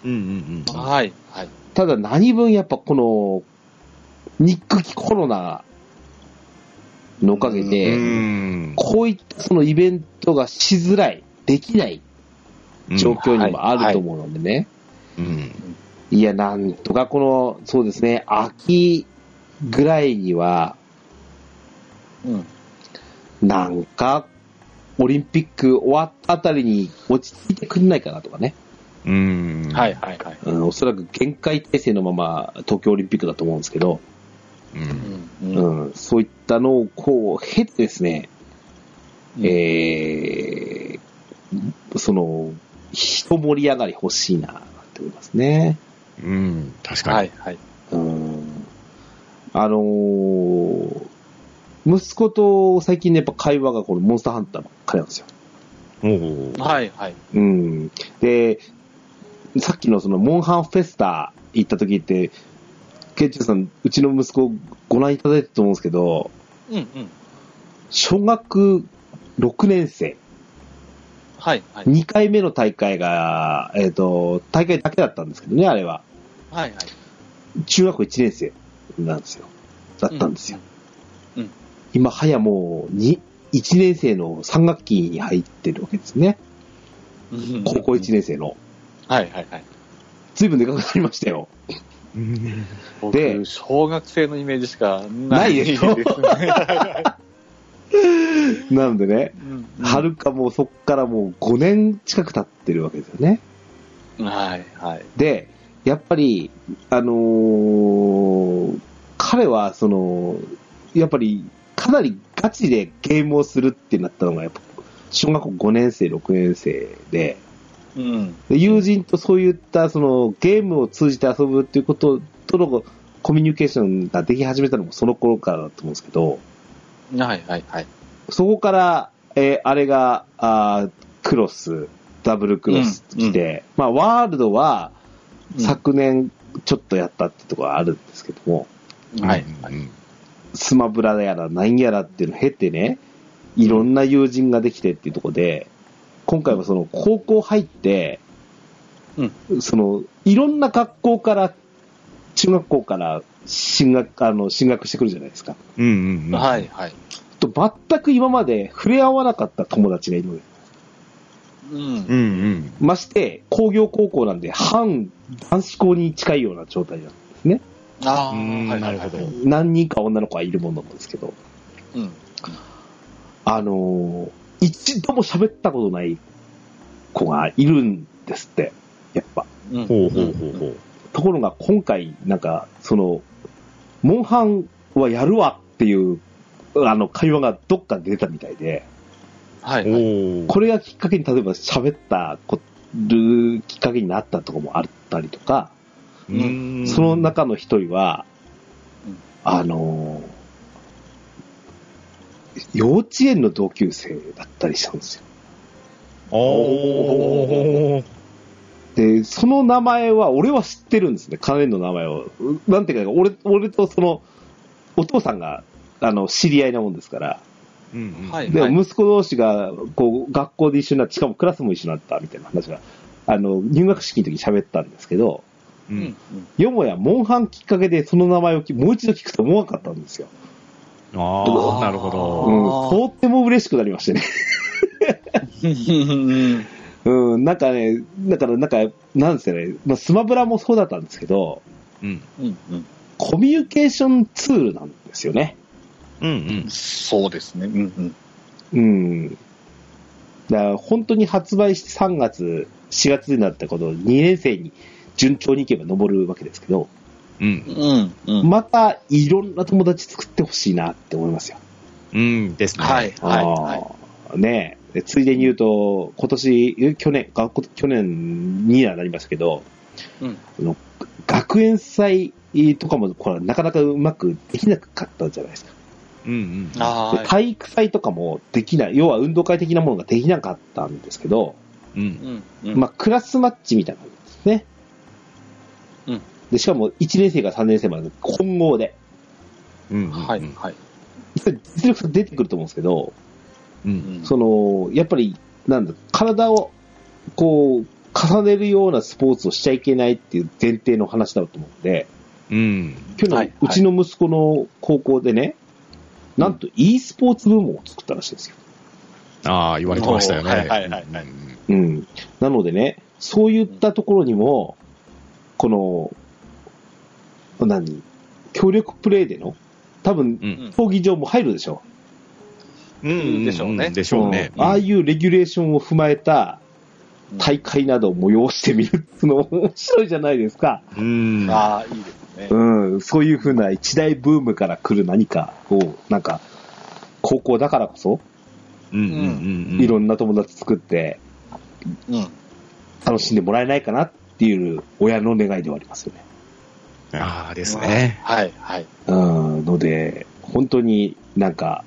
うん。うんうんうん。はい、はい。ただ何分やっぱこの、憎きコロナのおかげうで、ん。こういったそのイベントがしづらい、できない状況にもあると思うのでね。うん。いや、なんとかこの、そうですね、秋ぐらいには、うん。なんか、オリンピック終わったあたりに落ち着いてくんないかなとかね。うん。はい、。はい、はい。うん、おそらく限界体制のまま東京オリンピックだと思うんですけど、う。うんん、ううんんそういったのをこう経てですね、うんえー、その、人盛り上がり欲しいなって思いますね。うん。確かはに。い、はい。うん、あのー息子と最近ね、やっぱ会話がこのモンスターハンターばっかりなんですよ。おお。はい、はい。うん。で、さっきのそのモンハンフェスタ行った時って、ケイチュウさん、うちの息子ご覧いただいたと思うんですけど、うん、うん。小学6年生、はい、はい。 2回目の大会が、えっ、と、大会だけだったんですけどね、あれは。はい、はい。中学校1年生なんですよ。だったんですよ。今、はやもう、に1年生の3学期に入ってるわけですね。うん。うん高校1。年生の。はい、はい、はい。随分でかくなりましたよ。うんで僕、小学生のイメージしかなないいでしょなのでね、うんはるかもうそっからもう5年近く経ってるわけですよね。はい、はい。で、やっぱり、あのー彼はその、やっぱりかなりガチでゲームをするってなったのが、やっぱ小学校5年生、6年生で、うん。で友人とそういったそのゲームを通じて遊ぶっていうこととのコミュニケーションができ始めたのもその頃からだと思うんですけど、はいはいはい。そこから、えーあれがあークロス、ダブルクロス来て、まあワールドは昨年ちょっとやったってところはあるんですけども、はい。うんスマブラやら何やらっていうのを経てね、いろんな友人ができてっていうところで、今回はその高校入って、そのいろんな学校から、中学校から進学、あの、進学してくるじゃないですか。うんうんうん。はいはい。と全く今まで触れ合わなかった友達がいるのようんう。んうん。まして、工業高校なんで、反男子校に近いような状態なんですね。ああ、うはいんはいはないるほど。何人か女の子はいるものなんですけど、うん。あのー一度も喋ったことない子がいるんですって、やっぱ。うん。ほうほうほうほう。ところが今回、なんか、その、モンハンはやるわっていう、あの、会話がどっかで出たみたいで、はいはい。おお。これがきっかけに、例えば喋ったこるきっかけになったとかもあったりとか、うんその中の一人はうん、あのー幼稚園の同級生だったりしたんですよ。あーで、その名前は、俺は知ってるんですね、彼の名前を。うなんていうか、俺、俺とその、お父さんが、あの、知り合いなもんですから、うんうん。はいで、息子同士が、こう、学校で一緒になって、しかもクラスも一緒になった、みたいな話が、あの、入学式の時に喋ったんですけど、ううんん。よもや、モンハンきっかけでその名前をきもう一度聞くと思わなかったんですよ。ああ、なるほうど。んあーとっても嬉しくなりましたね。うん。うん、なんかね、だからなんか、なんですよね、まあ、スマブラもそうだったんですけど、うん。うん。コミュニケーションツールなんですよね。うんうん。そうですね。うんうん。だから本当に発売して3月、4月になったことを2年生に順調にいけば登るわけですけど、うん。うん。うん。うん。またいろんな友達作ってほしいなって思いますよ。うんですね。はい。はいはい。い。ねえでついでに言うと、今年、え去年、がこ去年にはなりましたけど、うんあの学園祭とかもこれなかなかうまくできなかったじゃないですか。うんうん。あであ。体育祭とかもできない、要は運動会的なものができなかったんですけど、うん。うん。まあ、クラスマッチみたいな感じですね。うんで、しかも1年生から3年生まで混合で、うん。はいはい。実際実力差出てくると思うんですけど、うん。その、やっぱり、なんだ、体を、こう、重ねるようなスポーツをしちゃいけないっていう前提の話だと思うんで、うん。去年、はいはいうちの息子の高校でね、なんと e スポーツ部門を作ったらしいんですよ。ああ、言われてましたよね。はいはいはいはいうんうん。なのでね、そういったところにも、この、何協力プレイでの、多分、うん競技場も入るでしょ。うん。でしょうねんでしょうね。うんああいうレギュレーションを踏まえた大会などを催してみるっていうのも面白いじゃないですか。うん。ああ、いいですね。うん、そういうふうな一大ブームから来る何かを、なんか、高校だからこそ、うんうんうんうん。いろんな友達作ってうん。楽しんでもらえないかなっていう親の願いではありますよね。ああ、ですね。はいはい。うん、ので、本当になんか、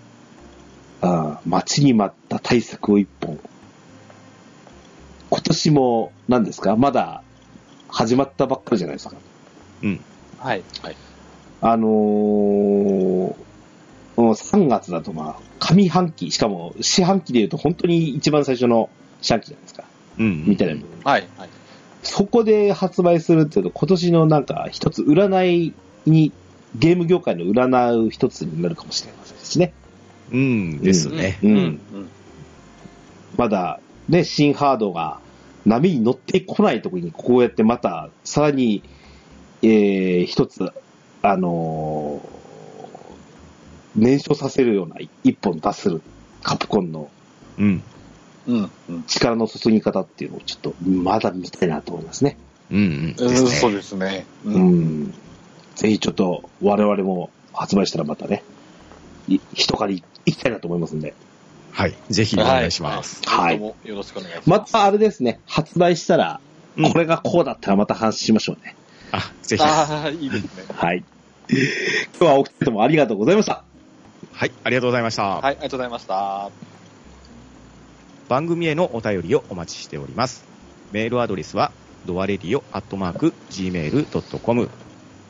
うん待ちに待った対策を一本。今年も、何ですかまだ始まったばっかりじゃないですか。うん。はいはい。あのー、3月だとまあ、上半期、しかも四半期でいうと本当に一番最初の四半期じゃないですか。うん。みたいな。はいはい。そこで発売するっていうと、今年のなんか一つ占いに、ゲーム業界の占う一つになるかもしれませんしね。うん。ですね。うん。うん。まだ、ね、新ハードが波に乗ってこないところに、こうやってまた、さらに、えー、一つ、あのー燃焼させるような一本出せるカプコンのうん。うん。うん。力の注ぎ方っていうのをちょっとまだ見たいなと思いますね。うん。うん。ですねそうですね。ううん。ん。ぜひちょっと我々も発売したらまたね、い一狩り行きたいなと思いますんで。はい。ぜひお願いします。はいどうもよろしくお願いします。またあれですね、発売したら、うんこれがこうだったらまた話しましょうね。あ、ぜひ。はああ、いいですね。 *laughs* はい。今日はお二人ともありがとうございました。い。ありがとうございました。はい、ありがとうございました。番組へのお便りをお待ちしております。メールアドレスは、ドアレディオアットマーク、gmail.com、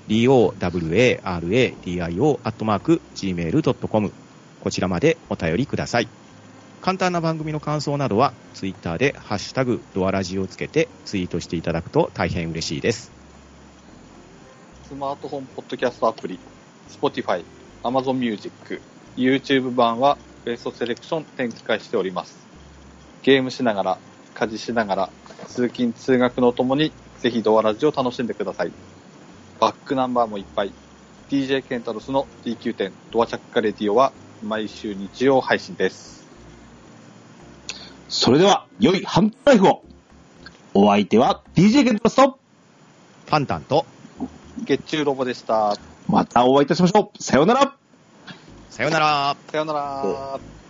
dowaradio アットマーク、gmail.com、こちらまでお便りください。簡単な番組の感想などは、ツイッターで、ハッシュタグ、ドアラジをつけてツイートしていただくと大変嬉しいです。スマートフォンポッドキャストアプリ、Spotify、Amazon Music、YouTube 版はベストセレクション展開しております。ゲームしながら、家事しながら、通勤通学のともに、ぜひドアラジを楽しんでください。バックナンバーもいっぱい。DJ ケンタロスの DQ 点ドアチャッカレディオは毎週日曜配信です。それでは、良いハンドライフをお相手は DJ ケントロスと、パンタンと、月中ロボでした。またお会いいたしましょう。さようならさようなら。さようなら。